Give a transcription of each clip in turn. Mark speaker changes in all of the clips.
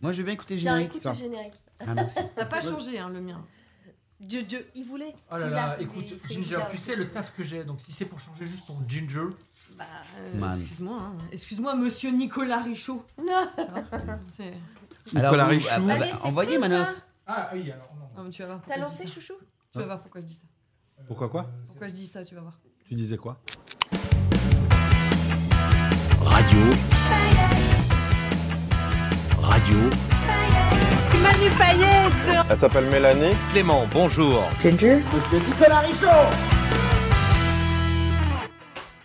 Speaker 1: Moi, je vais écouter le
Speaker 2: J'ai
Speaker 1: générique.
Speaker 2: écoute
Speaker 1: toi.
Speaker 2: le générique.
Speaker 1: Ah, merci.
Speaker 3: T'as pas changé, hein, le mien.
Speaker 2: Dieu, Dieu, il voulait.
Speaker 4: Oh là
Speaker 2: Il
Speaker 4: là,
Speaker 2: a-
Speaker 4: écoute,
Speaker 2: il- c'est
Speaker 4: Ginger,
Speaker 2: bizarre.
Speaker 4: tu sais le taf que j'ai, donc si c'est pour changer juste ton Ginger,
Speaker 2: Bah, euh,
Speaker 5: Ah,
Speaker 3: Euh,
Speaker 1: Man.
Speaker 3: Excuse-moi, hein. excuse-moi, monsieur Nicolas Richaud.
Speaker 2: Non.
Speaker 3: C'est-
Speaker 1: Alors,
Speaker 4: Nicolas
Speaker 1: vous-
Speaker 4: Richoux.
Speaker 1: ah, bah,
Speaker 2: Allez, c'est
Speaker 1: envoyez
Speaker 2: prêt,
Speaker 1: Manos.
Speaker 2: ça
Speaker 4: Ah oui, alors non.
Speaker 3: Ah, mais tu vas voir. pourquoi
Speaker 2: T'as
Speaker 3: je dis
Speaker 2: lancé
Speaker 3: ça.
Speaker 2: Chouchou
Speaker 3: Tu vas voir pourquoi je dis ça.
Speaker 6: Pourquoi quoi
Speaker 3: Pourquoi je dis ça, tu vas voir.
Speaker 6: Tu disais quoi
Speaker 7: Radio. Radio.
Speaker 8: Elle s'appelle Mélanie.
Speaker 9: Clément, bonjour.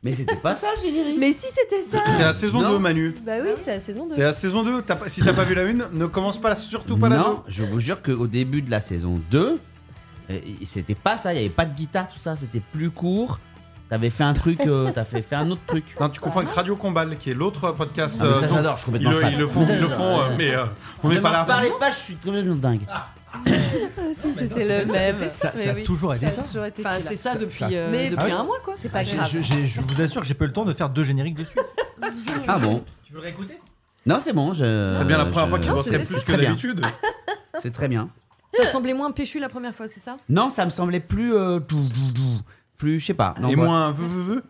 Speaker 1: Mais c'était pas ça le générique.
Speaker 2: Mais si c'était ça
Speaker 6: C'est la saison
Speaker 1: Non.
Speaker 6: 2, Manu.
Speaker 2: Bah oui, c'est la saison 2.
Speaker 6: C'est la saison 2. T'as pas- si t'as pas vu la une, ne commence pas, surtout pas la deux.
Speaker 1: non, je vous jure qu'au début de la saison 2, euh, c'était pas ça, il y avait pas de guitare, tout ça, c'était plus court. T'avais fait un truc, euh, t'as fait, fait un autre truc.
Speaker 6: Non, tu confonds avec Radio Combal, qui est l'autre podcast.
Speaker 1: Ah, mais ça,
Speaker 6: euh, dont-
Speaker 1: j'adore, je suis
Speaker 6: ils
Speaker 1: complètement
Speaker 6: le,
Speaker 1: fan.
Speaker 6: ils le font,
Speaker 1: Mais ça,
Speaker 6: ils le
Speaker 1: j'adore.
Speaker 6: font, euh, mais euh, on
Speaker 1: Ne
Speaker 6: n'est pas
Speaker 1: m'en
Speaker 6: là.
Speaker 1: parlez pas, je suis complètement dingue.
Speaker 2: si
Speaker 4: eh
Speaker 2: c'était
Speaker 4: ben,
Speaker 2: le même.
Speaker 5: Ça,
Speaker 2: Mais
Speaker 5: ça a
Speaker 2: oui.
Speaker 5: toujours été
Speaker 2: Ça
Speaker 5: ça.
Speaker 2: a toujours été
Speaker 3: Enfin,
Speaker 2: celui-là.
Speaker 3: c'est ça
Speaker 5: Ça-
Speaker 3: depuis,
Speaker 5: ça-
Speaker 3: euh,
Speaker 2: Mais-
Speaker 3: depuis
Speaker 2: Ah oui.
Speaker 3: un mois, quoi.
Speaker 2: C'est pas
Speaker 5: J'ai-
Speaker 2: grave.
Speaker 5: j'ai- j'ai- je vous assure que j'ai pas eu le temps de faire deux génériques dessus.
Speaker 1: Ah bon
Speaker 4: Tu veux le réécouter
Speaker 1: Non, c'est bon. Je,
Speaker 6: C'est bien la
Speaker 1: Euh,
Speaker 6: première
Speaker 1: je-
Speaker 6: fois qu'ils
Speaker 3: Non,
Speaker 6: bosseraient
Speaker 3: c'est-
Speaker 6: plus
Speaker 1: c'est
Speaker 6: que
Speaker 1: très bien.
Speaker 6: d'habitude.
Speaker 1: C'est très bien.
Speaker 3: Ça semblait moins péchu la première fois, c'est ça
Speaker 1: Non, ça me semblait plus. euh, dou- dou- dou- plus, je sais pas. Non,
Speaker 6: Et
Speaker 1: moi-
Speaker 6: moins un veu, veu, veu.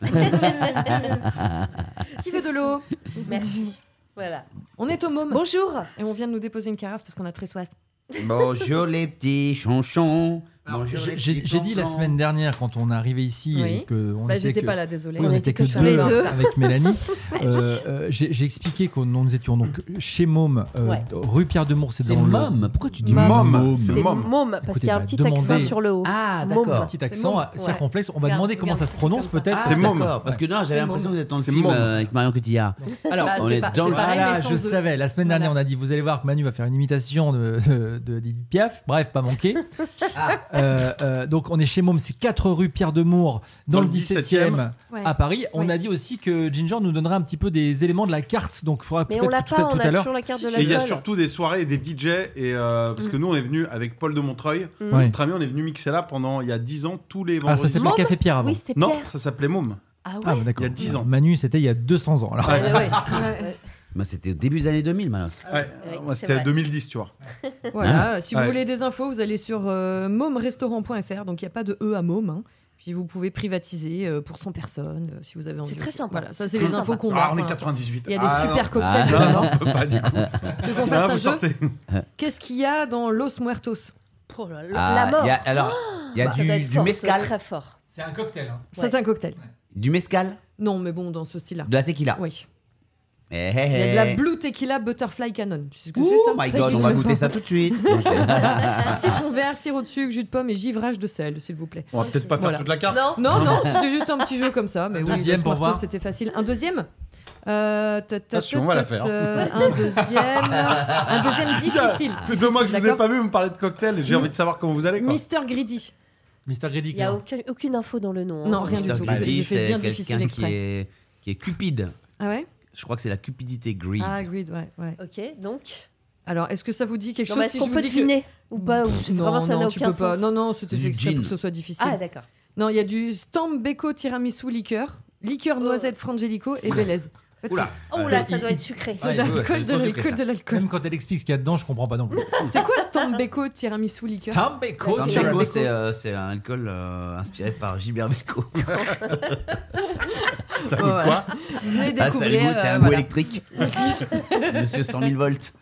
Speaker 3: Qui veut de l'eau
Speaker 2: Merci. Voilà.
Speaker 3: On est au môme.
Speaker 2: Bonjour.
Speaker 3: Et on vient de nous déposer une carafe parce qu'on a très soif.
Speaker 1: Bonjour les petits chonchons.
Speaker 5: Alors,
Speaker 1: Bonjour
Speaker 5: J'ai
Speaker 1: les
Speaker 5: j'ai-
Speaker 1: petits
Speaker 5: j'ai dit la
Speaker 1: chonchons.
Speaker 5: semaine dernière quand on est arrivé ici
Speaker 3: Oui.
Speaker 5: et que on
Speaker 3: Bah,
Speaker 5: était
Speaker 3: j'étais
Speaker 5: que-
Speaker 3: pas là, désolé.
Speaker 5: oui, on était que
Speaker 2: sur les
Speaker 5: deux
Speaker 2: deux.
Speaker 5: avec Mélanie. Euh, euh, J'ai j'ai expliqué que nous étions donc chez Môme, euh,
Speaker 2: Ouais.
Speaker 5: rue Pierre de Mour, c'est
Speaker 1: C'est
Speaker 5: dans le
Speaker 1: môme. Pourquoi tu dis
Speaker 2: Môme.
Speaker 6: Môme.
Speaker 2: C'est
Speaker 6: Môme.
Speaker 2: môme, parce
Speaker 5: Écoutez,
Speaker 2: qu'il y a un
Speaker 5: bah,
Speaker 2: petit accent
Speaker 5: demandez-
Speaker 2: sur le haut.
Speaker 1: Ah,
Speaker 2: Môme.
Speaker 1: d'accord.
Speaker 5: petit
Speaker 3: C'est
Speaker 5: accent
Speaker 3: môme,
Speaker 5: à-
Speaker 3: ouais.
Speaker 5: circonflexe. On va
Speaker 3: Regarde,
Speaker 5: demander comment ça
Speaker 3: regarde,
Speaker 5: se prononce
Speaker 3: c'est comme ça.
Speaker 5: peut-être.
Speaker 1: Ah,
Speaker 6: C'est môme.
Speaker 1: d'accord, Parce que non, j'avais
Speaker 3: C'est
Speaker 1: l'impression
Speaker 3: môme.
Speaker 1: d'être dans le
Speaker 6: C'est
Speaker 1: film
Speaker 6: môme.
Speaker 1: euh, avec Marion Cotillard.
Speaker 5: Alors,
Speaker 3: Bah,
Speaker 1: on
Speaker 3: c'est
Speaker 1: est
Speaker 3: pas-
Speaker 1: dans
Speaker 3: c'est
Speaker 1: le-
Speaker 3: pareil,
Speaker 5: Voilà,
Speaker 3: mais sans
Speaker 5: Ah, je
Speaker 3: eux.
Speaker 5: savais. La semaine dernière, on a dit vous allez voir que Manu va faire une imitation de, de, de- d'Edith Piaf. Bref, pas manqué. Euh, euh, donc, on est chez Môme, c'est 4 rue Pierre de Mour, dans, le 17e,
Speaker 3: Ouais.
Speaker 5: à Paris. On
Speaker 3: Oui.
Speaker 5: a dit aussi que Ginger nous donnera un petit peu des éléments de la carte. Donc, il faudra
Speaker 2: Mais on
Speaker 5: peut-être
Speaker 2: l'a
Speaker 5: que tout,
Speaker 2: pas,
Speaker 5: à-
Speaker 2: on
Speaker 5: tout à
Speaker 2: a
Speaker 5: l'heure.
Speaker 2: toujours la carte de la
Speaker 6: Et il y a surtout des soirées et des DJ. Et, euh, parce que nous, on est venu avec Paul de Montreuil.
Speaker 5: Ouais.
Speaker 6: Notre ami, on est venu mixer là pendant il y a 10 ans, tous les
Speaker 5: Ah,
Speaker 6: vendredis.
Speaker 5: ça s'appelait
Speaker 2: Môme
Speaker 5: Café Pierre avant.
Speaker 2: Oui, c'était
Speaker 6: non,
Speaker 2: Pierre.
Speaker 6: ça s'appelait Môme.
Speaker 2: Ah
Speaker 5: Ah,
Speaker 2: ouais.
Speaker 5: bah, d'accord.
Speaker 6: Il y a 10 ans.
Speaker 5: Manu, c'était il y a 200 ans. Alors,
Speaker 2: Ah, ouais.
Speaker 3: Ouais.
Speaker 1: Moi, Bah, c'était au début des années 2000, Manos.
Speaker 3: Ah,
Speaker 6: Ouais,
Speaker 2: Ouais,
Speaker 6: moi,
Speaker 2: c'est
Speaker 6: c'était
Speaker 2: vrai.
Speaker 6: 2010, tu vois.
Speaker 1: Ah.
Speaker 3: Voilà, si vous
Speaker 6: Ouais.
Speaker 3: voulez des infos, vous allez sur euh, mômerestaurant.fr, donc il n'y a pas de E à môme. hein. Puis vous pouvez privatiser euh, pour 100 personnes euh, si vous avez envie.
Speaker 2: C'est très
Speaker 3: aussi.
Speaker 2: sympa.
Speaker 3: Voilà, ça
Speaker 2: C'est
Speaker 3: c'est
Speaker 2: très
Speaker 3: les infos
Speaker 2: sympa.
Speaker 3: qu'on
Speaker 6: Ah,
Speaker 3: a.
Speaker 6: on est
Speaker 3: voilà.
Speaker 6: 98.
Speaker 3: Il y a des
Speaker 6: Ah, non.
Speaker 3: super
Speaker 1: Ah,
Speaker 3: cocktails.
Speaker 6: Ah,
Speaker 3: d'abord.
Speaker 6: non, on peut pas du coup.
Speaker 3: Tu veux qu'on
Speaker 6: Ah,
Speaker 3: fasse un
Speaker 6: vous
Speaker 3: jeu
Speaker 6: sortez.
Speaker 3: Qu'est-ce qu'il y a dans Los Muertos
Speaker 2: Oh là là,
Speaker 1: Ah,
Speaker 2: la mort.
Speaker 1: il y a- alors, il y a
Speaker 3: Bah,
Speaker 2: Ça doit
Speaker 1: du,
Speaker 2: être
Speaker 1: du
Speaker 2: fort,
Speaker 1: mescal.
Speaker 2: C'est très fort.
Speaker 5: C'est un cocktail. hein.
Speaker 3: C'est un cocktail.
Speaker 1: Du mescal.
Speaker 3: Non, mais bon, dans ce style-là.
Speaker 1: De la tequila.
Speaker 3: Oui.
Speaker 1: Eh, eh,
Speaker 3: Il y a de
Speaker 1: eh.
Speaker 3: la Blue Tequila Butterfly Cannon. Tu sais ce que
Speaker 1: Ouh,
Speaker 3: c'est ça
Speaker 1: my god, on va goûter ça tout de suite. Non, je t'aime.
Speaker 3: Citron vert, sirop de sucre, jus de pomme et givrage de sel, s'il vous plaît.
Speaker 6: On va peut-être pas faire
Speaker 3: Voilà.
Speaker 6: toute la carte.
Speaker 2: Non
Speaker 3: Non, non, c'était juste un petit jeu comme ça. Mais
Speaker 5: Un
Speaker 3: oui,
Speaker 5: deuxième
Speaker 3: Los
Speaker 5: pour
Speaker 3: Muertos,
Speaker 5: voir.
Speaker 3: c'était facile. Un deuxième Euh, ta- ta-
Speaker 6: Attention,
Speaker 3: ta-
Speaker 6: Ah, on va la
Speaker 3: ta-
Speaker 6: faire. hein.
Speaker 3: euh, Un deuxième. Un deuxième difficile.
Speaker 6: C'est deux mois que je vous ai
Speaker 3: D'accord
Speaker 6: pas vu, vous me parlez de cocktail. J'ai envie de savoir comment vous allez. Quoi.
Speaker 3: Mister Greedy.
Speaker 5: Mister Grady.
Speaker 2: Il n'y a aucun- aucune info dans le nom. hein.
Speaker 3: Non, rien du
Speaker 1: Mr.
Speaker 3: tout.
Speaker 1: Greedy,
Speaker 3: J'ai fait
Speaker 1: c'est
Speaker 3: bien difficile
Speaker 1: quelqu'un qui
Speaker 3: exprès.
Speaker 1: est, qui est cupide.
Speaker 3: Ah ouais
Speaker 1: Je crois que c'est la cupidité greed.
Speaker 3: Ah, Greed, ouais. ouais.
Speaker 2: Ok, donc.
Speaker 3: Alors, est-ce que ça vous dit quelque
Speaker 2: Non, mais
Speaker 3: chose
Speaker 2: Est-ce
Speaker 3: si
Speaker 2: qu'on
Speaker 3: je vous
Speaker 2: peut
Speaker 3: dis que-
Speaker 2: deviner ou pas ou c'est
Speaker 3: non,
Speaker 2: Vraiment, ça n'a
Speaker 3: non, tu
Speaker 2: aucun
Speaker 3: peux pas.
Speaker 2: sens.
Speaker 3: Non, non, c'était
Speaker 1: Du
Speaker 3: fait exprès
Speaker 1: gin.
Speaker 3: pour que ce soit difficile.
Speaker 2: Ah, d'accord.
Speaker 3: non, il y a du Stambeco tiramisu liqueur, liqueur noisette frangelico et Belize. En fait,
Speaker 1: Oula.
Speaker 2: Oh là, ça doit être sucré.
Speaker 3: C'est de
Speaker 1: Ouais, ouais,
Speaker 3: l'alcool,
Speaker 1: c'est
Speaker 3: de
Speaker 1: trop sucré,
Speaker 3: l'alcool,
Speaker 1: ça.
Speaker 3: de l'alcool.
Speaker 5: Même quand elle explique ce qu'il y a dedans, je comprends pas non plus.
Speaker 3: C'est quoi Stambeco tiramisu liqueur
Speaker 5: Tambeco,
Speaker 1: Un
Speaker 3: C'est
Speaker 1: Beco,
Speaker 3: un Beco.
Speaker 1: c'est euh, c'est un alcool euh, inspiré par Gilbert Beco.
Speaker 6: Ça
Speaker 3: Ouais,
Speaker 6: coûte
Speaker 3: ouais.
Speaker 6: quoi
Speaker 3: Venez
Speaker 1: Ah, ça a le
Speaker 3: découvrir.
Speaker 1: goût, c'est
Speaker 3: euh,
Speaker 1: un goût
Speaker 3: voilà.
Speaker 1: électrique. Monsieur 100 000 volts.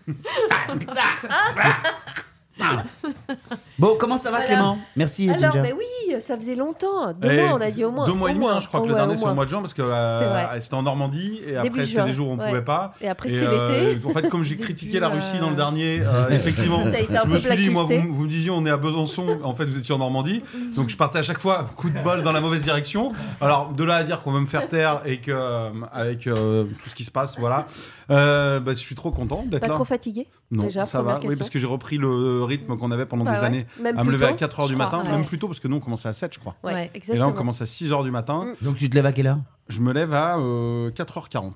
Speaker 1: Bon, comment ça va,
Speaker 2: Voilà.
Speaker 1: Clément Merci,
Speaker 2: Alors,
Speaker 1: Ginger.
Speaker 2: mais oui, ça faisait longtemps. Deux
Speaker 6: Eh,
Speaker 2: mois, on a dit au moins.
Speaker 6: Deux mois et
Speaker 2: Au
Speaker 6: demi, hein,
Speaker 2: moins.
Speaker 6: je crois que
Speaker 2: Oh
Speaker 6: le
Speaker 2: ouais,
Speaker 6: dernier
Speaker 2: au
Speaker 6: c'est le
Speaker 2: moins.
Speaker 6: mois de juin parce que
Speaker 2: C'est
Speaker 6: euh,
Speaker 2: vrai.
Speaker 6: c'était en Normandie et après c'était
Speaker 2: juin,
Speaker 6: des jours où on
Speaker 2: ouais.
Speaker 6: pouvait pas.
Speaker 2: Et après,
Speaker 6: Et,
Speaker 2: c'était
Speaker 6: euh,
Speaker 2: l'été.
Speaker 6: en fait, comme j'ai
Speaker 3: Depuis,
Speaker 6: critiqué la
Speaker 3: euh,
Speaker 6: Russie dans le dernier, euh, effectivement,
Speaker 2: T'as été un
Speaker 6: je me
Speaker 2: peu
Speaker 6: suis dit, moi,
Speaker 2: blacklisté.
Speaker 6: vous, vous me disiez, on est à Besançon, en fait, vous étiez en Normandie, donc je partais à chaque fois coup de bol dans la mauvaise direction. Alors, de là à dire qu'on va me faire taire et que, euh, avec euh, tout ce qui se passe, voilà, euh, bah, je suis trop content d'être
Speaker 2: Pas
Speaker 6: là.
Speaker 2: trop fatigué
Speaker 6: non,
Speaker 2: déjà,
Speaker 6: ça
Speaker 2: première
Speaker 6: va, oui,
Speaker 2: question.
Speaker 6: parce que j'ai repris le rythme qu'on avait pendant
Speaker 2: Bah
Speaker 6: des
Speaker 2: ouais.
Speaker 6: années
Speaker 2: Même
Speaker 6: à me
Speaker 2: plus
Speaker 6: lever à
Speaker 2: tôt,
Speaker 6: 4h
Speaker 2: je
Speaker 6: du
Speaker 2: crois,
Speaker 6: matin,
Speaker 2: ouais.
Speaker 6: même plus tôt, parce que nous, on commençait à 7, je crois.
Speaker 2: Ouais,
Speaker 3: Ouais.
Speaker 2: exactement. Mm.
Speaker 6: Et là, on commence à 6h du matin.
Speaker 1: Donc, tu te lèves à quelle heure
Speaker 6: Je me lève à euh, 4h40.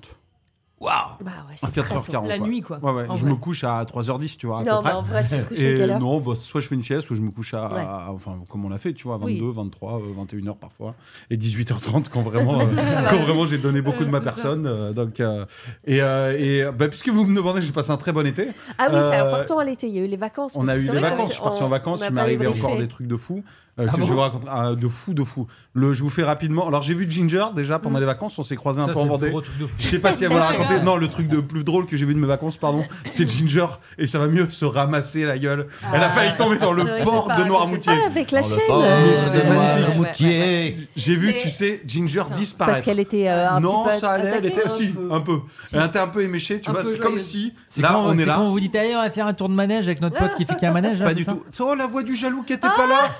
Speaker 1: Waouh
Speaker 2: Bah ouais, c'est très tôt.
Speaker 6: 4h40.
Speaker 3: La
Speaker 6: ouais.
Speaker 3: nuit, quoi.
Speaker 6: Ouais, ouais.
Speaker 3: En
Speaker 6: Je
Speaker 3: vrai.
Speaker 6: me couche à 3h10, tu vois, à peu
Speaker 2: Non, mais
Speaker 6: près.
Speaker 2: en vrai, tu te couches à
Speaker 6: Et
Speaker 2: quelle heure
Speaker 6: non, bah, soit je fais une sieste, soit je me couche à,
Speaker 2: Ouais.
Speaker 6: à- enfin, comme on l'a fait, tu vois, à 22,
Speaker 3: Oui.
Speaker 6: 23, euh, 21h parfois, et 18h30 quand vraiment, euh, quand vraiment j'ai donné beaucoup de ma
Speaker 3: c'est ça.
Speaker 6: personne. euh, donc, euh, et euh, et bah, puisque vous me demandez, j'ai passé un très bon été.
Speaker 2: Ah oui, c'est
Speaker 6: Euh,
Speaker 2: important à l'été. Il y a eu les vacances.
Speaker 6: On
Speaker 2: parce
Speaker 6: a
Speaker 2: que
Speaker 6: eu
Speaker 2: c'est
Speaker 6: les
Speaker 2: vrai que
Speaker 6: vacances, je suis parti en
Speaker 2: on-
Speaker 6: vacances,
Speaker 2: on a
Speaker 6: il
Speaker 2: pas
Speaker 6: m'est arrivé
Speaker 2: débriefé.
Speaker 6: encore des trucs de fou euh,
Speaker 5: Ah
Speaker 6: que
Speaker 5: bon
Speaker 6: je vais vous raconter, ah, de fou, de fou. Le, je vous fais rapidement. Alors j'ai vu Ginger déjà
Speaker 2: Mm.
Speaker 6: pendant les vacances, on s'est croisés un
Speaker 5: Ça,
Speaker 6: peu
Speaker 5: c'est
Speaker 6: en
Speaker 5: le
Speaker 6: Vendée.
Speaker 5: gros truc de fou.
Speaker 6: Je sais pas si elle vous l'a raconté. Non, le truc de plus drôle que j'ai vu de mes vacances, pardon, c'est Ginger et ça va mieux se ramasser la gueule. Elle a failli tomber dans le
Speaker 3: c'est vrai que
Speaker 6: port
Speaker 3: j'ai pas
Speaker 6: de
Speaker 3: raconté
Speaker 6: Noirmoutier.
Speaker 2: Ah, avec la
Speaker 1: Dans
Speaker 2: chaîne
Speaker 1: le port
Speaker 2: euh,
Speaker 6: c'est
Speaker 2: ouais,
Speaker 6: magnifique.
Speaker 2: ouais, ouais, ouais.
Speaker 6: J'ai vu,
Speaker 2: Mais-
Speaker 6: tu sais, Ginger
Speaker 2: Parce
Speaker 6: disparaître.
Speaker 2: qu'elle était euh, un
Speaker 6: Non,
Speaker 2: petit peu
Speaker 6: ça allait, elle
Speaker 2: attaquée.
Speaker 6: était si, un peu. Elle était un peu éméchée, tu
Speaker 3: Un
Speaker 6: vois.
Speaker 3: peu
Speaker 6: C'est comme
Speaker 3: joyeuse.
Speaker 6: si
Speaker 5: C'est
Speaker 6: euh, là
Speaker 5: quand,
Speaker 6: on
Speaker 5: c'est
Speaker 6: est là.
Speaker 5: quand vous vous dites, allez, on va faire un tour de manège avec notre pote qui fait qu'il y a un manège là,
Speaker 3: Ah,
Speaker 6: Pas
Speaker 5: c'est
Speaker 6: du
Speaker 5: ça
Speaker 6: tout. Oh, la voix du jaloux qui était pas là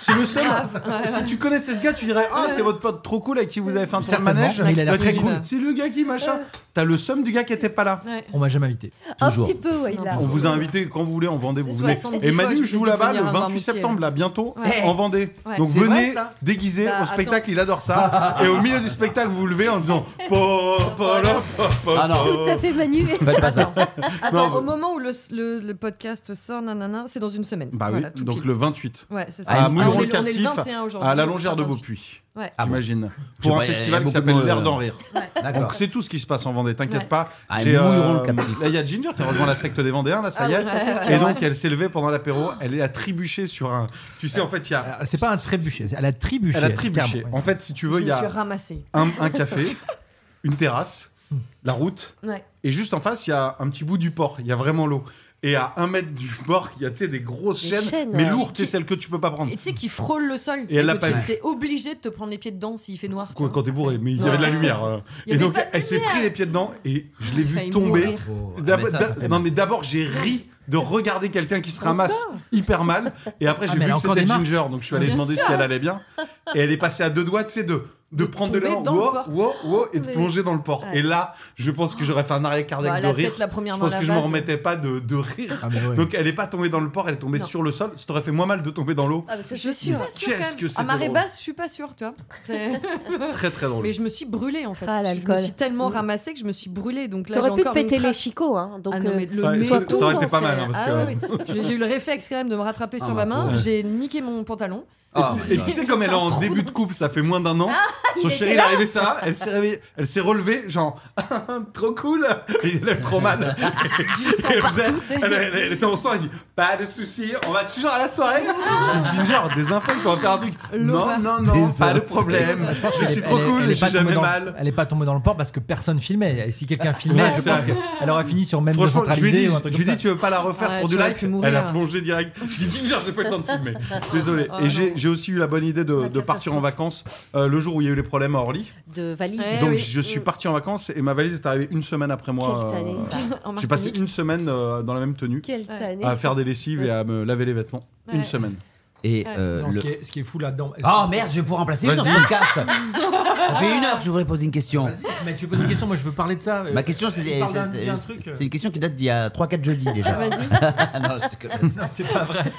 Speaker 6: C'est le seul Si tu connaissais ce gars, tu dirais Ah, c'est votre pote trop cool avec qui vous avez fait un tour de
Speaker 5: Certainement.
Speaker 6: manège.
Speaker 5: Mais il a l'air
Speaker 6: Bah, très
Speaker 5: cool.
Speaker 6: cool. C'est le gars qui machin. T'as le seum du gars qui était pas là.
Speaker 3: Ouais.
Speaker 5: On m'a jamais invité.
Speaker 2: Un
Speaker 1: Toujours.
Speaker 2: petit peu, ouais, il a.
Speaker 6: On vous a invité quand vous voulez en Vendée, vous venez.
Speaker 3: 70
Speaker 6: Et
Speaker 3: fois,
Speaker 6: Manu
Speaker 3: je vous ai
Speaker 6: joue
Speaker 3: dit de
Speaker 6: là-bas le
Speaker 3: venir à
Speaker 6: 28
Speaker 3: Noirmoutier.
Speaker 6: septembre, là, bientôt,
Speaker 3: Ouais.
Speaker 6: en Vendée.
Speaker 3: Ouais.
Speaker 6: Donc
Speaker 1: C'est
Speaker 6: venez
Speaker 1: vrai, ça
Speaker 6: déguisé
Speaker 3: Bah,
Speaker 6: au spectacle, il adore ça. Et au milieu du spectacle, vous vous levez en disant Po, po, la, po, po,
Speaker 1: Ah non.
Speaker 6: po.
Speaker 2: Tout à fait Manu.
Speaker 1: Faites pas ça.
Speaker 3: Attends,
Speaker 6: Non,
Speaker 3: au moment où le, le, le podcast sort, nanana, c'est dans une semaine.
Speaker 6: Bah oui,
Speaker 3: Voilà, tout
Speaker 6: donc
Speaker 3: pile.
Speaker 6: le 28.
Speaker 3: Ouais, c'est ça.
Speaker 6: À
Speaker 1: Ah,
Speaker 3: on, est, on est
Speaker 6: Mouillon-le-Captif,
Speaker 3: le 21 aujourd'hui.
Speaker 6: À la
Speaker 3: donc
Speaker 6: longère
Speaker 3: c'est
Speaker 6: de
Speaker 3: pas
Speaker 6: Beaupuy,
Speaker 3: Ouais.
Speaker 1: Ah bon.
Speaker 6: j'imagine.
Speaker 1: Je sais
Speaker 6: Pour
Speaker 1: pas,
Speaker 6: un
Speaker 1: il y a-
Speaker 6: festival
Speaker 1: il y a beaucoup
Speaker 6: qui
Speaker 1: de
Speaker 6: s'appelle
Speaker 1: monde,
Speaker 6: L'air
Speaker 1: euh,
Speaker 6: d'en rire.
Speaker 1: D'accord.
Speaker 6: Donc c'est tout ce qui se passe en Vendée, t'inquiète
Speaker 3: Ouais.
Speaker 6: pas.
Speaker 1: Ah,
Speaker 6: J'ai, euh,
Speaker 1: Mouilleron-le-Captif.
Speaker 6: là, il y a Ginger qui a rejoint la secte des Vendéens, là, ça
Speaker 3: Ah
Speaker 6: y est.
Speaker 3: ouais, ça, c'est sûr,
Speaker 6: et
Speaker 3: ouais.
Speaker 6: donc, elle s'est levée pendant l'apéro, elle a trébuché sur un. Tu sais, en fait, il y a
Speaker 5: Euh, C'est pas un trébuchet, c'est- elle a trébuché.
Speaker 6: Elle a trébuché.
Speaker 5: carrément.
Speaker 6: En fait, si tu
Speaker 3: Je
Speaker 6: veux, il y
Speaker 3: me suis
Speaker 6: a
Speaker 3: ramassée.
Speaker 6: un, un café, une terrasse, la route,
Speaker 3: Ouais.
Speaker 6: et juste en face, il y a un petit bout du port. Il y a vraiment l'eau. Et à un mètre du port, il y a tu sais, des grosses
Speaker 2: Des
Speaker 6: chaînes,
Speaker 2: chaînes,
Speaker 6: mais
Speaker 2: ouais.
Speaker 6: lourdes, tu sais, celles que tu peux pas prendre.
Speaker 3: Et tu sais qu'il frôle le sol. tu
Speaker 6: Hmm. Et
Speaker 3: sais
Speaker 6: elle l'a
Speaker 3: que
Speaker 6: pas
Speaker 3: tu-
Speaker 6: vu.
Speaker 3: T'es obligé de te prendre les pieds dedans s'il fait noir. tu
Speaker 6: Quand
Speaker 3: vois.
Speaker 6: quand t'es bourré, mais il y
Speaker 3: Ouais.
Speaker 6: avait de la lumière. euh.
Speaker 3: Il y
Speaker 6: Et
Speaker 3: avait
Speaker 6: donc,
Speaker 3: pas de
Speaker 6: elle s'est
Speaker 3: lumière.
Speaker 6: pris les pieds dedans et je l'ai
Speaker 3: failli
Speaker 6: vu tomber.
Speaker 3: mourir.
Speaker 5: Oh, ah,
Speaker 6: D'abord-
Speaker 5: mais ça, ça fait
Speaker 6: non
Speaker 5: mal.
Speaker 6: mais d'abord j'ai ri de regarder quelqu'un qui se ramasse hyper mal et après
Speaker 5: Ah,
Speaker 6: j'ai
Speaker 5: mais elle
Speaker 6: vu
Speaker 5: a
Speaker 6: que
Speaker 5: encore
Speaker 6: c'était
Speaker 5: des marques.
Speaker 6: Ginger donc je suis allé
Speaker 3: Bien
Speaker 6: demander si elle allait bien et elle est passée à deux doigts tu sais de de,
Speaker 3: De
Speaker 6: prendre de
Speaker 3: tomber
Speaker 6: l'air
Speaker 3: dans le
Speaker 6: wow,
Speaker 3: port.
Speaker 6: wow, wow, et de
Speaker 3: Mais-
Speaker 6: plonger dans le port
Speaker 3: Ouais.
Speaker 6: et là je pense que j'aurais fait un arrêt cardiaque
Speaker 3: Bah,
Speaker 6: de
Speaker 3: la
Speaker 6: rire
Speaker 3: tête, la première
Speaker 6: je
Speaker 3: dans
Speaker 6: pense
Speaker 3: la
Speaker 6: que je m'en
Speaker 3: vase.
Speaker 6: remettais pas de, de rire
Speaker 5: Ah, mais ouais.
Speaker 6: donc elle est pas tombée dans le port elle est tombée
Speaker 3: Non.
Speaker 6: sur le sol ça t'aurait fait moins mal de tomber dans l'eau
Speaker 2: Ah, mais ça,
Speaker 3: Je
Speaker 2: c'est
Speaker 3: suis
Speaker 2: sûr.
Speaker 3: pas sûre.
Speaker 6: Qu'est-ce
Speaker 3: quand même.
Speaker 6: que c'était
Speaker 3: À marée
Speaker 6: drôle.
Speaker 3: basse, je suis pas sûre, tu vois. C'est-
Speaker 6: très très drôle
Speaker 3: Ah. Mais je me suis brûlée en fait.
Speaker 2: Ah,
Speaker 3: je me
Speaker 2: l'alcool.
Speaker 3: suis tellement ramassée que je me suis brûlée. Donc là, j'ai
Speaker 2: T'aurais pu
Speaker 3: encore
Speaker 2: te
Speaker 3: une
Speaker 2: péter les
Speaker 3: trace.
Speaker 2: chicots, hein. Donc,
Speaker 3: Ah non,
Speaker 2: euh,
Speaker 3: mais le
Speaker 6: Ouais,
Speaker 3: nez
Speaker 6: ça-
Speaker 3: tout
Speaker 6: ça aurait été
Speaker 3: en
Speaker 6: pas mal,
Speaker 3: fer.
Speaker 6: hein, parce
Speaker 3: Ah
Speaker 6: que-
Speaker 3: ouais, ouais. J'ai- J'ai eu le réflexe quand même de me rattraper sur
Speaker 1: ma
Speaker 3: ma main.
Speaker 1: pauvre.
Speaker 3: J'ai niqué mon pantalon.
Speaker 1: Ah,
Speaker 6: Et tu- et tu sais, comme elle est en début de couple, ça fait moins d'un
Speaker 5: Ah,
Speaker 6: an. Son
Speaker 2: il
Speaker 6: chéri,
Speaker 2: était
Speaker 6: il est arrivé ça là, elle s'est réveillée, elle s'est relevée, genre, trop cool, et il aime trop mal.
Speaker 5: Ah,
Speaker 6: Et elle, faisait-
Speaker 3: partout, tu sais.
Speaker 6: elle- elle- elle était en sang, elle dit, pas de souci, on va toujours à la soirée.
Speaker 5: Ah.
Speaker 6: Je dis, Ginger, désinfecte, on va faire un truc. Non, non, non, pas de problème.
Speaker 5: Je pense
Speaker 6: je
Speaker 5: qu'elle
Speaker 6: suis
Speaker 5: est-
Speaker 6: trop
Speaker 5: elle est-
Speaker 6: cool,
Speaker 5: elle
Speaker 6: je
Speaker 5: est
Speaker 6: suis
Speaker 5: pas tombée
Speaker 6: jamais
Speaker 5: dans-
Speaker 6: mal. Ah,
Speaker 5: Elle est pas tombée dans le port parce que personne filmait. Et si quelqu'un filmait,
Speaker 6: Ouais,
Speaker 5: je
Speaker 6: c'est
Speaker 5: pense
Speaker 6: vrai.
Speaker 5: qu'elle aurait fini sur même
Speaker 6: Franchement, je lui ai dit,
Speaker 5: décentralisé ou un truc
Speaker 6: je lui ai
Speaker 5: comme Ah,
Speaker 6: dit, tu veux pas la refaire
Speaker 3: Ouais,
Speaker 6: pour
Speaker 3: tu
Speaker 6: du
Speaker 3: aurais
Speaker 6: like
Speaker 3: pu mourir.
Speaker 6: Elle a plongé direct. Je dis Ginger, j'ai pas eu le temps de filmer. Désolé.
Speaker 3: Ah,
Speaker 6: Et
Speaker 3: non.
Speaker 6: j'ai j'ai aussi eu la bonne idée de, de partir en vacances euh, le jour où il y a eu les problèmes à Orly.
Speaker 2: de valise.
Speaker 3: Eh
Speaker 6: Donc
Speaker 3: oui.
Speaker 6: je suis parti en vacances et ma valise est arrivée une semaine après moi.
Speaker 2: Quelle tannée,
Speaker 6: euh,
Speaker 2: ça.
Speaker 3: En
Speaker 6: J'ai passé
Speaker 3: Martinique.
Speaker 6: une semaine euh, dans la même tenue
Speaker 2: Quelle
Speaker 3: Ouais.
Speaker 2: tannée.
Speaker 6: à faire des lessives et à me laver les vêtements. Une
Speaker 3: Ouais. Ah,
Speaker 6: semaine.
Speaker 1: Et
Speaker 3: Ouais.
Speaker 1: euh,
Speaker 5: ça. Non,
Speaker 1: le-
Speaker 5: ce, qui est, ce qui est fou là-dedans.
Speaker 6: Ah,
Speaker 1: Oh merde, je vais pouvoir remplacer une dans
Speaker 6: Vas-y.
Speaker 1: ce podcast. Ça fait une heure que je voudrais poser une question.
Speaker 5: Vas-y, mais tu poses une question, moi je veux parler de ça. euh,
Speaker 1: Ma question, c'est
Speaker 5: Il parle d'un-
Speaker 1: c'est-
Speaker 5: d'un
Speaker 1: c'est-
Speaker 5: truc, euh.
Speaker 1: c'est une question qui date d'il y a 3-4 jeudis déjà.
Speaker 3: Vas-y.
Speaker 1: non, je te connais.
Speaker 5: Non, c'est pas vrai.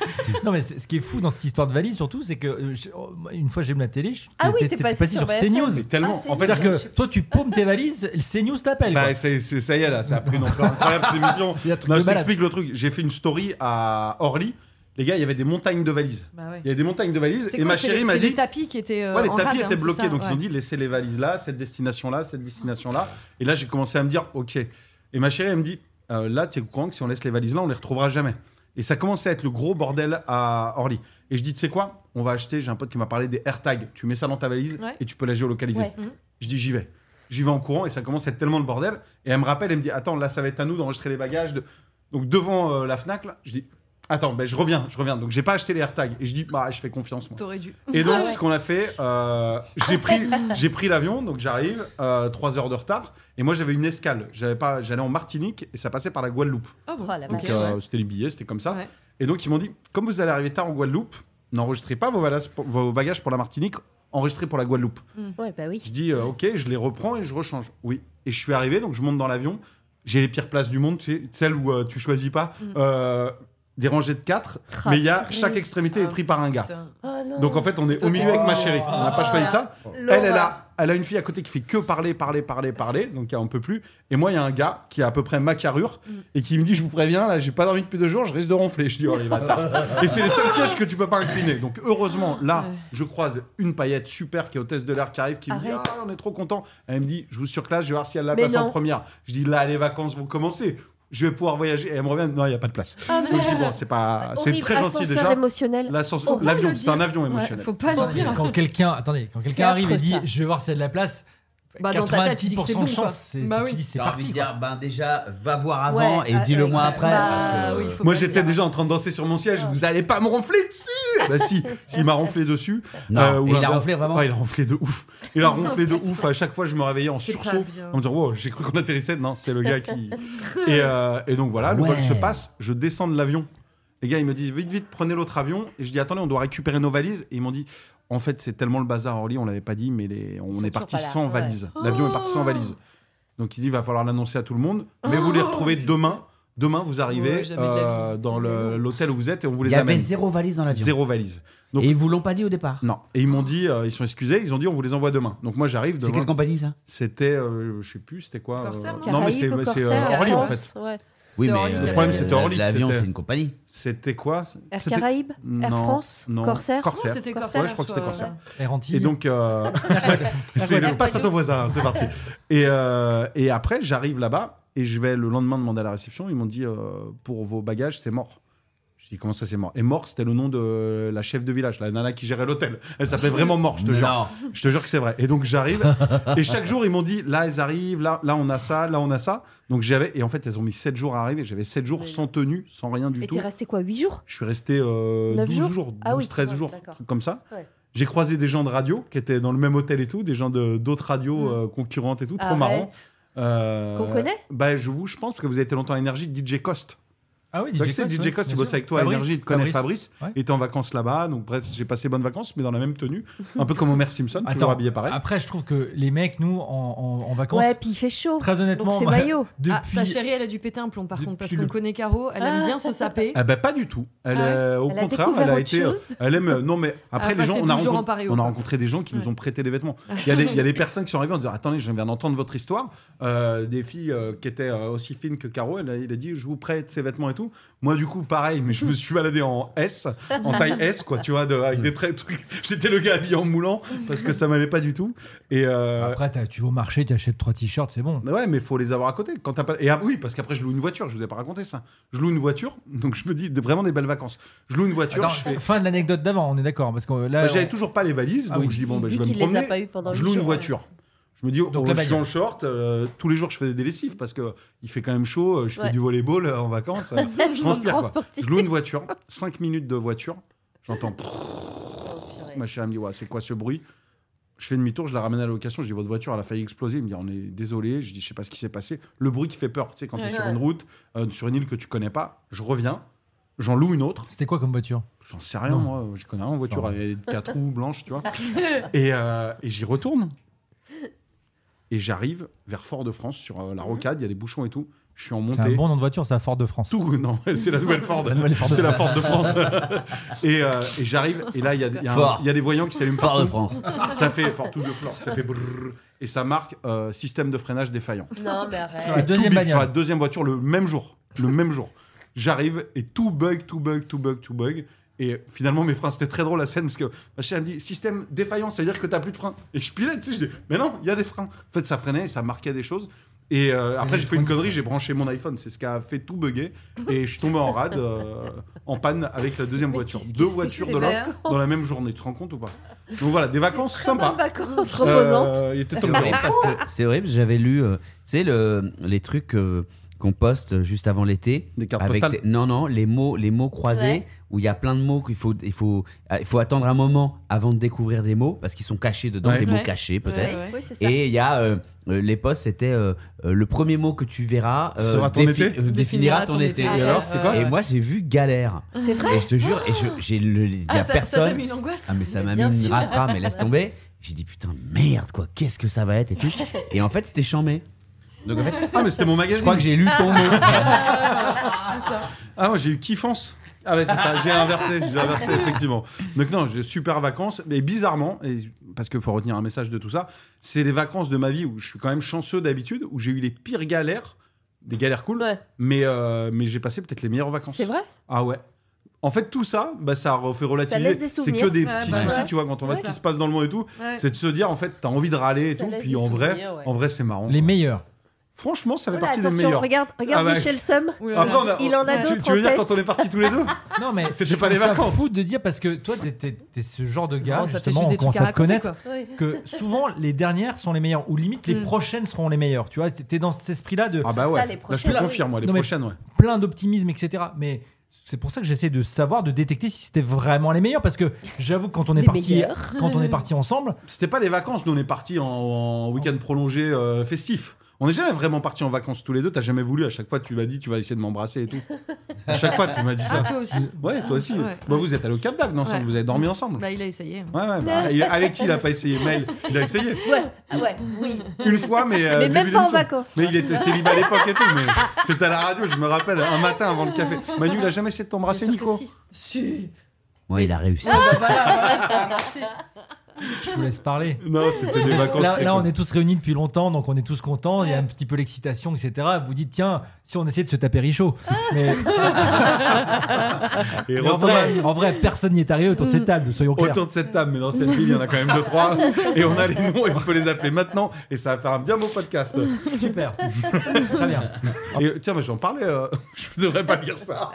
Speaker 5: Non, mais c'est- ce qui est fou dans cette histoire de valise, surtout, c'est que euh, je- oh, moi, une fois j'ai vu la télé, je
Speaker 2: Ah oui,
Speaker 5: j'étais-
Speaker 2: t'es
Speaker 5: j'étais
Speaker 2: passé sur BFM.
Speaker 5: CNews.
Speaker 6: Mais tellement.
Speaker 2: c'est
Speaker 6: en fait,
Speaker 5: C'est-à-dire que toi, tu paumes tes valises, CNews t'appelle.
Speaker 6: Bah,
Speaker 5: quoi.
Speaker 6: c'est- c'est- ça y est, là, ça a pris une ampleur incroyable cette émission.
Speaker 5: C'est un truc
Speaker 6: Non,
Speaker 5: de
Speaker 6: je
Speaker 5: malade.
Speaker 6: t'explique le truc. J'ai fait une story à Orly. Les gars, il y avait des montagnes de valises.
Speaker 3: Bah ouais.
Speaker 6: Il y avait des montagnes de valises.
Speaker 3: C'est
Speaker 6: Et
Speaker 3: quoi,
Speaker 6: ma
Speaker 3: c'est
Speaker 6: chérie
Speaker 3: les-
Speaker 6: m'a
Speaker 3: c'est
Speaker 6: dit.
Speaker 3: les tapis qui étaient. euh,
Speaker 6: Ouais, les
Speaker 3: en
Speaker 6: tapis
Speaker 3: rade, hein,
Speaker 6: étaient
Speaker 3: c'est
Speaker 6: bloqués,
Speaker 3: ça,
Speaker 6: donc ils
Speaker 3: ouais.
Speaker 6: ont dit laissez les valises là, cette destination là, cette destination là. Et là, j'ai commencé à me dire ok. Et ma chérie, elle me dit euh, là, tu es au courant que si on laisse les valises là, on les retrouvera jamais. Et ça commençait à être le gros bordel à Orly. Et je dis tu sais quoi On va acheter, j'ai un pote qui m'a parlé des AirTags. Tu mets ça dans ta valise
Speaker 3: Ouais.
Speaker 6: et tu peux la géolocaliser.
Speaker 2: Ouais.
Speaker 6: Je dis j'y vais. J'y vais en courant et ça commence à être tellement le bordel. Et elle me rappelle, elle me dit attends, là, ça va être à nous d'enregistrer les bagages. de- Donc devant euh, la Fnac, là, je dis Attends, ben, je reviens, je reviens. Donc j'ai pas acheté les AirTags et je dis bah je fais confiance moi.
Speaker 3: T'aurais dû.
Speaker 6: Et donc
Speaker 2: Ah ouais.
Speaker 6: ce qu'on a fait, euh, j'ai pris j'ai pris l'avion donc j'arrive euh, trois heures de retard et moi j'avais une escale. J'avais pas j'allais en Martinique et ça passait par la Guadeloupe.
Speaker 3: Ah bon.
Speaker 2: Oh la
Speaker 6: Donc
Speaker 2: vache.
Speaker 6: euh, c'était les billets, c'était comme ça.
Speaker 3: Ouais.
Speaker 6: Et donc ils m'ont dit comme vous allez arriver tard en Guadeloupe, n'enregistrez pas vos bagages pour, vos bagages pour la Martinique, enregistrez pour la Guadeloupe.
Speaker 2: Ouais, bah oui.
Speaker 6: Je dis euh, ok, je les reprends et je rechange. Oui. Et je suis arrivé, donc je monte dans l'avion. J'ai les pires places du monde, tu sais, celles où euh, tu choisis pas. euh, des rangées de 4,
Speaker 2: Ah,
Speaker 6: mais il y a
Speaker 2: purée.
Speaker 6: chaque extrémité est pris par un gars.
Speaker 3: Ah, Putain.
Speaker 2: Oh non. Ah,
Speaker 6: Donc en fait, on est au milieu avec ma chérie. On n'a pas choisi ça. Elle, elle a, elle a une fille à côté qui fait que parler, parler, parler, parler. Donc elle en peut plus. Et moi, il y a un gars qui a à peu près ma carrure
Speaker 2: Mm.
Speaker 6: et qui me dit Je vous préviens, là, j'ai pas dormi depuis deux jours, je risque de ronfler. Je dis Oh les bâtards. et c'est les seuls sièges que tu peux pas incliner. Donc heureusement, là, je croise une paillette super qui est hôtesse de l'air qui arrive, qui me dit
Speaker 2: Arrête.
Speaker 6: Ah, on est trop content. Elle me dit Je vous surclasse, je vais voir si elle a la
Speaker 2: Mais
Speaker 6: place en
Speaker 2: non.
Speaker 6: première. Je dis Là, les vacances vont commencer. Je vais pouvoir voyager. Et elle me revient Non, il n'y a pas de place.
Speaker 2: Ah,
Speaker 6: Donc je dis Bon, c'est pas. C'est
Speaker 2: Horrible
Speaker 6: très gentil
Speaker 2: ascenseur
Speaker 6: déjà.
Speaker 2: émotionnel.
Speaker 6: L'ascenseur-
Speaker 2: Faut pas
Speaker 6: L'avion,
Speaker 3: le
Speaker 6: c'est un
Speaker 3: dire.
Speaker 6: avion
Speaker 3: Ouais,
Speaker 6: émotionnel.
Speaker 3: faut pas
Speaker 2: Ah,
Speaker 3: le
Speaker 5: Attendez,
Speaker 3: dire.
Speaker 5: Quand quelqu'un attendez, quand quelqu'un
Speaker 2: affreux,
Speaker 5: arrive et dit
Speaker 2: ça.
Speaker 5: je vais voir s'il y a de la place,
Speaker 3: Bah, dans ta tête, tu dis que c'est
Speaker 5: 90%
Speaker 3: bon,
Speaker 5: de
Speaker 3: quoi.
Speaker 5: chance, c'est
Speaker 3: Bah
Speaker 5: tu
Speaker 3: oui.
Speaker 5: dis, c'est
Speaker 1: T'as envie
Speaker 5: parti.
Speaker 1: de
Speaker 5: quoi.
Speaker 1: dire, ben déjà, va voir avant
Speaker 2: Ouais,
Speaker 1: et
Speaker 2: ah,
Speaker 1: dis-le moi
Speaker 2: exact.
Speaker 1: après.
Speaker 3: Bah,
Speaker 1: parce que-
Speaker 3: oui, faut
Speaker 6: Moi,
Speaker 3: pas
Speaker 6: j'étais
Speaker 3: dire.
Speaker 6: déjà en train de danser sur mon siège. Vous allez pas me ronfler dessus Bah si, s'il m'a ronflé dessus.
Speaker 1: Non,
Speaker 6: Euh, ou
Speaker 1: il a
Speaker 6: alors-
Speaker 1: ronflé vraiment.
Speaker 6: Ouais, il a ronflé de ouf. Il a ronflé de ouf. À chaque fois, je me réveillais en
Speaker 3: C'est pas
Speaker 6: sursaut
Speaker 3: bien.
Speaker 6: en me disant wow, j'ai cru qu'on atterrissait. Non, c'est le gars qui. Et, euh, et donc voilà, le
Speaker 1: Ouais.
Speaker 6: vol se passe. Je descends de l'avion. Les gars, ils me disent vite, vite, prenez l'autre avion. Et je dis attendez, on doit récupérer nos valises. Et ils m'ont dit en fait, c'est tellement le bazar à Orly, on l'avait pas dit, mais les... on
Speaker 2: sont
Speaker 6: est parti
Speaker 2: toujours pas là.
Speaker 6: sans
Speaker 2: Ouais.
Speaker 6: valises. L'avion est
Speaker 3: Oh.
Speaker 6: parti sans valises. Donc il dit va falloir l'annoncer à tout le monde, mais vous les retrouvez demain. Demain, vous arrivez
Speaker 3: Oh, Ouais, jamais de la
Speaker 6: euh,
Speaker 3: vie.
Speaker 6: dans le- l'hôtel où vous êtes et on vous
Speaker 1: Il
Speaker 6: les
Speaker 1: y avait
Speaker 6: amène.
Speaker 1: zéro valise dans l'avion.
Speaker 6: Zéro valise. Donc-
Speaker 1: Et ils vous l'ont pas dit au départ.
Speaker 6: Non. Et ils m'ont dit, euh, ils sont excusés, ils ont dit on vous les envoie demain. Donc moi j'arrive
Speaker 1: C'est
Speaker 6: demain.
Speaker 1: quelle compagnie ça
Speaker 6: C'était, euh, je sais plus, c'était quoi
Speaker 3: Corsair, non
Speaker 6: Non, mais c'est
Speaker 2: Caraïbes ou
Speaker 6: c'est, euh,
Speaker 2: Corsair, Air
Speaker 6: Orly en
Speaker 2: France,
Speaker 6: fait.
Speaker 2: ouais.
Speaker 1: Oui,
Speaker 3: C'est
Speaker 1: mais
Speaker 3: Orly qui
Speaker 1: euh,
Speaker 3: avait-
Speaker 6: Le problème, c'était
Speaker 1: la-
Speaker 6: Orly,
Speaker 1: L'avion,
Speaker 6: c'était-
Speaker 1: c'est une compagnie.
Speaker 6: C'était quoi C'était-
Speaker 2: Air Caraïbes Air
Speaker 6: Non,
Speaker 2: France
Speaker 6: non.
Speaker 2: Corsair
Speaker 3: Non, c'était Corsair.
Speaker 6: Ouais, je crois que c'était
Speaker 3: toi.
Speaker 6: Corsair.
Speaker 5: Air Antilles.
Speaker 6: Et donc, euh, c'est le passe à ton voisin, hein, c'est parti. Et, euh, et après, j'arrive là-bas et je vais le lendemain demander à la réception. Ils m'ont dit, euh, pour vos bagages, c'est mort. Je dis, comment ça, c'est mort Et mort, c'était le nom de la chef de village, la nana qui gérait l'hôtel. Elle s'appelait vraiment mort, je te jure.
Speaker 1: Non.
Speaker 6: Je te jure que c'est vrai. Et donc j'arrive et chaque jour ils m'ont dit là elles arrivent, là là on a ça, là on a ça. Donc j'avais et en fait elles ont mis 7 jours à arriver, j'avais 7 jours sans tenue, sans rien du
Speaker 2: Et
Speaker 6: tout.
Speaker 2: t'es resté quoi 8 jours
Speaker 6: Je suis resté euh,
Speaker 2: Neuf
Speaker 6: 12
Speaker 2: jours
Speaker 6: jours,
Speaker 2: Ah
Speaker 6: 12
Speaker 2: oui,
Speaker 6: 13
Speaker 2: ouais,
Speaker 6: jours,
Speaker 2: d'accord.
Speaker 6: truc comme ça.
Speaker 2: Ouais.
Speaker 6: J'ai croisé des gens de radio qui étaient dans le même hôtel et tout, des gens de d'autres radios
Speaker 3: Mm.
Speaker 6: euh, concurrentes et tout, trop
Speaker 2: Hmm. Arrête.
Speaker 6: marrant. Euh,
Speaker 2: Qu'on connaît
Speaker 6: Bah je vous je pense que vous avez été longtemps à énergie DJ Cost.
Speaker 5: ah oui,
Speaker 6: Tu
Speaker 5: DJ
Speaker 6: vois que c'est
Speaker 5: Cost,
Speaker 6: DJ
Speaker 5: ouais,
Speaker 6: Cost, il
Speaker 5: bien
Speaker 6: bosse
Speaker 5: sûr.
Speaker 6: avec toi à
Speaker 5: Fabrice,
Speaker 6: Énergie, il te connaît Fabrice.
Speaker 5: ouais.
Speaker 6: Il était en vacances là-bas, donc bref, j'ai passé bonnes vacances, mais dans la même tenue. Un peu comme Homer Simpson, toujours
Speaker 5: Attends,
Speaker 6: habillé pareil.
Speaker 5: après, je trouve que les mecs, nous, en, en- en vacances,
Speaker 2: Ouais, puis il fait chaud.
Speaker 5: très honnêtement,
Speaker 2: Donc c'est
Speaker 5: moi,
Speaker 2: maillot.
Speaker 3: Ah,
Speaker 5: depuis,
Speaker 3: ta chérie, elle a dû péter un plomb par contre, parce
Speaker 5: depuis
Speaker 3: qu'on
Speaker 5: le-
Speaker 3: connaît Caro, elle aime bien se saper.
Speaker 6: Ah bah pas du tout.
Speaker 3: Ah
Speaker 6: Elle,
Speaker 3: ouais.
Speaker 6: euh, au
Speaker 2: Elle a
Speaker 6: contraire,
Speaker 2: découvert
Speaker 6: elle a
Speaker 2: autre
Speaker 6: été.
Speaker 2: chose.
Speaker 6: Elle aime. euh, Non mais après
Speaker 3: Ah, Elle a
Speaker 6: les gens,
Speaker 3: passé
Speaker 6: on a,
Speaker 3: 12 jours
Speaker 6: rencontré-
Speaker 3: en Paris,
Speaker 6: on a
Speaker 3: quoi.
Speaker 6: rencontré des gens qui nous
Speaker 3: Ouais.
Speaker 6: ont prêté des vêtements. Il y a des, il y a des personnes qui sont arrivées en disant attendez, je viens d'entendre votre histoire. Euh, des filles euh, qui étaient euh, aussi fines que Caro, elle, a- il a dit je vous prête ces vêtements et tout. Moi du coup pareil, mais je me suis baladé en S, en taille S quoi, tu vois, de- avec des traits. trucs. C'était le gars habillé en moulant parce que ça m'allait pas du tout. Et euh,
Speaker 5: après, t'as- tu vas au marché, tu achètes trois t-shirts, c'est bon.
Speaker 6: mais ouais, mais faut les avoir à côté. Quand t'as pas... Et ah, oui, parce qu'après, je loue une voiture. Je vous ai pas raconté ça. Je loue une voiture, donc je me dis des- vraiment des belles vacances. Je loue une voiture.
Speaker 5: Attends,
Speaker 6: je fais-
Speaker 5: fin de l'anecdote d'avant, on est d'accord. Parce que là,
Speaker 6: Bah, J'avais
Speaker 5: on-
Speaker 6: toujours pas les valises,
Speaker 5: Ah
Speaker 6: donc
Speaker 5: oui.
Speaker 6: je dis bon,
Speaker 2: Il
Speaker 6: bah, je
Speaker 2: dit
Speaker 6: vais
Speaker 2: qu'il
Speaker 6: me
Speaker 2: les a
Speaker 6: promener.
Speaker 2: pas eu pendant
Speaker 6: je
Speaker 2: huit
Speaker 6: loue une
Speaker 2: jours.
Speaker 6: voiture. Je me dis, oh,
Speaker 5: Donc, la
Speaker 6: je suis
Speaker 5: bagnole.
Speaker 6: en short. euh, tous les jours, je fais des lessives parce que il fait quand même chaud. euh, Je fais
Speaker 2: Ouais.
Speaker 6: du volleyball euh, en vacances. euh, je transpire.
Speaker 2: grand
Speaker 6: quoi.
Speaker 2: sportif.
Speaker 6: Je loue une voiture. 5 minutes de voiture. J'entends.
Speaker 2: Oh, purée.
Speaker 6: Ma chérie elle me dit, ouais, c'est quoi ce bruit Je fais demi-tour, je la ramène à la location, je dis, votre voiture, elle a failli exploser. Il me dit, on est désolé, je dis, je sais pas ce qui s'est passé. Le bruit qui fait peur, tu sais, quand tu es
Speaker 3: Ouais.
Speaker 6: sur une route, euh, sur une île que tu connais pas, je reviens, j'en loue une autre.
Speaker 5: c'était quoi comme voiture
Speaker 6: J'en sais rien,
Speaker 5: Non.
Speaker 6: moi, je connais rien en voiture,
Speaker 5: Non.
Speaker 6: elle est 4 roues blanches, tu vois. Et, euh, et j'y retourne. Et j'arrive vers Fort-de-France, sur euh, la rocade, il y a des bouchons et tout. Je suis en
Speaker 5: C'est
Speaker 6: montée.
Speaker 5: un bon nom de voiture, c'est la Ford de France.
Speaker 6: Tout, non, c'est la nouvelle Ford.
Speaker 5: La nouvelle Ford de
Speaker 6: C'est la Ford de France. et euh, et j'arrive, et là, il y a, il y a un-
Speaker 1: Fort.
Speaker 6: il y a des voyants qui s'allument
Speaker 1: Fort de
Speaker 6: partout.
Speaker 1: France.
Speaker 6: Ça fait fort to the floor, ça fait brrr, et ça marque euh, système de freinage défaillant.
Speaker 2: Non, mais
Speaker 5: Sur la
Speaker 2: arrête.
Speaker 5: deuxième
Speaker 6: Tout bip sur la
Speaker 5: bagnole.
Speaker 6: deuxième voiture le même jour, le même jour. J'arrive et tout bug, tout bug, tout bug, tout bug. Et finalement, mes freins, c'était très drôle la scène parce que ma chère me dit système défaillant, ça veut dire que t'as plus de freins. Et je pilote, tu sais, je dis mais non, il y a des freins. En fait, ça freinait et ça marquait des choses. Et euh,
Speaker 5: C'est
Speaker 6: après, j'ai fait une
Speaker 5: électronique,
Speaker 6: connerie,
Speaker 5: ouais.
Speaker 6: j'ai branché mon iPhone, c'est ce qui a fait tout bugger. Et je suis tombé en rade, euh, en panne avec la deuxième voiture.
Speaker 2: qu'est-ce
Speaker 6: Deux
Speaker 2: que c'est
Speaker 6: voitures
Speaker 2: que
Speaker 6: de
Speaker 2: ces
Speaker 6: l'autre dans la même journée, tu te rends compte ou pas Donc voilà, des vacances
Speaker 2: Sympa.
Speaker 6: sympas.
Speaker 2: vacances reposantes.
Speaker 6: Euh, il était
Speaker 1: C'est
Speaker 6: temps de
Speaker 1: horrible parce que c'est horrible. J'avais lu, euh, tu sais, le, les trucs euh, qu'on poste juste avant l'été.
Speaker 6: Des cartes
Speaker 1: avec
Speaker 6: postales.
Speaker 1: des- non, non, les mots, les mots croisés,
Speaker 2: Ouais.
Speaker 1: où il y a plein de mots qu'il faut, il faut, euh, il faut attendre un moment avant de découvrir des mots, parce qu'ils sont cachés dedans,
Speaker 6: Ouais.
Speaker 1: des
Speaker 3: Ouais.
Speaker 1: mots cachés peut-être.
Speaker 3: Ouais, ouais.
Speaker 2: Oui, c'est ça.
Speaker 1: Et il y a euh, euh, les posts, c'était euh, euh, le premier mot que tu verras euh,
Speaker 6: Sera ton été
Speaker 1: euh, définira, ton, été.
Speaker 2: Ah,
Speaker 1: Et,
Speaker 2: ouais.
Speaker 1: alors,
Speaker 6: c'est quoi
Speaker 1: et moi j'ai vu galère.
Speaker 2: C'est vrai
Speaker 1: Et je te jure, et je- j'ai le il y a
Speaker 3: Ah, t'as- ça t'a
Speaker 1: personne.
Speaker 3: mis une angoisse
Speaker 1: Ah mais ça
Speaker 2: Mais
Speaker 1: m'a mis
Speaker 2: bien
Speaker 1: une
Speaker 2: sûr.
Speaker 1: rasera, mais laisse tomber. J'ai dit putain merde quoi, qu'est-ce que ça va être et tout. Et en fait c'était chambé. Donc en fait,
Speaker 6: Ah, mais c'était mon
Speaker 1: je crois
Speaker 6: magazine.
Speaker 1: que j'ai lu ton mot.
Speaker 6: Ah, moi j'ai eu kiffance. Ah, ouais, c'est ça, j'ai inversé, j'ai inversé, effectivement. Donc, non, j'ai super vacances, mais bizarrement, et parce qu'il faut retenir un message de tout ça, c'est les vacances de ma vie où je suis quand même chanceux d'habitude, où j'ai eu les pires galères, des galères cool,
Speaker 2: Ouais.
Speaker 6: mais, euh, mais j'ai passé peut-être les meilleures vacances.
Speaker 2: C'est vrai
Speaker 6: Ah ouais. En fait, tout ça, bah, ça refait relativiser.
Speaker 2: laisse des
Speaker 6: C'est
Speaker 2: souvenirs.
Speaker 6: que des
Speaker 3: Ouais,
Speaker 6: petits
Speaker 1: bah
Speaker 6: soucis,
Speaker 2: ouais.
Speaker 6: tu vois, quand on voit
Speaker 2: C'est
Speaker 6: ce qui
Speaker 2: ça.
Speaker 6: se passe dans le monde et tout.
Speaker 3: Ouais.
Speaker 6: C'est de se dire, en fait, t'as envie de râler et
Speaker 2: Ça
Speaker 6: tout.
Speaker 2: laisse
Speaker 6: Puis
Speaker 2: des
Speaker 6: en vrai,
Speaker 2: souvenirs, ouais.
Speaker 6: en vrai, c'est marrant.
Speaker 5: Les meilleurs.
Speaker 6: Franchement, ça fait
Speaker 2: Oh là,
Speaker 6: partie des
Speaker 2: attention,
Speaker 6: meilleurs.
Speaker 2: regarde,
Speaker 6: Ah
Speaker 2: regarde
Speaker 6: bah.
Speaker 2: Michel Somme.
Speaker 3: Ouh là là.
Speaker 6: Après, on a-
Speaker 2: Il en a
Speaker 6: tu-
Speaker 2: d'autres
Speaker 6: Tu veux
Speaker 2: en
Speaker 6: dire
Speaker 2: tête.
Speaker 6: quand on est partis tous les deux
Speaker 5: Non, mais
Speaker 6: C'était
Speaker 5: je
Speaker 6: pas les
Speaker 5: trouve ça
Speaker 6: vacances.
Speaker 5: fou de dire parce que toi, t'es, t'es- t'es ce genre de gars,
Speaker 3: Non, ça fait juste
Speaker 5: justement, on
Speaker 3: des
Speaker 5: commence
Speaker 3: trucs à
Speaker 5: à te
Speaker 3: raconter.
Speaker 5: connaître,
Speaker 3: Quoi.
Speaker 2: Oui.
Speaker 5: que souvent les dernières sont les meilleures, ou limite les
Speaker 3: Mm.
Speaker 5: prochaines seront les meilleures. Tu vois, t'es t'es dans cet esprit-là de
Speaker 6: Ah bah
Speaker 2: Ça,
Speaker 6: ouais.
Speaker 2: les
Speaker 6: Là, je te
Speaker 2: prochaines, oui.
Speaker 6: confirme, moi, les
Speaker 5: Non, mais-
Speaker 6: prochaines, ouais.
Speaker 5: plein d'optimisme, etc. Mais c'est pour ça que j'essaie de savoir, de détecter si c'était vraiment les meilleurs, parce que j'avoue que quand on est
Speaker 2: Les
Speaker 5: parti,
Speaker 2: meilleurs.
Speaker 5: quand on est parti ensemble,
Speaker 6: C'était pas des vacances, nous on est partis en, en week-end prolongé euh, festif. On n'est jamais vraiment partis en vacances tous les deux, t'as jamais voulu, à chaque fois tu m'as dit tu vas essayer de m'embrasser et tout. À chaque fois tu m'as dit
Speaker 3: Ah,
Speaker 6: ça.
Speaker 3: toi aussi
Speaker 6: Ouais, toi aussi.
Speaker 3: Ouais.
Speaker 6: Bah, vous êtes allés au Cap d'Agde ensemble,
Speaker 3: Ouais.
Speaker 6: vous avez dormi ensemble.
Speaker 3: Bah, il a essayé.
Speaker 6: Ouais, ouais, bah, il- avec qui il a pas essayé Mail, il a essayé.
Speaker 2: Ouais, ah ouais, oui.
Speaker 6: Une fois, mais. euh,
Speaker 2: Mais
Speaker 6: début
Speaker 2: même pas en
Speaker 6: d'émission.
Speaker 2: vacances.
Speaker 6: Mais il était célibat à l'époque et tout, mais c'était à la radio, je me rappelle, un matin avant le café. Manu, il a jamais essayé de t'embrasser,
Speaker 2: Bien sûr que
Speaker 6: Nico
Speaker 2: si.
Speaker 3: Si
Speaker 1: Moi il a
Speaker 3: Ah,
Speaker 1: réussi.
Speaker 5: je vous laisse parler.
Speaker 6: Non, c'était des vacances.
Speaker 5: Là,
Speaker 6: très
Speaker 5: là, on
Speaker 6: cool.
Speaker 5: est tous réunis depuis longtemps, donc on est tous contents. Il y a un petit peu l'excitation, etc. Vous dites, tiens, si on essayait de se taper Richaud. Mais, mais
Speaker 6: Et
Speaker 5: en,
Speaker 6: Rotoman,
Speaker 5: vrai, en vrai, personne n'y est arrivé autour de cette table, soyons clairs.
Speaker 6: autour de cette table, mais dans cette ville, il y en a quand même deux, trois. Et on a les noms et on peut les appeler maintenant. Et ça va faire un bien beau podcast.
Speaker 5: Super. Très bien.
Speaker 6: Et tiens, mais j'en parlais, euh, je devrais pas dire ça.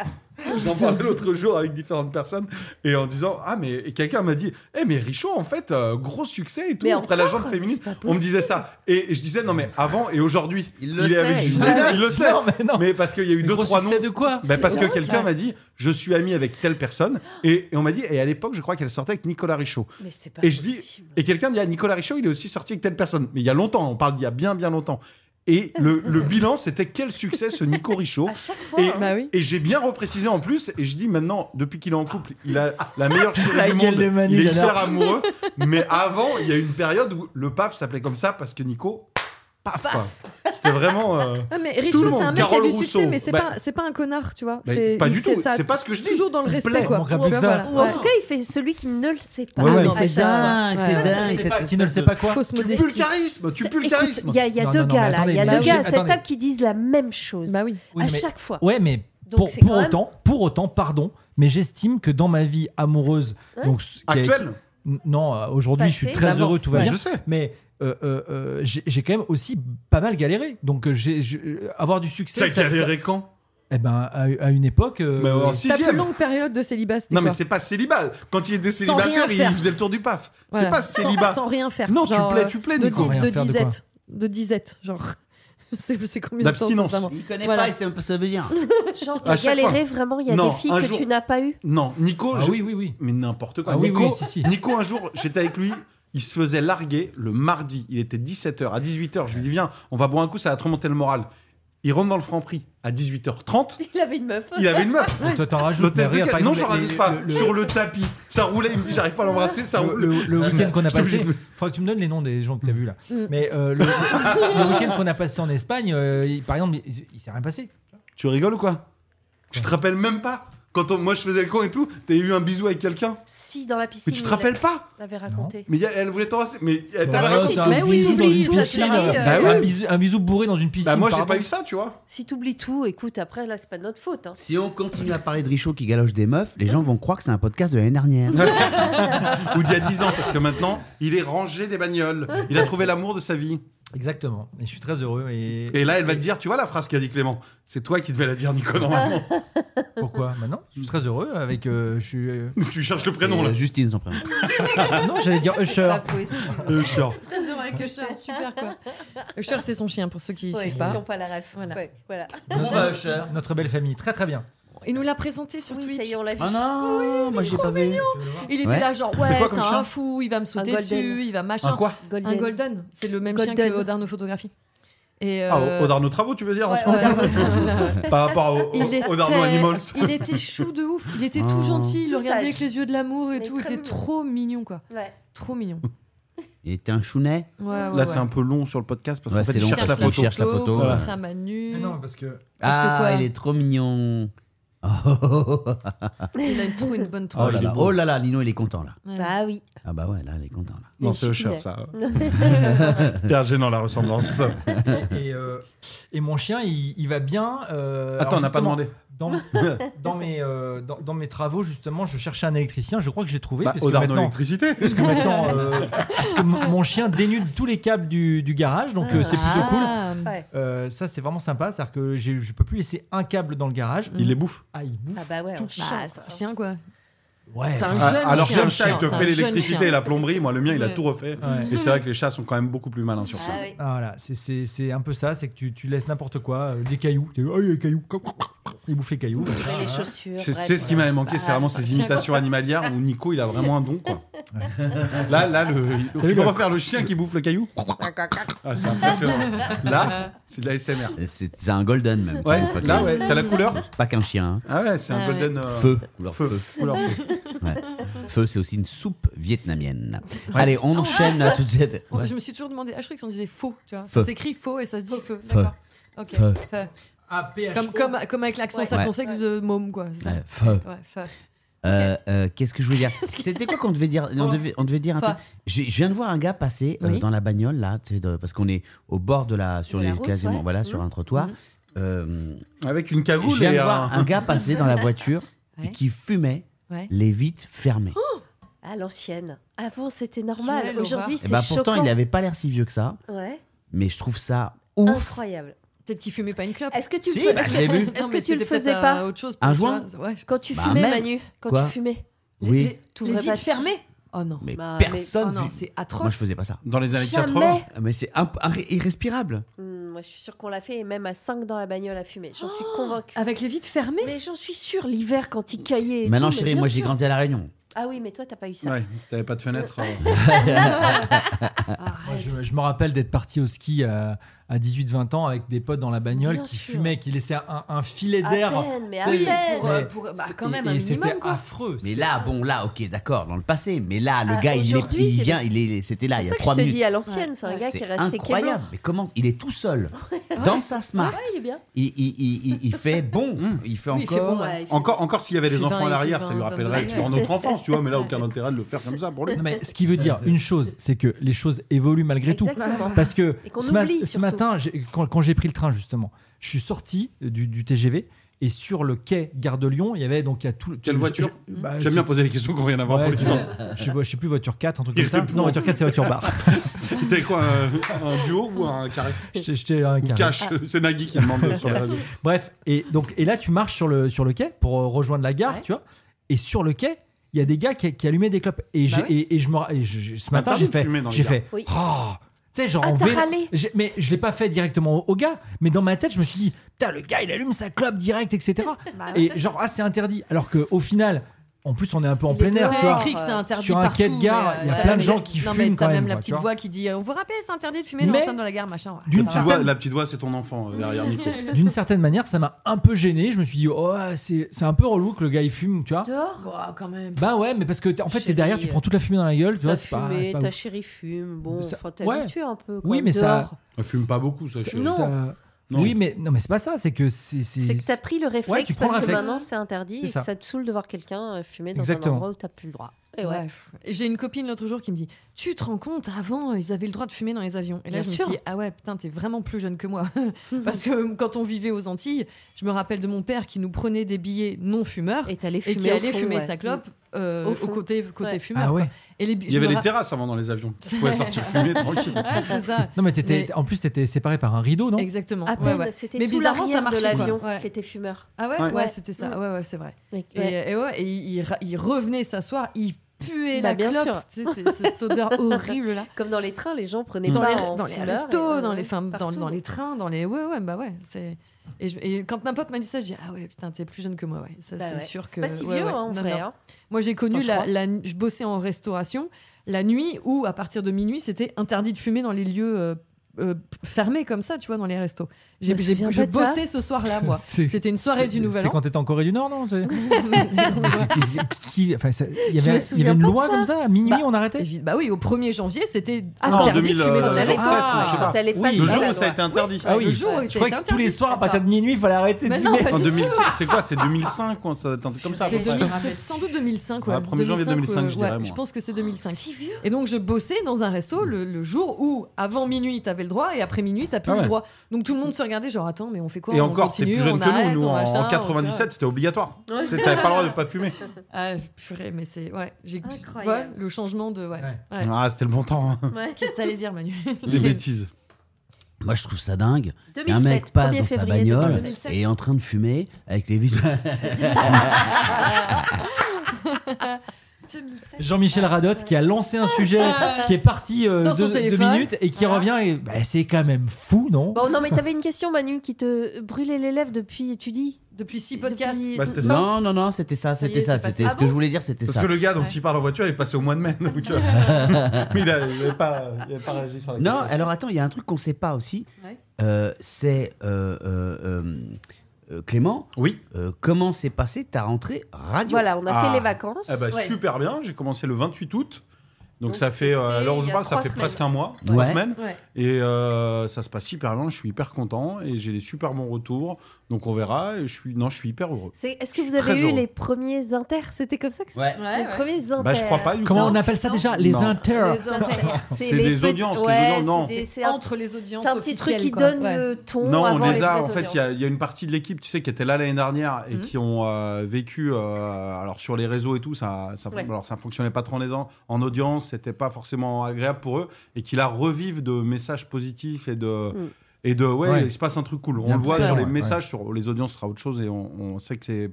Speaker 6: J'en parlais l'autre jour avec différentes personnes et en disant Ah, mais et quelqu'un m'a dit Eh, mais Richaud, en fait, euh, gros succès et tout.
Speaker 2: Mais
Speaker 6: Après la jambe féministe, on me disait ça. Et, et je disais Non, mais avant et aujourd'hui,
Speaker 1: Il le
Speaker 6: est
Speaker 1: sait,
Speaker 6: avec
Speaker 1: il
Speaker 6: Justine.
Speaker 1: le
Speaker 6: Il le sait.
Speaker 5: Non, mais non.
Speaker 6: Mais parce qu'il y a
Speaker 5: Mais
Speaker 6: eu deux,
Speaker 5: gros
Speaker 6: trois noms.
Speaker 5: succès de quoi
Speaker 6: Ben, parce que
Speaker 2: dingue.
Speaker 6: quelqu'un m'a dit Je suis ami avec telle personne. Et, et on m'a dit Et à l'époque, je crois qu'elle sortait avec Nicolas Richaud.
Speaker 2: Mais c'est pas
Speaker 6: Et je dis,
Speaker 2: possible.
Speaker 6: et quelqu'un dit, ah, Nicolas Richaud, il est aussi sorti avec telle personne. Mais il y a longtemps, on parle d'il y a bien, bien longtemps. Et le, le bilan, c'était quel succès ce Nico Richaud.
Speaker 2: À chaque fois.
Speaker 6: Et,
Speaker 2: hein.
Speaker 3: Bah oui.
Speaker 6: et j'ai bien reprécisé en plus, et je dis maintenant, depuis qu'il est en couple, il a la meilleure
Speaker 5: La
Speaker 6: chérie du
Speaker 5: gueule
Speaker 6: monde,
Speaker 5: de Manu,
Speaker 6: il est
Speaker 5: j'adore.
Speaker 6: hyper amoureux. Mais avant, il y a une période où le PAF s'appelait comme ça parce que Nico, paf, quoi. C'était vraiment. euh,
Speaker 3: Ah, mais
Speaker 6: Tout le
Speaker 3: Richaud,
Speaker 6: monde,
Speaker 3: c'est un mec
Speaker 6: Carole
Speaker 3: qui a du
Speaker 6: Rousseau.
Speaker 3: succès, mais c'est
Speaker 6: Bah-
Speaker 3: pas, c'est pas un connard, tu vois.
Speaker 6: Bah,
Speaker 3: C'est-
Speaker 6: pas du
Speaker 3: il- c'est-
Speaker 6: tout,
Speaker 3: ça-
Speaker 6: c'est pas ce que je dis.
Speaker 3: Toujours dans le
Speaker 6: Il
Speaker 3: respect,
Speaker 6: plaît.
Speaker 3: quoi.
Speaker 5: On manquera
Speaker 3: Tu
Speaker 5: plus
Speaker 3: vois,
Speaker 5: que ça.
Speaker 3: voilà.
Speaker 2: Ou en
Speaker 3: Ouais.
Speaker 2: tout cas, il fait celui qui ne le sait pas.
Speaker 6: Ouais, ouais.
Speaker 2: Ah, mais
Speaker 6: Non,
Speaker 2: ça, ouais.
Speaker 3: c'est
Speaker 1: Ah,
Speaker 2: Ouais.
Speaker 5: C'est pas- qui ne le sait pas quoi
Speaker 3: Fausse
Speaker 5: Tu-
Speaker 3: modestie.
Speaker 6: Tu le charisme, tu pues le
Speaker 2: Écoute,
Speaker 6: charisme.
Speaker 2: Il y a, il y a
Speaker 5: Non,
Speaker 2: deux
Speaker 5: non, non,
Speaker 2: gars
Speaker 5: mais
Speaker 2: là, il y a
Speaker 5: attendez,
Speaker 2: deux
Speaker 5: mais
Speaker 2: gars à
Speaker 5: j'ai-
Speaker 2: cette
Speaker 5: attendez.
Speaker 2: table qui disent la même chose.
Speaker 3: Bah oui.
Speaker 5: Oui,
Speaker 2: à
Speaker 5: mais-
Speaker 2: chaque fois.
Speaker 5: Ouais, mais
Speaker 2: Donc
Speaker 5: pour,
Speaker 2: c'est
Speaker 5: pour
Speaker 2: quand même-
Speaker 5: autant, pour autant, pardon, mais j'estime que dans ma vie amoureuse,
Speaker 2: Ouais.
Speaker 5: donc ce- qui a-
Speaker 6: Actuel,
Speaker 5: qui- non, euh, aujourd'hui, je
Speaker 2: Passé,
Speaker 5: suis très
Speaker 2: d'avant.
Speaker 5: heureux, tout va
Speaker 6: Mais
Speaker 5: bien,
Speaker 6: je sais.
Speaker 5: mais euh, euh, euh, j'ai j'ai quand même aussi pas mal galéré. Donc euh, j'ai je- euh, avoir du
Speaker 6: Ça
Speaker 5: succès, ça- ça-
Speaker 6: galéré quand
Speaker 5: eh ben à, à une époque, euh,
Speaker 6: Mais oh, en
Speaker 3: Ta plus
Speaker 6: sixième.
Speaker 3: longue période de célibat, c'était
Speaker 6: Non, mais
Speaker 3: quoi
Speaker 6: c'est pas célibat. Quand il était
Speaker 3: Sans
Speaker 6: célibataire,
Speaker 3: rien
Speaker 6: il
Speaker 3: faire.
Speaker 6: faisait le tour du paf.
Speaker 3: Voilà.
Speaker 6: C'est pas
Speaker 3: Sans-
Speaker 6: célibat.
Speaker 3: Sans rien faire.
Speaker 6: Non, tu
Speaker 3: Genre,
Speaker 6: plais,
Speaker 3: euh,
Speaker 6: tu plais,
Speaker 3: de,
Speaker 6: Nico.
Speaker 5: Sans
Speaker 3: dix- de
Speaker 5: rien faire de
Speaker 3: disette. De disette, genre. C'est c'est combien de temps
Speaker 6: D'abstinence.
Speaker 3: sincèrement
Speaker 1: Il connaît
Speaker 3: Voilà.
Speaker 1: pas, il sait même pas ce que ça veut dire.
Speaker 2: Genre,
Speaker 6: À
Speaker 2: t'as
Speaker 6: chaque
Speaker 2: galéré vraiment, il y a
Speaker 6: Non,
Speaker 2: des filles
Speaker 6: un
Speaker 2: que
Speaker 6: jour-
Speaker 2: tu n'as pas eues.
Speaker 6: Non, Nico,
Speaker 5: ah
Speaker 6: je-
Speaker 5: oui, oui, oui.
Speaker 6: mais n'importe quoi.
Speaker 5: Ah oui,
Speaker 6: Nico,
Speaker 5: oui, si, si.
Speaker 6: Nico, un jour, j'étais avec lui, il se faisait larguer le mardi. Il était 17h. À 18h, je lui dis, viens, on va boire un coup, ça va te remonter le moral. Il rentre dans le franc prix à 18h30.
Speaker 2: Il avait une meuf.
Speaker 6: Il avait une meuf.
Speaker 5: Donc, toi, t'en rajoutes.
Speaker 6: L'hôtesse
Speaker 5: mais
Speaker 6: de
Speaker 5: rien, par
Speaker 6: quai- Non,
Speaker 5: exemple,
Speaker 6: j'en
Speaker 5: les-
Speaker 6: rajoute pas.
Speaker 5: le- le-
Speaker 6: Sur le tapis. Ça roulait, il me dit, j'arrive pas à l'embrasser. Ça
Speaker 5: le,
Speaker 6: roule.
Speaker 5: le- le week-end qu'on a
Speaker 6: Je t'oblige.
Speaker 5: passé, faudrait que tu me donnes les noms des gens que tu as vus là.
Speaker 2: Mm.
Speaker 5: Mais euh, le, le week-end qu'on a passé en Espagne, euh, il- par exemple, il, il s'est rien passé.
Speaker 6: Tu rigoles ou quoi Tu te rappelles même pas Quand on- moi, je faisais le con et tout, t'as eu un bisou avec quelqu'un
Speaker 2: Si, dans la piscine.
Speaker 6: Mais tu te
Speaker 2: il
Speaker 6: rappelles
Speaker 2: l'a-
Speaker 6: pas
Speaker 2: T'avais raconté.
Speaker 6: Mais y a- elle voulait t'embrasser. Mais elle
Speaker 5: Ah,
Speaker 6: t'avait
Speaker 5: non,
Speaker 6: raconté.
Speaker 5: c'est Bah un
Speaker 3: Mais oui,
Speaker 5: bisou dans
Speaker 3: t'oublies,
Speaker 5: une
Speaker 3: ça,
Speaker 5: piscine,
Speaker 3: c'est pareil,
Speaker 6: euh,
Speaker 5: un,
Speaker 6: oui.
Speaker 5: bisou, un bisou bourré dans une piscine.
Speaker 6: Bah moi j'ai
Speaker 5: pardon.
Speaker 6: pas eu ça, tu vois.
Speaker 2: Si t'oublies tout, écoute, après, là, c'est pas de notre faute. hein.
Speaker 1: Si on continue à parler de Richaud qui galoche des meufs, les gens vont croire que c'est un podcast de l'année dernière.
Speaker 6: Ou d'il y a 10 ans, parce que maintenant, il est rangé des bagnoles. Il a trouvé l'amour de sa vie.
Speaker 5: Exactement. Et je suis très heureux. Et,
Speaker 6: Et là, elle va te dire, tu vois la phrase qu'a dit Clément C'est toi qui devais la dire, Nico, normalement.
Speaker 5: pourquoi Maintenant, je suis très heureux avec. euh, je suis. euh,
Speaker 6: tu cherches le prénom, là.
Speaker 1: C'est Justine, son prénom.
Speaker 5: Ah non, j'allais dire Usher.
Speaker 2: Pas possible.
Speaker 6: Euh, sure.
Speaker 3: Très heureux Usher, super quoi. Usher, c'est son chien pour ceux qui ne
Speaker 2: Ouais,
Speaker 3: suivent
Speaker 2: qui
Speaker 3: pas.
Speaker 2: n'ont pas la ref.
Speaker 3: Voilà.
Speaker 2: Ouais, voilà.
Speaker 1: Bon, bah, Usher.
Speaker 5: Notre belle famille, très très bien.
Speaker 3: Il nous l'a présenté sur
Speaker 2: Oui, ça
Speaker 3: Twitch.
Speaker 2: y est, on l'a vu.
Speaker 1: Ah non, moi j'ai pas vu.
Speaker 3: Il était
Speaker 1: Ouais.
Speaker 3: là genre
Speaker 6: C'est
Speaker 3: ouais
Speaker 6: quoi
Speaker 3: c'est
Speaker 6: comme
Speaker 3: un
Speaker 6: chien
Speaker 3: fou, il va me sauter
Speaker 2: golden.
Speaker 3: dessus, il va machin.
Speaker 6: Un quoi
Speaker 2: Golden.
Speaker 3: Un golden, c'est le même chien
Speaker 2: Golden.
Speaker 3: que Odin de photographie. Et
Speaker 6: Ah,
Speaker 3: euh,
Speaker 6: au- Odarno Travaux, tu veux dire en
Speaker 2: Ouais,
Speaker 6: ce moment
Speaker 2: Odarno
Speaker 6: Par rapport au,
Speaker 3: il
Speaker 6: au-
Speaker 3: était,
Speaker 6: Odarno Animals.
Speaker 3: il était chou de ouf, il était
Speaker 1: Ah.
Speaker 3: tout gentil, il
Speaker 2: Tout
Speaker 3: le regardait
Speaker 2: sage.
Speaker 3: avec les yeux de l'amour et
Speaker 2: Mais
Speaker 3: tout, il
Speaker 2: très
Speaker 3: était
Speaker 2: mignon.
Speaker 3: trop mignon quoi,
Speaker 2: Ouais.
Speaker 3: trop mignon.
Speaker 1: Il était un chounet.
Speaker 3: Ouais, ouais,
Speaker 6: Là,
Speaker 3: ouais.
Speaker 6: c'est un peu long sur le podcast parce
Speaker 1: Ouais,
Speaker 6: qu'en fait,
Speaker 1: c'est
Speaker 6: il
Speaker 1: long,
Speaker 6: cherche la
Speaker 1: parce qu'il
Speaker 6: photo.
Speaker 1: cherche la photo,
Speaker 3: pour
Speaker 1: ouais.
Speaker 3: montrer à Manu.
Speaker 5: parce que.
Speaker 3: Parce que quoi
Speaker 1: Ah, il est trop mignon. Oh, oh, oh, oh.
Speaker 3: Il a une, trou- une
Speaker 1: Oh
Speaker 3: bonne tronche.
Speaker 1: là
Speaker 6: il est
Speaker 1: là,
Speaker 6: beau.
Speaker 1: oh là là, Lino il est content là.
Speaker 3: Ouais.
Speaker 2: Bah oui.
Speaker 1: Ah bah ouais, là il est content là.
Speaker 6: Non, c'est Usher, ça. Hyper gênant la ressemblance.
Speaker 5: Et, euh, et mon chien, il, il va bien. euh,
Speaker 6: Attends,
Speaker 5: alors
Speaker 6: on n'a pas
Speaker 5: justement,
Speaker 6: demandé.
Speaker 5: Dans, dans mes, euh, dans, dans mes travaux, justement, je cherchais un électricien. Je crois que je l'ai trouvé.
Speaker 6: Bah,
Speaker 5: puisque
Speaker 6: Odarno
Speaker 5: maintenant-
Speaker 6: Électricité.
Speaker 5: parce que maintenant, euh, parce que mon mon chien dénude tous les câbles du, du garage, donc euh, c'est plutôt cool.
Speaker 3: Ah.
Speaker 2: Ouais.
Speaker 5: Euh, ça, c'est vraiment sympa. C'est-à-dire que j'ai- je peux plus laisser un câble dans le garage.
Speaker 2: Mm.
Speaker 6: Il les bouffe.
Speaker 5: Ah, il bouffe.
Speaker 2: Ah bah ouais,
Speaker 3: Bah,
Speaker 2: on chante.
Speaker 3: c'est un chien quoi.
Speaker 5: Ouais.
Speaker 3: C'est un
Speaker 6: Ah,
Speaker 3: jeune
Speaker 6: Alors
Speaker 3: chien,
Speaker 6: qu'un chat, il te
Speaker 3: c'est un
Speaker 6: fait
Speaker 3: jeune
Speaker 6: l'électricité
Speaker 3: chien.
Speaker 6: et la plomberie. Moi, le mien, il a
Speaker 3: Ouais.
Speaker 6: tout refait.
Speaker 5: Ouais.
Speaker 6: Et c'est vrai que les chats sont quand même beaucoup plus malins sur ça.
Speaker 2: Ah oui.
Speaker 5: Ah, voilà, c'est- c'est c'est un peu ça, c'est que tu, tu laisses n'importe quoi, euh, des cailloux. T'es, Oh, il y a des cailloux. Il bouffe les cailloux.
Speaker 2: Ouais, les chaussures.
Speaker 6: C'est
Speaker 2: bref,
Speaker 6: c'est ce qui
Speaker 2: voilà.
Speaker 6: m'avait manqué, c'est
Speaker 2: Bah,
Speaker 6: vraiment ces imitations animalières où Nico, il a vraiment un don. Quoi. Là, là, le, tu
Speaker 5: vu
Speaker 6: peux
Speaker 5: le-
Speaker 6: refaire le chien qui bouffe le caillou Ah, c'est impressionnant. Là, c'est de la SMR.
Speaker 1: Euh, C'est c'est un golden même.
Speaker 6: Ouais,
Speaker 1: Une fois
Speaker 6: là,
Speaker 1: que-
Speaker 6: ouais, t'as la couleur
Speaker 1: C'est Pas qu'un chien. hein.
Speaker 6: Ah ouais, c'est un
Speaker 3: Ah ouais.
Speaker 6: golden... euh,
Speaker 1: Feu, couleur
Speaker 6: Feu.
Speaker 1: feu.
Speaker 6: couleur feu.
Speaker 1: Ouais. Feu, c'est aussi une soupe vietnamienne. Allez, on enchaîne euh, tout de suite.
Speaker 3: Ouais,
Speaker 1: Ouais.
Speaker 3: Je me suis toujours demandé, ah, je croyais qu'on disait faux, tu vois.
Speaker 1: Feu.
Speaker 3: Ça s'écrit faux et ça se dit feu. D'accord. Ok.
Speaker 1: Feu.
Speaker 3: Feu.
Speaker 5: Ah, PH.
Speaker 3: Comme, comme, comme avec l'accent
Speaker 2: Ouais.
Speaker 3: circonspect de môme, quoi. c'est ça
Speaker 1: Ouais, feu.
Speaker 3: Ouais, feu.
Speaker 1: Euh, euh, Qu'est-ce que je voulais dire C'était quoi qu'on devait dire on devait, on devait dire un
Speaker 3: Enfin.
Speaker 1: truc. Je, je viens de voir un gars passer euh,
Speaker 3: Oui.
Speaker 1: dans la bagnole là, tu sais, de- parce qu'on est au bord de la, sur
Speaker 2: De
Speaker 1: les,
Speaker 2: la route,
Speaker 1: quasiment,
Speaker 2: ouais.
Speaker 1: voilà, sur un trottoir. Euh,
Speaker 6: Avec une
Speaker 1: je
Speaker 6: cagoule
Speaker 1: viens
Speaker 6: et
Speaker 1: de
Speaker 6: un...
Speaker 1: voir un gars passer dans la voiture
Speaker 3: Ouais.
Speaker 1: qui fumait
Speaker 3: Ouais.
Speaker 1: les vitres fermées.
Speaker 2: À l'ancienne. Avant, c'était
Speaker 3: Quelle
Speaker 2: normal.
Speaker 3: horreur.
Speaker 2: Aujourd'hui,
Speaker 1: et
Speaker 2: c'est
Speaker 1: bah pourtant,
Speaker 2: choquant.
Speaker 1: il n'avait pas l'air si vieux que ça,
Speaker 2: Ouais.
Speaker 1: mais je trouve ça ouf.
Speaker 2: Incroyable.
Speaker 3: Peut-être qu'il fumait pas une clope.
Speaker 2: Est-ce que tu
Speaker 1: Si,
Speaker 2: fais-
Speaker 1: bah, je l'ai vu.
Speaker 2: Est-ce
Speaker 3: Non,
Speaker 2: que
Speaker 3: mais
Speaker 2: tu le
Speaker 3: c'était peut-être
Speaker 2: faisais pas
Speaker 3: un autre chose
Speaker 1: Un
Speaker 3: pour-
Speaker 1: joint
Speaker 3: tu vois, ouais, je-
Speaker 2: quand tu
Speaker 1: Bah,
Speaker 2: fumais,
Speaker 1: même.
Speaker 2: Manu Quand
Speaker 1: Quoi
Speaker 2: tu fumais
Speaker 1: Oui.
Speaker 3: Les, les
Speaker 2: T'ouvrais
Speaker 3: vitres
Speaker 2: pas-
Speaker 3: fermées Oh non.
Speaker 1: Mais
Speaker 2: Bah, mais-
Speaker 3: Oh
Speaker 1: personne.
Speaker 3: non,
Speaker 1: vu-
Speaker 3: c'est
Speaker 1: Moi, je
Speaker 3: atroce.
Speaker 1: faisais pas ça.
Speaker 6: Dans les années 80.
Speaker 2: Jamais.
Speaker 1: Ah, Mais c'est imp- arri- irrespirable.
Speaker 2: Hum, Moi, je suis sûre qu'on l'a fait, et même à 5 dans la bagnole à fumer. J'en
Speaker 1: Oh,
Speaker 2: suis convaincue.
Speaker 3: Avec les vitres fermées
Speaker 2: Mais j'en suis sûre, l'hiver, quand il caillait. et
Speaker 1: Maintenant,
Speaker 2: tout, mais
Speaker 1: chérie,
Speaker 2: bien
Speaker 1: moi, j'ai
Speaker 2: sûr.
Speaker 1: grandi à La Réunion.
Speaker 2: Ah oui, mais toi, t'as pas eu ça.
Speaker 6: Ouais, t'avais pas de fenêtre. euh.
Speaker 5: Ah, Moi, je, je me rappelle d'être parti au ski à, à 18-20 ans avec des potes dans la bagnole
Speaker 2: Bien
Speaker 5: qui
Speaker 2: sûr.
Speaker 5: fumaient, qui laissaient un, un filet
Speaker 2: À
Speaker 5: d'air.
Speaker 2: peine, mais à
Speaker 5: Oui,
Speaker 2: peine.
Speaker 3: pour, euh, pour- bah,
Speaker 5: c'est-
Speaker 3: quand même
Speaker 5: et-
Speaker 3: un
Speaker 5: et c'était
Speaker 3: minimum, quoi.
Speaker 5: affreux.
Speaker 1: Mais
Speaker 5: C'était-
Speaker 1: là, bon, là, ok, d'accord, dans le passé. Mais là, le
Speaker 2: Ah,
Speaker 1: gars, il, est,
Speaker 2: aujourd'hui,
Speaker 1: il
Speaker 2: c'est-
Speaker 1: vient, il est, c'était là,
Speaker 2: C'est
Speaker 1: Ah, il y
Speaker 2: ça
Speaker 1: a
Speaker 2: que je
Speaker 1: trois
Speaker 2: te
Speaker 1: minutes.
Speaker 2: dis à l'ancienne, c'est un
Speaker 3: Ouais.
Speaker 2: gars qui
Speaker 1: C'est
Speaker 2: est resté câblin.
Speaker 1: incroyable. Mais comment Il est tout seul dans sa smart.
Speaker 2: Ouais, Ah, il est bien.
Speaker 1: Il, il- il- il- il fait bon.
Speaker 6: Mm.
Speaker 1: Il fait
Speaker 3: Oui, il fait
Speaker 1: encore.
Speaker 3: bon,
Speaker 2: Ouais, il fait-
Speaker 6: Encore, encore s'il y avait des
Speaker 3: Puis
Speaker 6: enfants
Speaker 3: vingt,
Speaker 6: à l'arrière,
Speaker 3: puis
Speaker 6: ça lui
Speaker 3: vingt,
Speaker 6: rappellerait
Speaker 3: vingt-deux.
Speaker 6: toujours notre enfance, tu vois, mais là, aucun intérêt de le faire comme ça pour lui.
Speaker 5: Non, mais ce qui veut dire une chose, c'est que les choses évoluent malgré tout.
Speaker 2: Exactement.
Speaker 5: Parce que
Speaker 2: Et qu'on
Speaker 5: ce, ma-
Speaker 2: oublie,
Speaker 5: ce
Speaker 2: surtout.
Speaker 5: matin, j'ai- quand, quand j'ai pris le train justement, je suis sorti du, du TGV et sur le quai Gare de Lyon, il y avait donc il y a tout.
Speaker 6: Quelle
Speaker 5: je-
Speaker 6: voiture
Speaker 5: je- bah,
Speaker 6: J'aime
Speaker 5: tu-
Speaker 6: bien poser des questions qui n'ont rien à voir
Speaker 5: Ouais,
Speaker 6: pour les gens.
Speaker 5: je, vois- je sais plus voiture 4, un truc
Speaker 6: Il
Speaker 5: comme ça.
Speaker 6: était
Speaker 5: Non,
Speaker 6: bon.
Speaker 5: voiture 4 c'est voiture bar.
Speaker 6: T'es quoi, un, un duo ou un carré
Speaker 5: J'étais- j'étais un
Speaker 6: Ou
Speaker 5: carré.
Speaker 6: cash C'est Nagui qui demande sur la radio.
Speaker 5: Bref, et donc et là tu marches sur le sur le quai pour euh, rejoindre la gare,
Speaker 2: Ouais.
Speaker 5: tu vois. Et sur le quai, il y a des gars qui, qui allumaient des clopes et j'ai-
Speaker 3: Bah ouais.
Speaker 5: et, et je me ra- et je- je- ce
Speaker 6: Bah,
Speaker 5: matin
Speaker 6: t'as
Speaker 5: j'ai
Speaker 6: envie de
Speaker 5: fait
Speaker 6: fumer dans les
Speaker 5: j'ai
Speaker 6: gares.
Speaker 5: fait
Speaker 2: Oui.
Speaker 5: oh tu sais genre
Speaker 2: Ah,
Speaker 5: en
Speaker 2: t'as
Speaker 5: vélo-
Speaker 2: râlé.
Speaker 5: j'ai- mais je l'ai pas fait directement au, au gars, mais dans ma tête je me suis dit putain le gars il allume sa clope direct etc.
Speaker 2: Bah
Speaker 5: et genre ah c'est interdit alors que au final en plus on est un peu en
Speaker 2: Il
Speaker 5: plein
Speaker 2: est
Speaker 5: air
Speaker 2: dehors.
Speaker 5: tu vois.
Speaker 3: C'est écrit que c'est interdit
Speaker 5: Sur un
Speaker 3: partout,
Speaker 5: quai de gare,
Speaker 3: mais,
Speaker 5: il y a
Speaker 3: euh,
Speaker 5: plein de
Speaker 3: mais-
Speaker 5: gens qui
Speaker 3: non,
Speaker 5: fument
Speaker 3: mais t'as
Speaker 5: quand même,
Speaker 3: la
Speaker 5: quoi,
Speaker 3: petite
Speaker 5: tu vois.
Speaker 3: voix qui dit euh, On vous rappelle, c'est interdit de fumer
Speaker 5: Mais-
Speaker 3: dans l'enceinte dans la gare, machin. Ouais,
Speaker 5: D'une
Speaker 3: ça
Speaker 6: Tu
Speaker 3: va.
Speaker 6: vois, la petite voix, c'est ton enfant euh, derrière Nico.
Speaker 5: D'une certaine manière ça m'a un peu gêné, je me suis dit oh c'est c'est un peu relou que le gars il fume tu vois.
Speaker 2: Dehors,
Speaker 3: Ouah, quand même.
Speaker 5: Bah ouais, mais parce que t'es- en fait t'es
Speaker 2: Chérie,
Speaker 5: derrière, tu prends toute la fumée dans la gueule, tu vois,
Speaker 2: t'as
Speaker 5: c'est pas, c'est
Speaker 2: fumé,
Speaker 5: pas
Speaker 2: ta
Speaker 5: ouf.
Speaker 2: chérie fume. Bon,
Speaker 5: Ça-
Speaker 2: enfin, t'es
Speaker 5: ouais.
Speaker 2: habitué un peu.
Speaker 5: Oui,
Speaker 2: quoi,
Speaker 5: mais ça-
Speaker 2: dehors.
Speaker 6: Elle fume pas beaucoup, ça. chez
Speaker 5: C'est-
Speaker 6: eux.
Speaker 2: Non.
Speaker 5: ça-
Speaker 6: Non.
Speaker 5: Oui, mais non, mais c'est pas ça, c'est que c'est
Speaker 2: C'est que t'as pris le réflexe
Speaker 5: Ouais, tu prends
Speaker 2: parce que
Speaker 5: le réflexe.
Speaker 2: maintenant c'est interdit
Speaker 5: C'est
Speaker 2: et que
Speaker 5: ça.
Speaker 2: ça te saoule de voir quelqu'un euh, fumer dans un
Speaker 5: Exactement.
Speaker 2: endroit où t'as plus le droit. Et ouais.
Speaker 3: Ouais. Et J'ai une copine l'autre jour qui me dit Tu te rends compte, avant, euh, ils avaient le droit de fumer dans les avions. Et là,
Speaker 2: Bien
Speaker 3: je
Speaker 2: sûr.
Speaker 3: me suis dit Ah ouais, putain, t'es vraiment plus jeune que moi. Parce que euh, quand on vivait aux Antilles, je me rappelle de mon père qui nous prenait des billets non fumeurs et,
Speaker 2: Et t'allais fumer.
Speaker 3: qui
Speaker 2: au
Speaker 3: allait
Speaker 2: fond,
Speaker 3: fumer
Speaker 2: ouais.
Speaker 3: sa clope euh,
Speaker 2: Au
Speaker 3: au
Speaker 2: fond.
Speaker 3: côté, côté
Speaker 2: Ouais.
Speaker 3: fumeur.
Speaker 5: Ah ouais.
Speaker 3: quoi. Et les bi-
Speaker 6: Il y
Speaker 3: je me
Speaker 6: avait des
Speaker 3: ra-
Speaker 6: terrasses avant dans les avions. Tu pouvais sortir fumer tranquille.
Speaker 3: Ouais, c'est ça.
Speaker 5: Non, mais, t'étais en plus t'étais séparé par un rideau, non
Speaker 3: Exactement.
Speaker 2: À
Speaker 3: Ouais,
Speaker 2: peine,
Speaker 3: ouais.
Speaker 2: c'était
Speaker 3: Mais
Speaker 2: tout
Speaker 3: bizarrement, ça
Speaker 2: l'arrière de
Speaker 3: marchait.
Speaker 2: l'avion
Speaker 3: quoi. Ouais.
Speaker 2: qui était fumeur.
Speaker 3: Ah ouais,
Speaker 6: Ouais.
Speaker 3: ouais,
Speaker 2: Ouais.
Speaker 3: c'était ça. Ouais, ouais, c'est vrai.
Speaker 2: Ouais.
Speaker 3: Et, et ouais, et il, il ra- il revenait s'asseoir, il puer
Speaker 2: Bah,
Speaker 3: la
Speaker 2: bien
Speaker 3: clope.
Speaker 2: sûr.
Speaker 3: Tu sais, c'est- c'est cette odeur horrible là.
Speaker 2: Comme dans les trains, les gens prenaient
Speaker 3: Dans
Speaker 2: pas
Speaker 3: les,
Speaker 2: en
Speaker 3: dans les
Speaker 2: fumeur
Speaker 3: restos,
Speaker 2: et-
Speaker 3: dans les, enfin, dans,
Speaker 2: partout.
Speaker 3: dans les trains, dans les. Ouais, ouais, bah ouais. c'est- Et, je- et quand n'importe m'a dit ça, je dis Ah ouais, putain, t'es plus jeune que moi, ouais. Ça,
Speaker 2: Bah
Speaker 3: c'est
Speaker 2: ouais.
Speaker 3: sûr que.
Speaker 2: C'est pas si
Speaker 3: ouais,
Speaker 2: vieux,
Speaker 3: ouais.
Speaker 2: hein, en
Speaker 3: Non,
Speaker 2: vrai.
Speaker 3: non.
Speaker 2: hein.
Speaker 3: Moi, j'ai connu
Speaker 2: je
Speaker 3: la,
Speaker 2: crois.
Speaker 3: la- Je bossais en restauration la nuit où, à partir de minuit, c'était interdit de fumer dans les lieux euh, euh, fermés comme ça, tu vois, dans les restos. J'ai-
Speaker 2: me
Speaker 3: j'ai-
Speaker 2: souviens
Speaker 3: je
Speaker 2: pas de ça.
Speaker 3: bossais ce soir-là, moi.
Speaker 5: C'est-
Speaker 3: C'était une soirée du
Speaker 5: C'est-
Speaker 3: Nouvel
Speaker 5: C'est
Speaker 3: An.
Speaker 5: quand t'étais en Corée du Nord, non C'est- C'est- qui- enfin, ça- Il y
Speaker 2: Je me
Speaker 5: avait il y
Speaker 2: souviens
Speaker 5: avait une
Speaker 2: pas de
Speaker 5: loi
Speaker 2: ça.
Speaker 5: comme ça, à minuit
Speaker 3: Bah,
Speaker 5: on arrêtait
Speaker 3: Évi- Bah oui, au 1er janvier, c'était
Speaker 2: Ah,
Speaker 6: Non, en
Speaker 3: interdit de
Speaker 6: 2000,
Speaker 3: fumer dans
Speaker 6: euh,
Speaker 3: les
Speaker 2: genre
Speaker 3: restos.
Speaker 2: sept,
Speaker 6: ou je sais
Speaker 2: Quand
Speaker 6: pas.
Speaker 2: t'allais
Speaker 3: Oui,
Speaker 2: pas
Speaker 3: le
Speaker 6: Le
Speaker 3: Ah,
Speaker 6: jour
Speaker 3: la
Speaker 6: où ça a été interdit.
Speaker 5: Ah oui,
Speaker 3: Le jour où
Speaker 5: je
Speaker 3: c'était
Speaker 5: croyais que tous les
Speaker 3: interdit.
Speaker 5: soirs à partir de minuit il fallait arrêter de
Speaker 3: Mais non,
Speaker 5: fumer.
Speaker 3: pas
Speaker 6: En
Speaker 3: du
Speaker 6: 2000,
Speaker 3: tout.
Speaker 6: c'est quoi C'est 2005 quoi, ça, un truc comme ça. à
Speaker 3: C'est
Speaker 6: peu près.
Speaker 3: 2000 c'est sans doute 2005. Ouais.
Speaker 6: Ouais, 1er janvier 2005, je
Speaker 3: ouais,
Speaker 6: dirais,
Speaker 3: Je
Speaker 6: moi.
Speaker 3: pense que c'est 2005.
Speaker 2: Si vieux.
Speaker 3: Et donc je bossais dans un resto le, le jour où avant minuit t'avais le droit et après minuit t'as plus
Speaker 6: Ah ouais.
Speaker 3: le droit. Donc tout le monde se regardait genre attends mais on fait quoi
Speaker 6: Et
Speaker 3: on
Speaker 6: encore, t'es
Speaker 3: continue,
Speaker 6: plus jeune
Speaker 3: on
Speaker 6: que
Speaker 3: arrête,
Speaker 6: nous. Nous,
Speaker 3: on
Speaker 6: en,
Speaker 3: machin, on-
Speaker 6: 97, c'était obligatoire.
Speaker 2: Ouais.
Speaker 6: C'est- T'avais pas le droit de pas fumer.
Speaker 3: tu vois. Ah purée mais c'est ouais j'ai
Speaker 2: Incroyable.
Speaker 3: ouais, le changement de ouais.
Speaker 5: Ouais.
Speaker 3: Ouais.
Speaker 6: Ah, c'était le bon temps. hein.
Speaker 3: Qu'est-ce que t'allais dire Manu
Speaker 6: Les bêtises.
Speaker 1: Moi, je trouve ça dingue. Il y a
Speaker 2: 2007,
Speaker 1: un mec passe
Speaker 2: 1er
Speaker 1: dans sa
Speaker 2: février
Speaker 1: bagnole
Speaker 2: 2007.
Speaker 1: et est en train de fumer avec les vitres.
Speaker 3: 2007.
Speaker 5: Jean-Michel Radotte qui a lancé un sujet qui est parti euh,
Speaker 3: Dans son
Speaker 5: deux, deux
Speaker 3: téléphone.
Speaker 5: minutes et qui revient et bah, c'est quand même fou, non
Speaker 2: Bon, non, mais t'avais une question, Manu, qui te brûlait les lèvres depuis, tu dis
Speaker 3: Depuis six podcasts.
Speaker 2: Depuis-
Speaker 6: Bah, c'était ça.
Speaker 1: non, non, non, c'était ça,
Speaker 3: Ça y est,
Speaker 1: c'était ça.
Speaker 3: c'est passé.
Speaker 1: C'était
Speaker 3: Ah
Speaker 1: ce que
Speaker 3: bon
Speaker 1: je voulais dire, c'était
Speaker 6: Parce
Speaker 1: ça.
Speaker 6: que le gars dont
Speaker 3: Ouais.
Speaker 6: il parle en voiture, il est passé au mois de mai. Donc, euh, mais il n'avait pas, il avait pas réagi sur la
Speaker 1: Non,
Speaker 6: question.
Speaker 1: alors attends, il y a un truc qu'on sait pas aussi.
Speaker 3: Ouais.
Speaker 1: Euh, c'est euh, euh, euh, euh, Clément,
Speaker 6: Oui.
Speaker 1: euh, comment s'est passée ta rentrée radio
Speaker 2: Voilà, on a
Speaker 6: Ah.
Speaker 2: fait les vacances.
Speaker 6: Eh ben,
Speaker 2: Ouais.
Speaker 6: Super bien. J'ai commencé le 28 août. Donc,
Speaker 2: Donc,
Speaker 6: ça fait,
Speaker 2: c'était
Speaker 6: euh, à l'heure où
Speaker 2: il y
Speaker 6: je
Speaker 2: a
Speaker 6: parle, ça
Speaker 2: trois
Speaker 6: fait
Speaker 2: semaines.
Speaker 6: presque un mois,
Speaker 1: Ouais.
Speaker 6: trois semaines.
Speaker 3: Ouais.
Speaker 6: Et euh, ça se passe hyper bien. Je suis hyper content et j'ai des super bons retours. Donc on verra. Et Je suis non, je suis hyper heureux.
Speaker 2: C'est- Est-ce que
Speaker 6: Je suis
Speaker 2: vous avez
Speaker 6: très
Speaker 2: eu
Speaker 6: heureux.
Speaker 2: les premiers inters C'était comme ça que
Speaker 1: Ouais.
Speaker 3: Ouais,
Speaker 2: Les
Speaker 3: ouais.
Speaker 2: premiers inters.
Speaker 6: Bah je crois pas. du
Speaker 5: Comment
Speaker 6: coup.
Speaker 5: on appelle ça
Speaker 3: Non.
Speaker 5: déjà Les
Speaker 6: Non.
Speaker 5: inter.
Speaker 3: Les intérêts.
Speaker 6: C'est des
Speaker 2: petits-
Speaker 6: audiences, les
Speaker 2: ouais,
Speaker 6: audiences, non.
Speaker 2: c'est des- C'est un,
Speaker 3: Entre les audiences
Speaker 2: c'est un petit truc
Speaker 3: officielles,
Speaker 2: qui
Speaker 3: quoi.
Speaker 2: donne
Speaker 3: Ouais.
Speaker 6: Euh,
Speaker 2: le ton.
Speaker 6: Non,
Speaker 2: avant
Speaker 6: on les a.
Speaker 2: vraies
Speaker 6: En fait, il y a- il
Speaker 2: audiences.
Speaker 6: y, a une partie de l'équipe, tu sais, qui était là l'année dernière et
Speaker 3: Mhm.
Speaker 6: qui ont euh, vécu. euh, alors sur les réseaux et tout, ça, ça,
Speaker 2: Ouais.
Speaker 6: alors, ça fonctionnait pas trop en, aisant- en audience, c'était pas forcément agréable pour eux et qui la revivent de messages positifs et de.
Speaker 2: Mhm.
Speaker 6: Et de, ouais,
Speaker 5: Ouais.
Speaker 6: il se passe un truc cool. On
Speaker 5: Bien
Speaker 6: le voit
Speaker 5: clair,
Speaker 6: sur les
Speaker 5: ouais.
Speaker 6: messages, sur les audiences, ce sera autre chose et on, on sait que c'est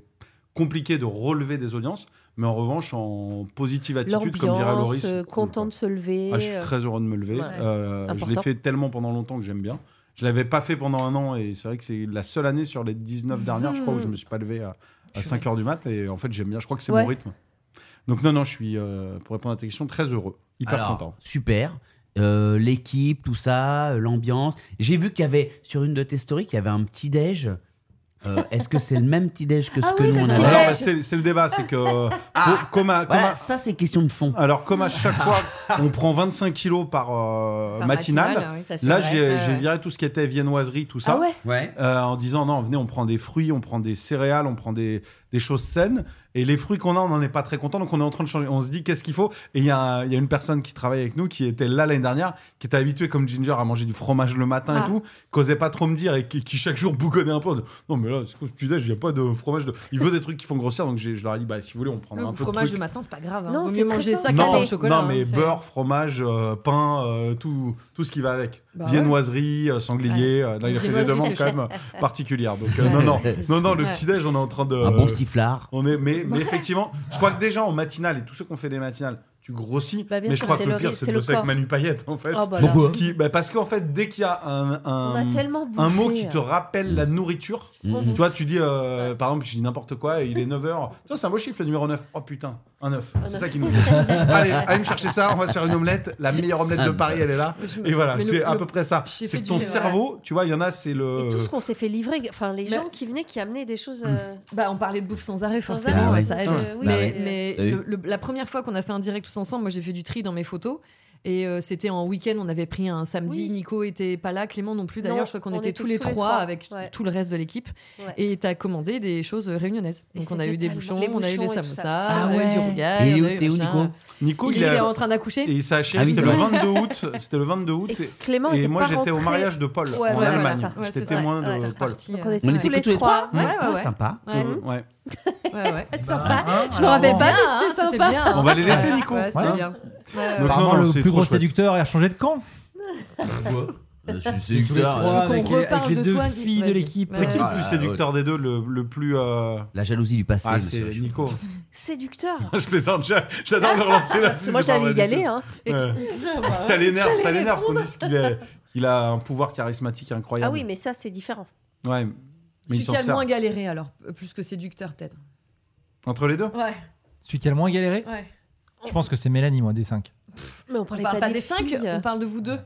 Speaker 6: compliqué de relever des audiences, mais en revanche, en positive attitude, comme dirait
Speaker 2: L'ambiance,
Speaker 6: Loris.
Speaker 2: euh,
Speaker 6: c'est cool,
Speaker 2: content
Speaker 6: quoi.
Speaker 2: de se lever.
Speaker 6: Ah, je suis très heureux de me lever.
Speaker 2: Euh, Ouais.
Speaker 6: Euh, je l'ai
Speaker 2: Important.
Speaker 6: fait tellement pendant longtemps que j'aime bien. Je l'avais pas fait pendant un an et c'est vrai que c'est la seule année sur les 19 dernières, je crois, où je me suis pas levé à,
Speaker 3: Purée.
Speaker 6: 5h du mat et en fait j'aime bien. Je crois que c'est
Speaker 2: Ouais.
Speaker 6: mon rythme. Donc non, non, je suis, euh, pour répondre à ta question, très heureux, hyper
Speaker 1: Alors,
Speaker 6: content.
Speaker 1: Super. Euh, L'équipe, tout ça, euh, l'ambiance. J'ai vu qu'il y avait, sur une de tes stories, qu'il y avait un petit déj. Euh, Est-ce que c'est le même petit déj que ce
Speaker 3: Ah
Speaker 1: que
Speaker 3: oui,
Speaker 1: nous
Speaker 3: le
Speaker 1: on
Speaker 3: petit
Speaker 1: avait
Speaker 3: déj.
Speaker 6: Alors bah, c'est c'est le débat, c'est que euh, co- comme à- comme
Speaker 1: Voilà,
Speaker 6: à-
Speaker 1: Ça, c'est question de fond.
Speaker 6: alors comme à chaque fois, on prend 25 kilos par, euh,
Speaker 3: Par
Speaker 6: matinale.
Speaker 3: matinale, oui, ça se
Speaker 6: Là,
Speaker 3: fait,
Speaker 6: j'ai
Speaker 3: ouais,
Speaker 6: j'ai
Speaker 3: ouais.
Speaker 6: viré tout ce qui était viennoiserie, tout ça.
Speaker 2: Ah ouais
Speaker 1: Ouais.
Speaker 6: Euh, en disant non, venez, on prend des fruits, on prend des céréales, on prend des, des choses saines. Et les fruits qu'on a, on n'en est pas très content, donc on est en train de changer. On se dit qu'est-ce qu'il faut. Et il y, a un- il y a une personne qui travaille avec nous, qui était là l'année dernière, qui était habituée comme Ginger à manger du fromage le matin
Speaker 2: Ah.
Speaker 6: et tout, qu'osait pas trop me dire et qui, qui chaque jour bougonnait un peu. en disant, Non mais là, c'est quoi ce petit déj Il n'y a pas de fromage. De... Il veut des trucs qui font grossir, donc j'ai- je leur ai dit bah si vous voulez, on prendra un
Speaker 3: Le
Speaker 6: peu
Speaker 3: fromage
Speaker 6: de
Speaker 3: le
Speaker 6: trucs.
Speaker 3: matin, c'est pas grave. hein.
Speaker 2: Non,
Speaker 3: Vaut
Speaker 2: c'est
Speaker 3: mieux
Speaker 2: très
Speaker 3: manger ça
Speaker 2: sain.
Speaker 3: qu'un
Speaker 2: matin,
Speaker 6: non,
Speaker 3: pain au chocolat.
Speaker 6: non, mais
Speaker 3: hein, c'est-
Speaker 6: beurre, fromage, euh, pain, euh, tout, tout ce qui va avec.
Speaker 3: Bah ouais.
Speaker 6: Viennoiserie, euh, sanglier. euh, là, il a fait des
Speaker 3: Viennoiserie,
Speaker 6: demandes
Speaker 3: c'est
Speaker 6: quand même euh, particulières. Donc, euh, non, non, non, non, le
Speaker 3: Ouais.
Speaker 6: petit déj, on est en train de.
Speaker 1: Un bon sifflard.
Speaker 6: on est, mais, mais effectivement, je crois que déjà en matinale et tous ceux qui ont fait des matinales, tu grossis.
Speaker 2: Bah, bien
Speaker 6: mais
Speaker 2: sûr,
Speaker 6: je crois
Speaker 2: c'est
Speaker 6: que le
Speaker 2: le
Speaker 6: pire,
Speaker 2: risque,
Speaker 6: c'est
Speaker 2: c'est
Speaker 6: de
Speaker 2: le
Speaker 6: bosser avec
Speaker 2: corps.
Speaker 6: Manu Payette, en fait.
Speaker 2: Ah, bah là.
Speaker 1: Pourquoi
Speaker 6: Qui- bah, parce qu'en fait, dès qu'il y a un,
Speaker 2: On
Speaker 6: un,
Speaker 2: a tellement bouffé. euh. Mmh.
Speaker 6: un mot qui te rappelle la nourriture,
Speaker 3: Mmh.
Speaker 6: tu vois, tu dis, euh, par exemple, je dis n'importe quoi, et il est 9h. Ça, c'est un beau chiffre, le numéro 9. Oh putain, un 9. C'est ça qui nous allez, allez me chercher ça, on va se faire une omelette. La meilleure omelette de Paris, elle est là.
Speaker 3: Je me-
Speaker 6: Et voilà,
Speaker 3: mais le-
Speaker 6: c'est à
Speaker 3: le-
Speaker 6: peu près ça.
Speaker 3: j'ai
Speaker 6: C'est
Speaker 3: fait
Speaker 6: que ton
Speaker 3: du-
Speaker 6: cerveau, tu vois, il y en a, c'est le.
Speaker 2: Et tout ce qu'on s'est fait livrer, enfin les gens qui venaient, qui amenaient des choses.
Speaker 6: Hum.
Speaker 2: euh,
Speaker 3: Bah, on parlait de bouffe sans arrêt,
Speaker 2: Sans
Speaker 3: forcément,
Speaker 1: arrêt,
Speaker 3: ça
Speaker 2: ouais.
Speaker 3: aide.
Speaker 2: Euh, oui,
Speaker 3: mais
Speaker 2: oui.
Speaker 3: mais
Speaker 1: T'as vu
Speaker 3: le- le- la première fois qu'on a fait un direct tous ensemble, moi j'ai fait du tri dans mes photos. Et euh, c'était en week-end, on avait pris un samedi.
Speaker 2: Oui.
Speaker 3: Nico était pas là, Clément non plus.
Speaker 2: Non,
Speaker 3: D'ailleurs, je crois qu'on
Speaker 2: on
Speaker 3: était, tous les trois, avec
Speaker 2: ouais.
Speaker 3: tout le reste de l'équipe.
Speaker 2: Ouais.
Speaker 3: Et t'as commandé des choses réunionnaises.
Speaker 2: Et
Speaker 3: Donc on a
Speaker 2: c'était
Speaker 3: eu des
Speaker 2: tellement-
Speaker 3: bouchons,
Speaker 2: les
Speaker 3: on a eu
Speaker 2: bouchons
Speaker 3: des
Speaker 2: et tout
Speaker 3: samosas,
Speaker 2: ça.
Speaker 3: on a
Speaker 1: Ah
Speaker 3: eu du
Speaker 1: ouais.
Speaker 3: rougail.
Speaker 1: Et
Speaker 3: on
Speaker 1: où
Speaker 3: a eu
Speaker 1: t'es où,
Speaker 3: machin.
Speaker 1: Nico
Speaker 6: Nico,
Speaker 3: Il,
Speaker 6: il, a-
Speaker 3: était en train d'accoucher.
Speaker 6: Et ça a
Speaker 1: Ah oui,
Speaker 6: c'était
Speaker 1: c'est
Speaker 6: le
Speaker 1: vrai.
Speaker 6: 22 août. C'était le 22 août.
Speaker 2: Et
Speaker 6: Et,
Speaker 2: Clément
Speaker 6: et
Speaker 2: était
Speaker 6: moi,
Speaker 2: pas
Speaker 6: j'étais au
Speaker 2: rentré.
Speaker 6: mariage de Paul
Speaker 2: Ouais,
Speaker 6: en
Speaker 2: ouais,
Speaker 6: Allemagne.
Speaker 2: voilà,
Speaker 3: ça. Ouais,
Speaker 6: J'étais
Speaker 3: c'est ça.
Speaker 6: témoin
Speaker 2: Ah,
Speaker 3: Ouais,
Speaker 6: de
Speaker 3: t'es
Speaker 6: Paul.
Speaker 3: reparti,
Speaker 2: Donc
Speaker 3: euh.
Speaker 2: on était
Speaker 1: On
Speaker 2: tous,
Speaker 1: était
Speaker 2: les trois.
Speaker 3: Ouais,
Speaker 2: ouais.
Speaker 3: ouais,
Speaker 1: Ah,
Speaker 3: ouais.
Speaker 1: Sympa.
Speaker 3: Ouais.
Speaker 6: Euh, ouais.
Speaker 3: Ouais, Bah, ouais.
Speaker 2: Elle sort pas.
Speaker 5: Ah,
Speaker 2: Je me rappelle
Speaker 3: Bien,
Speaker 2: pas,
Speaker 3: hein,
Speaker 2: mais c'était
Speaker 3: c'était
Speaker 2: sympa.
Speaker 3: bien.
Speaker 6: On va les laisser,
Speaker 3: Ouais,
Speaker 6: Nico.
Speaker 3: ouais, c'était
Speaker 5: Hein
Speaker 3: bien. Ouais, ouais.
Speaker 6: Donc,
Speaker 5: Apparemment,
Speaker 6: non, non,
Speaker 5: le
Speaker 6: c'est
Speaker 5: plus
Speaker 6: trop
Speaker 5: gros
Speaker 6: chouette.
Speaker 5: séducteur a changé de camp.
Speaker 1: Je suis
Speaker 5: Tous les
Speaker 1: séducteur.
Speaker 5: trois,
Speaker 1: euh,
Speaker 3: qu'on
Speaker 5: avec, les,
Speaker 3: reparle
Speaker 5: avec les
Speaker 3: de
Speaker 5: deux
Speaker 3: toi,
Speaker 5: filles de
Speaker 3: vas-y.
Speaker 5: l'équipe.
Speaker 6: C'est qui
Speaker 1: Ah,
Speaker 6: le plus séducteur des deux, le, le plus. euh,
Speaker 1: La jalousie du passé.
Speaker 6: Ah,
Speaker 1: monsieur,
Speaker 6: c'est
Speaker 1: je-
Speaker 6: Nico.
Speaker 2: Séducteur.
Speaker 6: je plaisante, j'a- j'adore me relancer
Speaker 2: Parce
Speaker 6: là-dessus.
Speaker 2: que moi,
Speaker 6: Ah, c'est
Speaker 2: j'allais
Speaker 6: pas vrai
Speaker 2: y
Speaker 6: du
Speaker 2: aller.
Speaker 6: tout.
Speaker 2: Hein.
Speaker 6: Ouais. Ça l'énerve, ça l'énerve qu'on dise qu'il est- qu'il a un pouvoir charismatique
Speaker 2: Ah
Speaker 6: incroyable.
Speaker 2: oui, mais ça, c'est différent.
Speaker 6: Ouais, mais il
Speaker 3: Celui
Speaker 6: s'en
Speaker 3: qui a le
Speaker 6: sert.
Speaker 3: moins galéré, alors, euh, plus que séducteur, peut-être.
Speaker 6: Entre les deux
Speaker 3: Ouais,
Speaker 5: Celui qui a le moins galéré
Speaker 3: ouais.
Speaker 5: Je pense que c'est Mélanie, moi, des 5.
Speaker 2: Mais on
Speaker 3: On
Speaker 2: parlait
Speaker 3: parle
Speaker 2: pas,
Speaker 3: pas des cinq,
Speaker 2: filles.
Speaker 3: on parle de vous deux.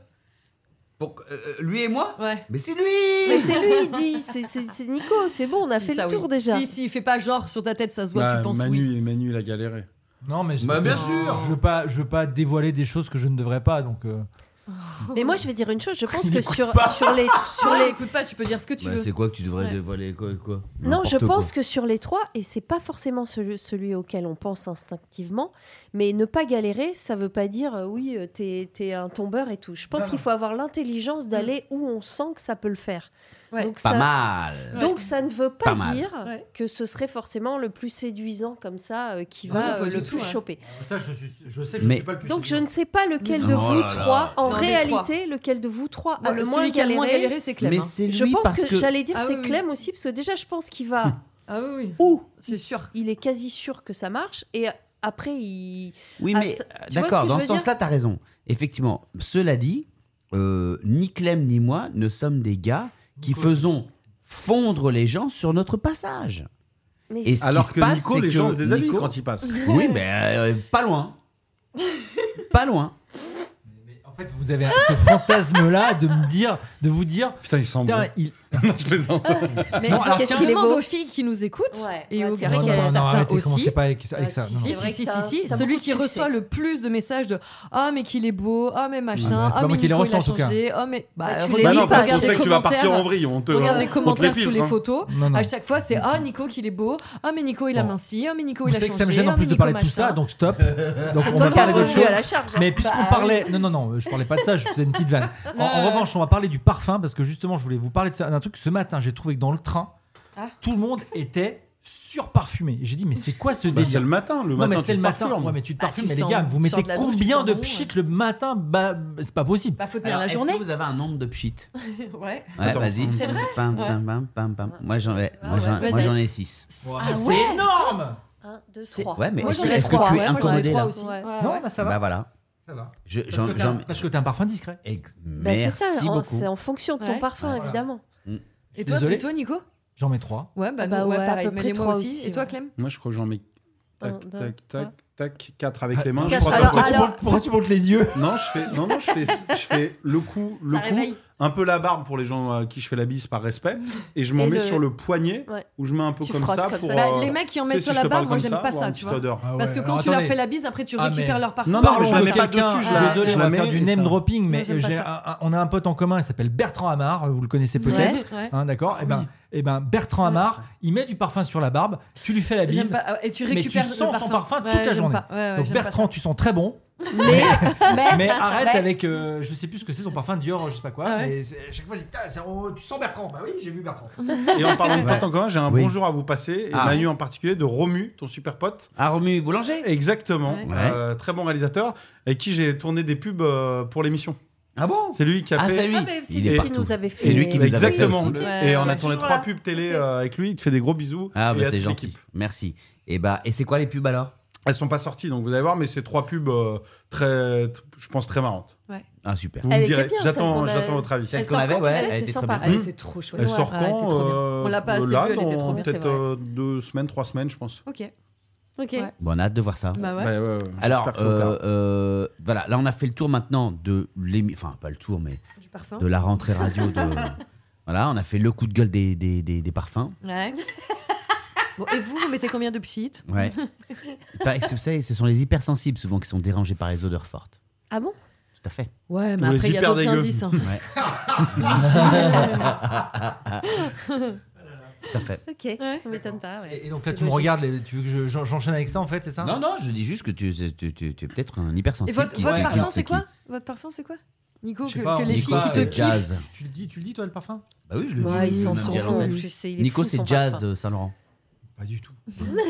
Speaker 1: Pour- euh, euh, lui et moi
Speaker 3: Ouais.
Speaker 1: Mais c'est lui
Speaker 2: Mais c'est lui, il dit. C'est- C'est c'est Nico, c'est bon, on a
Speaker 3: Si,
Speaker 2: fait
Speaker 3: ça,
Speaker 2: le tour
Speaker 3: oui.
Speaker 2: déjà.
Speaker 3: Si, si, il fait pas genre sur ta tête, ça se voit,
Speaker 6: Bah,
Speaker 3: tu penses
Speaker 6: Manu,
Speaker 3: oui.
Speaker 6: Manu, il a galéré.
Speaker 5: Non, mais je,
Speaker 1: Bah, bien sûr.
Speaker 5: je veux pas, je veux pas dévoiler des choses que je ne devrais pas. Donc, euh,
Speaker 2: Mais moi, je vais dire une chose. Je pense
Speaker 5: Il
Speaker 2: que
Speaker 5: m'écoute
Speaker 2: sur,
Speaker 5: pas.
Speaker 2: sur les. Sur
Speaker 3: Sur les
Speaker 2: les...
Speaker 3: écoute pas, tu peux dire ce que tu
Speaker 1: Bah,
Speaker 3: veux.
Speaker 1: C'est quoi que tu devrais
Speaker 3: Ouais.
Speaker 1: dévoiler quoi, quoi
Speaker 2: Non, je pense que sur les trois, et c'est pas forcément celui, celui auquel on pense instinctivement, mais ne pas galérer, ça veut pas dire euh, oui, euh, t'es t'es un tombeur et tout. Je pense
Speaker 4: Non,
Speaker 2: qu'il faut avoir l'intelligence d'aller où on sent que ça peut le faire.
Speaker 3: Mm. Ouais.
Speaker 2: Donc,
Speaker 1: Pas
Speaker 2: ça,
Speaker 1: mal
Speaker 2: donc ça ne veut
Speaker 1: Pas
Speaker 2: pas,
Speaker 1: mal.
Speaker 2: dire
Speaker 3: Ouais.
Speaker 2: que ce serait forcément le plus séduisant comme ça euh, qui
Speaker 3: Non,
Speaker 2: va
Speaker 3: pas
Speaker 2: euh,
Speaker 3: du
Speaker 2: le
Speaker 3: tout,
Speaker 2: plus
Speaker 3: hein.
Speaker 2: choper.
Speaker 4: Ça, je, suis, je sais que
Speaker 1: Mais-
Speaker 4: je suis pas le plus
Speaker 2: Donc je
Speaker 4: séduisant.
Speaker 2: ne sais pas lequel
Speaker 3: Non.
Speaker 2: de
Speaker 1: Oh
Speaker 2: vous
Speaker 1: là là.
Speaker 2: trois, en
Speaker 3: Non, des
Speaker 2: réalité, lequel de vous trois a
Speaker 3: Ouais,
Speaker 2: le
Speaker 3: celui
Speaker 2: moins
Speaker 3: qui a le moins
Speaker 2: galéré.
Speaker 3: galéré, c'est Clem.
Speaker 1: Mais
Speaker 3: hein.
Speaker 1: c'est lui
Speaker 2: Je pense
Speaker 1: parce
Speaker 2: que,
Speaker 1: que...
Speaker 2: j'allais dire
Speaker 3: Ah
Speaker 2: c'est
Speaker 3: oui, oui.
Speaker 2: Clem aussi parce que déjà je pense qu'il va
Speaker 3: Ah oui, oui.
Speaker 2: où
Speaker 3: C'est sûr.
Speaker 2: il est quasi sûr que ça marche et après il
Speaker 1: Oui,
Speaker 2: Ah,
Speaker 1: mais
Speaker 2: ça-
Speaker 1: euh,
Speaker 2: tu vois ce
Speaker 1: d'accord,
Speaker 2: que
Speaker 1: dans
Speaker 2: je
Speaker 1: ce
Speaker 2: veux
Speaker 1: sens-là, t'as raison. Effectivement, cela dit, euh, ni Clem ni moi ne sommes des gars qui
Speaker 5: Nico.
Speaker 1: faisons fondre les gens sur notre passage.
Speaker 2: mais
Speaker 1: Et ce
Speaker 6: Alors
Speaker 1: qui
Speaker 6: que
Speaker 1: se passe,
Speaker 6: Nico,
Speaker 1: c'est
Speaker 6: les
Speaker 1: que
Speaker 6: gens se déshabillent
Speaker 1: Nico-
Speaker 6: quand il passe.
Speaker 1: Oui, mais euh, pas loin. pas loin.
Speaker 5: mais en fait, vous avez ce fantasme-là de me dire, de vous dire,
Speaker 6: Putain, il sent bon.
Speaker 5: putain, il,
Speaker 6: Je plaisante.
Speaker 3: Mais
Speaker 5: Non,
Speaker 3: c'est-
Speaker 5: alors,
Speaker 3: qu'est-ce
Speaker 5: tiens-
Speaker 3: qu'il est
Speaker 2: Demande
Speaker 3: beau
Speaker 2: aux
Speaker 3: aux filles qui nous écoutent
Speaker 2: Ouais,
Speaker 3: et
Speaker 2: ouais,
Speaker 3: aux
Speaker 2: c'est vrai
Speaker 3: garçons,
Speaker 2: qu'il y a-
Speaker 3: certains
Speaker 5: arrêtez,
Speaker 3: aussi.
Speaker 5: commencez pas avec, avec
Speaker 2: Ouais,
Speaker 5: ça.
Speaker 2: si,
Speaker 5: non, non.
Speaker 3: Si,
Speaker 2: C'est vrai
Speaker 3: si,
Speaker 2: que
Speaker 3: si,
Speaker 2: t'as-
Speaker 3: si, si.
Speaker 2: t'as
Speaker 3: Celui
Speaker 2: beaucoup
Speaker 3: qui
Speaker 2: de
Speaker 3: reçoit
Speaker 2: succès.
Speaker 3: le plus de messages de Ah, mais qu'il est beau, ah, mais
Speaker 5: Ouais,
Speaker 3: machin,
Speaker 5: c'est
Speaker 3: ah,
Speaker 5: pas moi
Speaker 3: mais
Speaker 5: qui les
Speaker 3: Nico, il a
Speaker 5: reçois, en tout cas.
Speaker 3: changé, ah, mais.
Speaker 2: Bah, tu
Speaker 3: regarde-
Speaker 2: les
Speaker 6: Bah
Speaker 2: lis
Speaker 6: non,
Speaker 2: pas,
Speaker 6: parce
Speaker 3: regarde
Speaker 6: qu'on
Speaker 3: les
Speaker 6: sait que tu vas partir en
Speaker 3: commentaires.
Speaker 6: vrille. On te
Speaker 3: Regarde
Speaker 6: on-
Speaker 3: les
Speaker 6: on te
Speaker 3: commentaires sous
Speaker 6: filtre,
Speaker 3: les
Speaker 6: hein.
Speaker 3: photos.
Speaker 5: Non, non.
Speaker 3: À chaque fois, c'est Ah, Nico, qu'il est beau, ah, mais Nico, il a
Speaker 5: Bon.
Speaker 3: minci, ah, mais Nico,
Speaker 5: Vous
Speaker 3: il a
Speaker 5: savez
Speaker 3: changé.
Speaker 5: que ça me gêne en plus de parler de tout ça, donc stop. Donc
Speaker 2: hein, c'est
Speaker 5: on
Speaker 2: toi
Speaker 5: va
Speaker 2: qui as
Speaker 5: parler d'autres
Speaker 2: revenu
Speaker 5: choses.
Speaker 2: à la charge hein.
Speaker 5: Mais puisqu'on
Speaker 3: Bah,
Speaker 5: parlait, non non non, euh, je parlais pas de ça, je faisais une petite vanne. En, en
Speaker 3: Ouais.
Speaker 5: revanche, on va parler du parfum parce que justement, je voulais vous parler de ça, d'un truc que ce matin, j'ai trouvé que dans le train,
Speaker 3: Ah.
Speaker 5: tout le monde était surparfumé. Et J'ai dit mais c'est quoi ce
Speaker 6: Bah, c'est
Speaker 5: délire
Speaker 6: le matin. Le
Speaker 5: Non
Speaker 6: matin,
Speaker 5: mais
Speaker 6: tu
Speaker 5: c'est le matin.
Speaker 6: parfumes.
Speaker 5: Ouais, mais tu te
Speaker 3: Bah,
Speaker 5: parfumes.
Speaker 3: tu
Speaker 5: mais les
Speaker 3: sens-
Speaker 5: gars, vous
Speaker 3: tu sors
Speaker 5: mettez
Speaker 3: de la douche,
Speaker 5: combien
Speaker 3: tu
Speaker 5: de
Speaker 3: sens bon,
Speaker 5: pchit le matin Bah c'est pas possible.
Speaker 3: Bah, faut tenir
Speaker 1: Alors,
Speaker 3: la
Speaker 1: est-ce
Speaker 3: journée.
Speaker 1: que vous avez un nombre de pchites
Speaker 3: Ouais.
Speaker 1: Ouais,
Speaker 6: Attends.
Speaker 1: vas-y.
Speaker 6: C'est
Speaker 1: Pam, pam, pam, pam, pam. Moi, j'en ai- moi, j'en-
Speaker 3: Ah, ouais.
Speaker 1: moi,
Speaker 3: Vas-y.
Speaker 1: j'en ai 6.
Speaker 5: Ah, C'est énorme.
Speaker 2: Un, deux,
Speaker 3: C'est-
Speaker 2: trois.
Speaker 1: Ouais, mais
Speaker 3: Moi,
Speaker 1: est-ce
Speaker 3: j'en
Speaker 1: que,
Speaker 3: ai
Speaker 1: est-ce que
Speaker 3: trois,
Speaker 1: tu es
Speaker 3: ouais, moi, j'en ai
Speaker 1: incommodé
Speaker 3: trois
Speaker 1: là
Speaker 3: aussi.
Speaker 2: Ouais.
Speaker 3: Ouais,
Speaker 5: Non,
Speaker 3: Ah ouais.
Speaker 5: bah, ça va.
Speaker 1: Bah voilà.
Speaker 5: Ça va.
Speaker 1: Je-
Speaker 5: Parce
Speaker 1: j'en-
Speaker 5: que t'as-
Speaker 1: j'en-
Speaker 5: Parce que t'as un parfum discret.
Speaker 1: Ex-
Speaker 2: Bah, c'est ça,
Speaker 1: Merci
Speaker 2: en-
Speaker 1: beaucoup.
Speaker 2: c'est en fonction de ton
Speaker 3: Ouais.
Speaker 2: parfum
Speaker 5: Voilà.
Speaker 2: évidemment
Speaker 3: Et toi,
Speaker 5: Désolé.
Speaker 3: et toi, Nico
Speaker 5: J'en mets trois.
Speaker 3: Ouais, bah,
Speaker 2: Bah
Speaker 3: nous, ouais,
Speaker 2: ouais, à
Speaker 3: pareil,
Speaker 2: peu
Speaker 3: mais
Speaker 2: près
Speaker 3: les moi
Speaker 2: trois
Speaker 3: aussi.
Speaker 2: aussi,
Speaker 3: Et toi,
Speaker 2: ouais.
Speaker 3: Clem
Speaker 6: Moi, je crois que j'en mets.
Speaker 2: Un,
Speaker 6: Tac,
Speaker 2: deux,
Speaker 6: tac,
Speaker 2: trois.
Speaker 6: tac, tac. 4 avec les mains.
Speaker 5: Ah,
Speaker 6: Je
Speaker 5: quatre.
Speaker 6: crois que-
Speaker 2: Alors,
Speaker 5: pourquoi, tu
Speaker 2: alors-
Speaker 5: montes, pourquoi tu montes les yeux
Speaker 6: Non, je fais, non, non, je fais, je fais le cou, le
Speaker 3: Ça
Speaker 6: cou,
Speaker 3: réveille.
Speaker 6: un peu la barbe pour les gens à qui je fais la bise par respect, et je m'en
Speaker 2: Et
Speaker 6: mets
Speaker 2: le-
Speaker 6: sur le poignet
Speaker 2: Ouais.
Speaker 6: où je mets un peu
Speaker 2: Tu
Speaker 6: comme
Speaker 2: frottes
Speaker 6: ça
Speaker 2: comme
Speaker 6: pour.
Speaker 2: ça.
Speaker 3: Bah,
Speaker 6: euh,
Speaker 3: les mecs qui en
Speaker 6: tu
Speaker 3: mettent
Speaker 6: sais,
Speaker 3: sur
Speaker 6: si
Speaker 3: la
Speaker 6: je te parle
Speaker 3: barbe, moi
Speaker 6: comme
Speaker 3: j'aime
Speaker 6: ça,
Speaker 3: pas
Speaker 6: avoir
Speaker 3: ça,
Speaker 6: une
Speaker 3: tu
Speaker 6: petite
Speaker 3: vois.
Speaker 6: odeur.
Speaker 5: Ah
Speaker 3: Parce que
Speaker 5: ouais,
Speaker 3: quand
Speaker 5: alors
Speaker 3: tu leur
Speaker 5: attendez.
Speaker 3: fais la bise, après tu
Speaker 5: Ah,
Speaker 3: récupères
Speaker 5: mais-
Speaker 3: leur parfum.
Speaker 6: Non, non, mais
Speaker 5: Parlons
Speaker 6: je la
Speaker 5: de
Speaker 6: mets pas
Speaker 5: quelqu'un.
Speaker 6: dessus, je la-
Speaker 5: Désolé,
Speaker 6: je
Speaker 5: on
Speaker 6: la
Speaker 5: va faire
Speaker 6: mets
Speaker 5: du
Speaker 6: et ça-
Speaker 5: name dropping, mais
Speaker 3: j'aime pas
Speaker 5: j'ai
Speaker 3: ça.
Speaker 5: un- un- on a un pote en commun, il s'appelle Bertrand Amar, vous le connaissez peut-être.
Speaker 3: Ouais, ouais.
Speaker 5: Hein, D'accord et, ben, et ben Bertrand Amar, il met du parfum sur la barbe, tu lui fais la
Speaker 3: J'aime
Speaker 5: bise.
Speaker 3: pas. ah, Et tu
Speaker 5: Mais
Speaker 3: récupères
Speaker 5: tu
Speaker 3: le
Speaker 5: sens son parfum toute la
Speaker 3: j'aime
Speaker 5: journée.
Speaker 3: pas. Ouais, ouais,
Speaker 5: Donc
Speaker 3: j'aime pas
Speaker 5: Bertrand, tu sens très bon,
Speaker 3: ça. mais,
Speaker 5: mais arrête
Speaker 3: Ouais. Ah
Speaker 5: avec, euh, je sais plus ce que c'est son parfum Dior, je sais pas quoi.
Speaker 3: Ouais.
Speaker 5: mais c'est- à chaque fois, je dis, Putain, c'est- oh, tu sens Bertrand Bah oui, j'ai vu Bertrand.
Speaker 6: Et en parlant de
Speaker 1: Ouais.
Speaker 6: potes en commun, j'ai un
Speaker 1: Oui.
Speaker 6: bonjour à vous passer, et
Speaker 1: Ah.
Speaker 6: Manu en particulier, de Romu, ton super pote.
Speaker 1: Ah, Romu Boulanger
Speaker 6: Exactement,
Speaker 3: Ouais.
Speaker 6: Euh, très bon réalisateur, avec qui j'ai tourné des pubs euh, pour l'émission.
Speaker 1: Ah bon
Speaker 6: C'est lui qui a
Speaker 1: Ah,
Speaker 6: fait.
Speaker 1: c'est lui.
Speaker 2: Ah, mais c'est
Speaker 1: Il
Speaker 2: lui
Speaker 1: est
Speaker 2: qui
Speaker 1: partout.
Speaker 2: nous avait fait-
Speaker 1: C'est lui qui nous avait fait
Speaker 6: Exactement.
Speaker 1: aussi.
Speaker 6: Le-
Speaker 2: Ouais,
Speaker 6: et on
Speaker 2: ouais,
Speaker 6: a tourné
Speaker 2: toujours
Speaker 6: trois
Speaker 2: là.
Speaker 6: pubs télé euh, avec lui. Il te fait des gros bisous.
Speaker 1: Ah
Speaker 6: Et
Speaker 1: bah
Speaker 6: à
Speaker 1: c'est
Speaker 6: toute
Speaker 1: gentil,
Speaker 6: l'équipe.
Speaker 1: merci. Et bah et c'est quoi les pubs alors
Speaker 6: Elles sont pas sorties, donc vous allez voir, mais c'est trois pubs euh, très, t- je pense, très marrantes.
Speaker 1: Ah super.
Speaker 6: Vous
Speaker 2: Elle
Speaker 6: me
Speaker 2: était
Speaker 6: direz.
Speaker 2: bien, celle
Speaker 6: J'attends,
Speaker 2: qu'on a-
Speaker 6: j'attends votre avis.
Speaker 1: Celle
Speaker 3: Elle
Speaker 1: qu'on
Speaker 3: sort
Speaker 1: avait,
Speaker 3: quand,
Speaker 1: ouais,
Speaker 3: tu sais,
Speaker 1: elle
Speaker 2: c'est
Speaker 1: était très
Speaker 2: sympa.
Speaker 1: bien.
Speaker 3: Elle était trop chouette.
Speaker 6: Elle
Speaker 3: Ouais,
Speaker 6: sort
Speaker 3: ouais, elle était
Speaker 6: quand
Speaker 3: trop bien.
Speaker 6: euh,
Speaker 3: On l'a pas assez
Speaker 6: là,
Speaker 3: vue, elle était trop
Speaker 6: dans
Speaker 3: bien,
Speaker 6: Peut-être
Speaker 2: c'est vrai.
Speaker 6: euh, deux semaines, trois semaines, je pense.
Speaker 3: Ok.
Speaker 2: ok
Speaker 3: Ouais.
Speaker 1: Bon, on a hâte de voir ça.
Speaker 3: Bah ouais.
Speaker 6: Bah, ouais, ouais,
Speaker 1: Alors,
Speaker 6: j'espère que ça vous plaira.
Speaker 1: euh, euh, voilà, là on a fait le tour maintenant de l'émission, enfin pas le tour, mais
Speaker 3: Du parfum.
Speaker 1: de la rentrée radio. De... voilà, on a fait le coup de gueule des, des, des, des parfums.
Speaker 3: Ouais. Bon, et vous, vous mettez combien de pchit
Speaker 1: Ouais. Enfin, vous savez, ce sont les hypersensibles souvent qui sont dérangés par les odeurs fortes.
Speaker 2: ah bon
Speaker 1: Tout à fait.
Speaker 3: Ouais, mais
Speaker 6: Ou les
Speaker 3: après, il y a
Speaker 6: hyper
Speaker 3: d'autres
Speaker 6: dégueux.
Speaker 3: indices. hein.
Speaker 1: Ouais. Tout à fait.
Speaker 2: ok ça m'étonne pas ouais.
Speaker 5: Et, et donc
Speaker 2: C'est
Speaker 5: là, tu me
Speaker 2: logique.
Speaker 5: regardes, les- tu veux que je- j'en- j'enchaîne avec ça en fait, c'est ça
Speaker 1: Non, non, je dis juste que tu, tu, tu- tu es peut-être un
Speaker 3: Et
Speaker 1: hypersensible.
Speaker 3: votre,
Speaker 1: qui-
Speaker 3: votre
Speaker 1: qui-
Speaker 3: parfum,
Speaker 1: qui-
Speaker 3: c'est
Speaker 1: qui-
Speaker 3: quoi Votre parfum, c'est quoi Nico,
Speaker 5: Je sais
Speaker 3: que,
Speaker 5: pas,
Speaker 3: que
Speaker 5: on
Speaker 3: les
Speaker 5: dit
Speaker 3: filles
Speaker 5: pas,
Speaker 3: qui te
Speaker 5: c'est
Speaker 3: kiffent.
Speaker 1: jazz.
Speaker 5: Tu le dis, tu le dis toi le parfum
Speaker 1: Bah oui, je le dis.
Speaker 2: ouais, il
Speaker 1: je
Speaker 2: s'en
Speaker 1: viens de
Speaker 2: fout
Speaker 1: dire en fait.
Speaker 2: en plus, il est
Speaker 1: Nico,
Speaker 2: fou,
Speaker 1: c'est
Speaker 2: son
Speaker 1: jazz
Speaker 2: parfum.
Speaker 1: de Saint-Laurent.
Speaker 5: Pas du tout.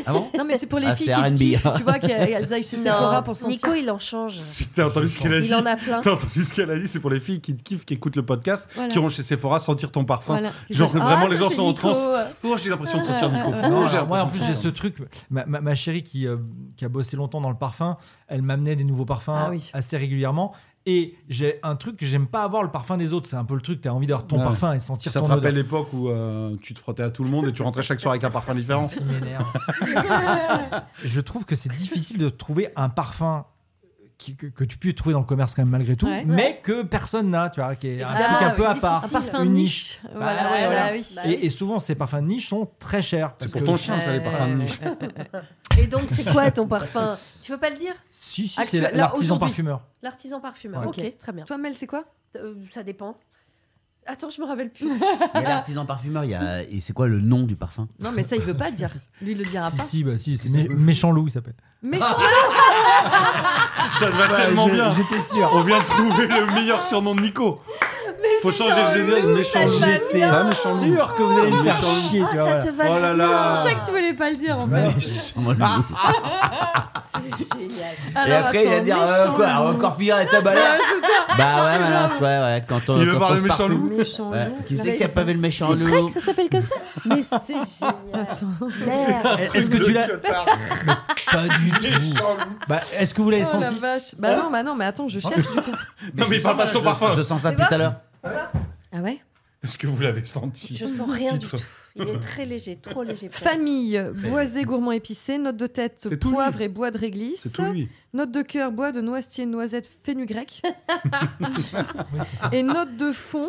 Speaker 1: Ah bon
Speaker 3: Non, mais c'est pour les
Speaker 1: Ah, c'est
Speaker 3: filles qui te
Speaker 1: R&B.
Speaker 3: kiffent, tu vois, qu'elles aillent chez Sephora pour sentir.
Speaker 2: Nico, il en change.
Speaker 6: T'as entendu ce qu'elle a dit
Speaker 2: Il en a plein.
Speaker 6: T'as entendu ce qu'elle a dit C'est pour les filles qui te kiffent, qui écoutent le podcast,
Speaker 3: Voilà.
Speaker 6: qui vont chez Sephora sentir ton parfum.
Speaker 3: Voilà.
Speaker 6: Genre,
Speaker 3: Ah,
Speaker 6: vraiment,
Speaker 3: ça,
Speaker 6: les gens
Speaker 3: c'est
Speaker 6: sont en
Speaker 3: Nico.
Speaker 6: transe. Oh, j'ai l'impression de sentir Nico.
Speaker 5: Non,
Speaker 6: Oh, j'ai
Speaker 5: alors, moi, en
Speaker 6: l'impression
Speaker 5: plus,
Speaker 6: de
Speaker 5: j'ai ce
Speaker 6: sentir-
Speaker 5: truc. Ma, ma- ma chérie qui, euh, qui a bossé longtemps dans le parfum, elle m'amenait des nouveaux parfums
Speaker 3: Ah oui.
Speaker 5: assez régulièrement. Et j'ai un truc que j'aime pas avoir le parfum des autres. C'est un peu le truc, t'as envie d'avoir ton
Speaker 6: Ouais.
Speaker 5: parfum et de sentir
Speaker 6: Ça te
Speaker 5: ton
Speaker 6: rappelle
Speaker 5: odeur.
Speaker 6: l'époque où euh, tu te frottais à tout le monde et tu rentrais chaque soir avec un parfum différent
Speaker 5: Il m'énerve. Je trouve que c'est difficile de trouver un parfum qui- que, que tu peux trouver dans le commerce quand même malgré tout,
Speaker 3: Ouais.
Speaker 5: mais que personne n'a, tu vois, qui est un
Speaker 3: Ah,
Speaker 5: truc un
Speaker 3: c'est
Speaker 5: peu à
Speaker 2: difficile.
Speaker 5: part.
Speaker 3: Un parfum
Speaker 5: Une
Speaker 3: niche. Voilà,
Speaker 5: Bah,
Speaker 3: ouais,
Speaker 5: voilà.
Speaker 3: bah oui.
Speaker 2: Bah, oui.
Speaker 5: Et, et souvent, ces parfums de niche sont très chers.
Speaker 6: C'est
Speaker 5: parce
Speaker 6: pour
Speaker 5: que-
Speaker 6: ton chien, ça, les
Speaker 3: Ouais,
Speaker 6: parfums de
Speaker 3: ouais,
Speaker 6: niche.
Speaker 3: ouais, ouais.
Speaker 2: Et donc, c'est quoi ton parfum Tu veux pas le dire
Speaker 5: Si, si, c'est
Speaker 3: Actuel- là,
Speaker 5: l'artisan
Speaker 3: aujourd'hui.
Speaker 5: parfumeur.
Speaker 2: L'artisan parfumeur.
Speaker 3: Ouais.
Speaker 2: ok, très bien.
Speaker 3: Toi, Mel, c'est quoi
Speaker 2: Euh, ça dépend. Attends, je me rappelle plus.
Speaker 1: Mais l'artisan parfumeur, il y a... et c'est quoi le nom du parfum
Speaker 3: Non, mais ça, il veut pas dire. Lui, il le dira
Speaker 5: Si,
Speaker 3: pas.
Speaker 5: si, bah, si, c'est
Speaker 1: Ça
Speaker 5: mé-
Speaker 1: me-
Speaker 5: méchant loup, il s'appelle.
Speaker 3: Méchant.
Speaker 6: Ça te va tellement
Speaker 5: j'ai-
Speaker 6: bien.
Speaker 5: J'étais sûr.
Speaker 6: On vient de trouver le meilleur surnom de Nico. Faut changer le générique, méchant loup.
Speaker 2: J'étais
Speaker 6: Ça, méchant loup.
Speaker 5: sûr que vous allez me faire chier,
Speaker 2: Ah,
Speaker 5: tu vois.
Speaker 2: ça
Speaker 5: voilà.
Speaker 2: te va
Speaker 6: Oh là
Speaker 3: C'est
Speaker 6: là.
Speaker 3: pour ça que tu voulais pas le dire, en
Speaker 5: Ouais.
Speaker 3: fait.
Speaker 2: C'est génial.
Speaker 1: Et
Speaker 3: Alors,
Speaker 1: après, il va
Speaker 3: attends,
Speaker 1: dire euh,
Speaker 3: méchant
Speaker 1: quoi
Speaker 3: loup.
Speaker 1: Encore pire, et ta balade
Speaker 3: Ouais, c'est ça.
Speaker 1: Bah ouais, Valence, ouais, ouais. Quand on,
Speaker 6: Il veut
Speaker 1: quand
Speaker 6: voir
Speaker 1: on
Speaker 6: le
Speaker 1: se
Speaker 6: méchant
Speaker 1: parfume.
Speaker 6: loup.
Speaker 3: Méchant
Speaker 1: Ouais.
Speaker 3: loup.
Speaker 1: Qui
Speaker 3: Là,
Speaker 1: c'est qui a
Speaker 3: il-
Speaker 1: pas vu le méchant
Speaker 2: C'est vrai
Speaker 1: loup
Speaker 2: que ça s'appelle comme ça Mais c'est génial.
Speaker 3: Attends.
Speaker 2: Merde.
Speaker 5: Est-ce que tu l'as
Speaker 6: Cotard.
Speaker 5: Pas du tout. Bah, est-ce que vous l'avez
Speaker 3: Oh la
Speaker 5: senti
Speaker 3: vache. Bah non, bah non, mais attends, je cherche du coup.
Speaker 6: Non, mais il parle pas de son
Speaker 1: Je-
Speaker 6: parfum.
Speaker 1: Je sens ça
Speaker 2: Tu
Speaker 1: depuis
Speaker 2: vois
Speaker 1: tout à l'heure.
Speaker 3: Ah ouais
Speaker 6: Est-ce que vous l'avez senti
Speaker 2: Je sens rien du
Speaker 6: Titre.
Speaker 2: tout. Il est très léger, trop léger. pour moi.
Speaker 3: Famille, boisé gourmand épicé, note de tête,
Speaker 6: C'est tout
Speaker 3: poivre
Speaker 6: lui.
Speaker 3: et bois de réglisse.
Speaker 6: C'est tout lui.
Speaker 3: Note de cœur, bois de noisetier, noisette, grec.
Speaker 5: Oui, c'est ça.
Speaker 3: Et note de fond,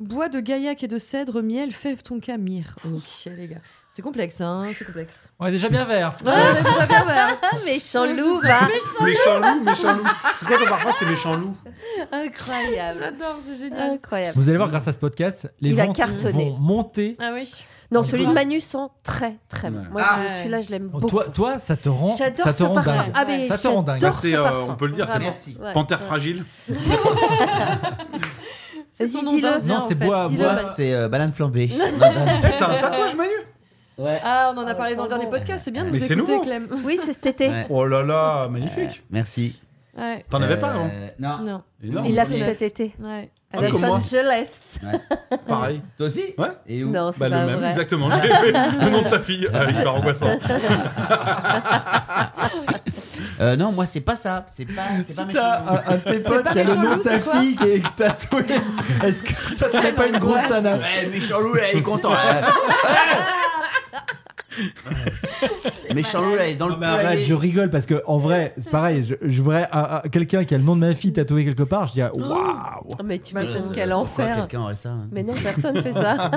Speaker 3: bois de gaillac et de cèdre, miel, fève, tonka, myrrhe. Ok, Oh, les gars. C'est complexe, hein C'est complexe.
Speaker 5: On est déjà bien vert.
Speaker 3: Ah, mais j'avais un-
Speaker 2: Ah, méchant hein. loup, va
Speaker 6: Méchant loup, méchant loup. C'est quoi ton parfum C'est méchant loup.
Speaker 2: Incroyable.
Speaker 3: J'adore, c'est génial.
Speaker 2: Incroyable.
Speaker 5: Vous allez voir, grâce à ce podcast, les
Speaker 2: Il va
Speaker 5: ventes
Speaker 2: cartonner.
Speaker 5: vont monter.
Speaker 3: Ah oui.
Speaker 2: Non, celui de Manu sent très, très bon.
Speaker 6: Ouais.
Speaker 2: Moi,
Speaker 3: Ah.
Speaker 2: je- celui-là, je l'aime
Speaker 5: Oh,
Speaker 2: beaucoup.
Speaker 5: toi, toi, ça te rend, ça
Speaker 2: J'adore
Speaker 5: te
Speaker 2: ce
Speaker 5: rend
Speaker 2: parfum.
Speaker 5: dingue.
Speaker 2: Ah, mais
Speaker 5: Ça te rend dingue.
Speaker 2: j'adore
Speaker 6: Bah,
Speaker 2: ce
Speaker 6: c'est, euh,
Speaker 2: parfum.
Speaker 6: on peut le dire, c'est
Speaker 2: Vraiment.
Speaker 1: bon.
Speaker 2: Ouais,
Speaker 6: Panthère
Speaker 2: ouais.
Speaker 6: fragile.
Speaker 3: C'est
Speaker 2: Vas-y,
Speaker 3: son nom
Speaker 2: dis-le.
Speaker 3: d'Indien,
Speaker 5: Non,
Speaker 3: en
Speaker 5: c'est
Speaker 3: fait.
Speaker 5: bois-
Speaker 3: Dis-le,
Speaker 1: Moi,
Speaker 3: Manu.
Speaker 1: c'est euh, banane flambée.
Speaker 6: Eh, T'as un tatouage, Manu
Speaker 1: ouais.
Speaker 3: Ah, on en a
Speaker 2: Ah,
Speaker 3: parlé dans le
Speaker 2: c'est
Speaker 3: dernier
Speaker 2: bon.
Speaker 3: podcast, c'est bien de
Speaker 6: Mais
Speaker 3: nous
Speaker 6: c'est
Speaker 3: écouter,
Speaker 6: nouveau.
Speaker 3: Clem.
Speaker 2: Oui, c'est cet été.
Speaker 1: Ouais.
Speaker 6: Oh là là, magnifique.
Speaker 1: Euh, Merci.
Speaker 3: Ouais,
Speaker 6: T'en avais pas hein
Speaker 1: Euh,
Speaker 6: avant
Speaker 1: Non.
Speaker 3: non,
Speaker 6: Énorme.
Speaker 2: Il l'a fait
Speaker 1: Ouais.
Speaker 2: cet été.
Speaker 3: ouais.
Speaker 2: À
Speaker 6: Ouais,
Speaker 2: Los
Speaker 6: comme moi.
Speaker 2: Angeles.
Speaker 6: Pareil.
Speaker 1: Toi aussi
Speaker 6: Ouais.
Speaker 1: Et où
Speaker 2: Non, c'est
Speaker 6: Bah,
Speaker 2: pas
Speaker 6: le même,
Speaker 2: vrai.
Speaker 6: exactement. J'ai fait le nom de ta fille. Ah, hyper angoissant.
Speaker 1: Euh, Non, moi, c'est pas ça. C'est pas, c'est pas
Speaker 5: Si
Speaker 1: méchant.
Speaker 5: t'as
Speaker 1: loup.
Speaker 5: un, un de tes potes
Speaker 3: pas
Speaker 5: qui a le
Speaker 3: méchant
Speaker 5: nom
Speaker 3: loup,
Speaker 5: de ta
Speaker 3: c'est quoi
Speaker 5: fille qui est tatoué, est-ce que ça te fait pas une grosse tanasse
Speaker 1: Ouais, méchant loup, là, il est content. hein. méchant loup, là, il est dans le
Speaker 5: Non, mais
Speaker 1: coup, là,
Speaker 5: arrête,
Speaker 1: il est-
Speaker 5: je rigole parce que en vrai, c'est pareil. Je, je verrais un- un- quelqu'un qui a le nom de ma fille tatoué quelque part, je dirais waouh.
Speaker 2: Mais tu
Speaker 1: Euh,
Speaker 2: imagines quel
Speaker 1: pourquoi
Speaker 2: enfer. Bah,
Speaker 1: Quelqu'un aurait ça. hein.
Speaker 2: Mais non, personne fait ça.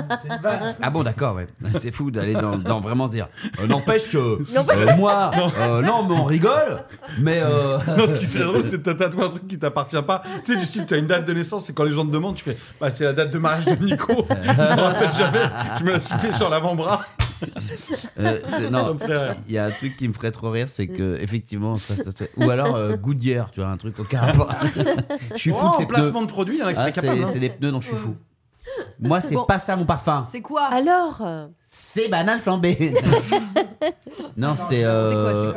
Speaker 1: Ah bon, d'accord, ouais. C'est fou d'aller dans, dans vraiment se dire. euh, N'empêche que
Speaker 2: N'empêche-
Speaker 1: euh, moi, euh, non, mais on rigole, mais euh,
Speaker 6: Non, ce qui serait drôle, c'est de te tatouer un truc qui t'appartient pas. Tu sais, du style, t'as une date de naissance et quand les gens te demandent, tu fais Bah, c'est la date de mariage de Nico. Ils s'en rappellent jamais. Je me la suis fait sur l'avant-bras.
Speaker 1: euh, c'est-
Speaker 6: Ça
Speaker 1: non.
Speaker 6: me fait rire.
Speaker 1: Il y a un truc qui me ferait trop rire, c'est que effectivement, on se fasse tatouer. Ou alors euh, Goodyear, tu vois, un truc aucun rapport. je suis fou
Speaker 6: Oh,
Speaker 1: de
Speaker 6: en
Speaker 1: ces pneus.
Speaker 6: placement de produit, il y en a qui
Speaker 1: Ah,
Speaker 6: seraient capables.
Speaker 1: c'est
Speaker 6: hein.
Speaker 1: c'est des pneus dont je suis fou. Moi, c'est
Speaker 3: Bon.
Speaker 1: pas ça mon parfum.
Speaker 3: C'est quoi
Speaker 2: Alors, euh,
Speaker 1: C'est banane flambée. non, c'est. euh,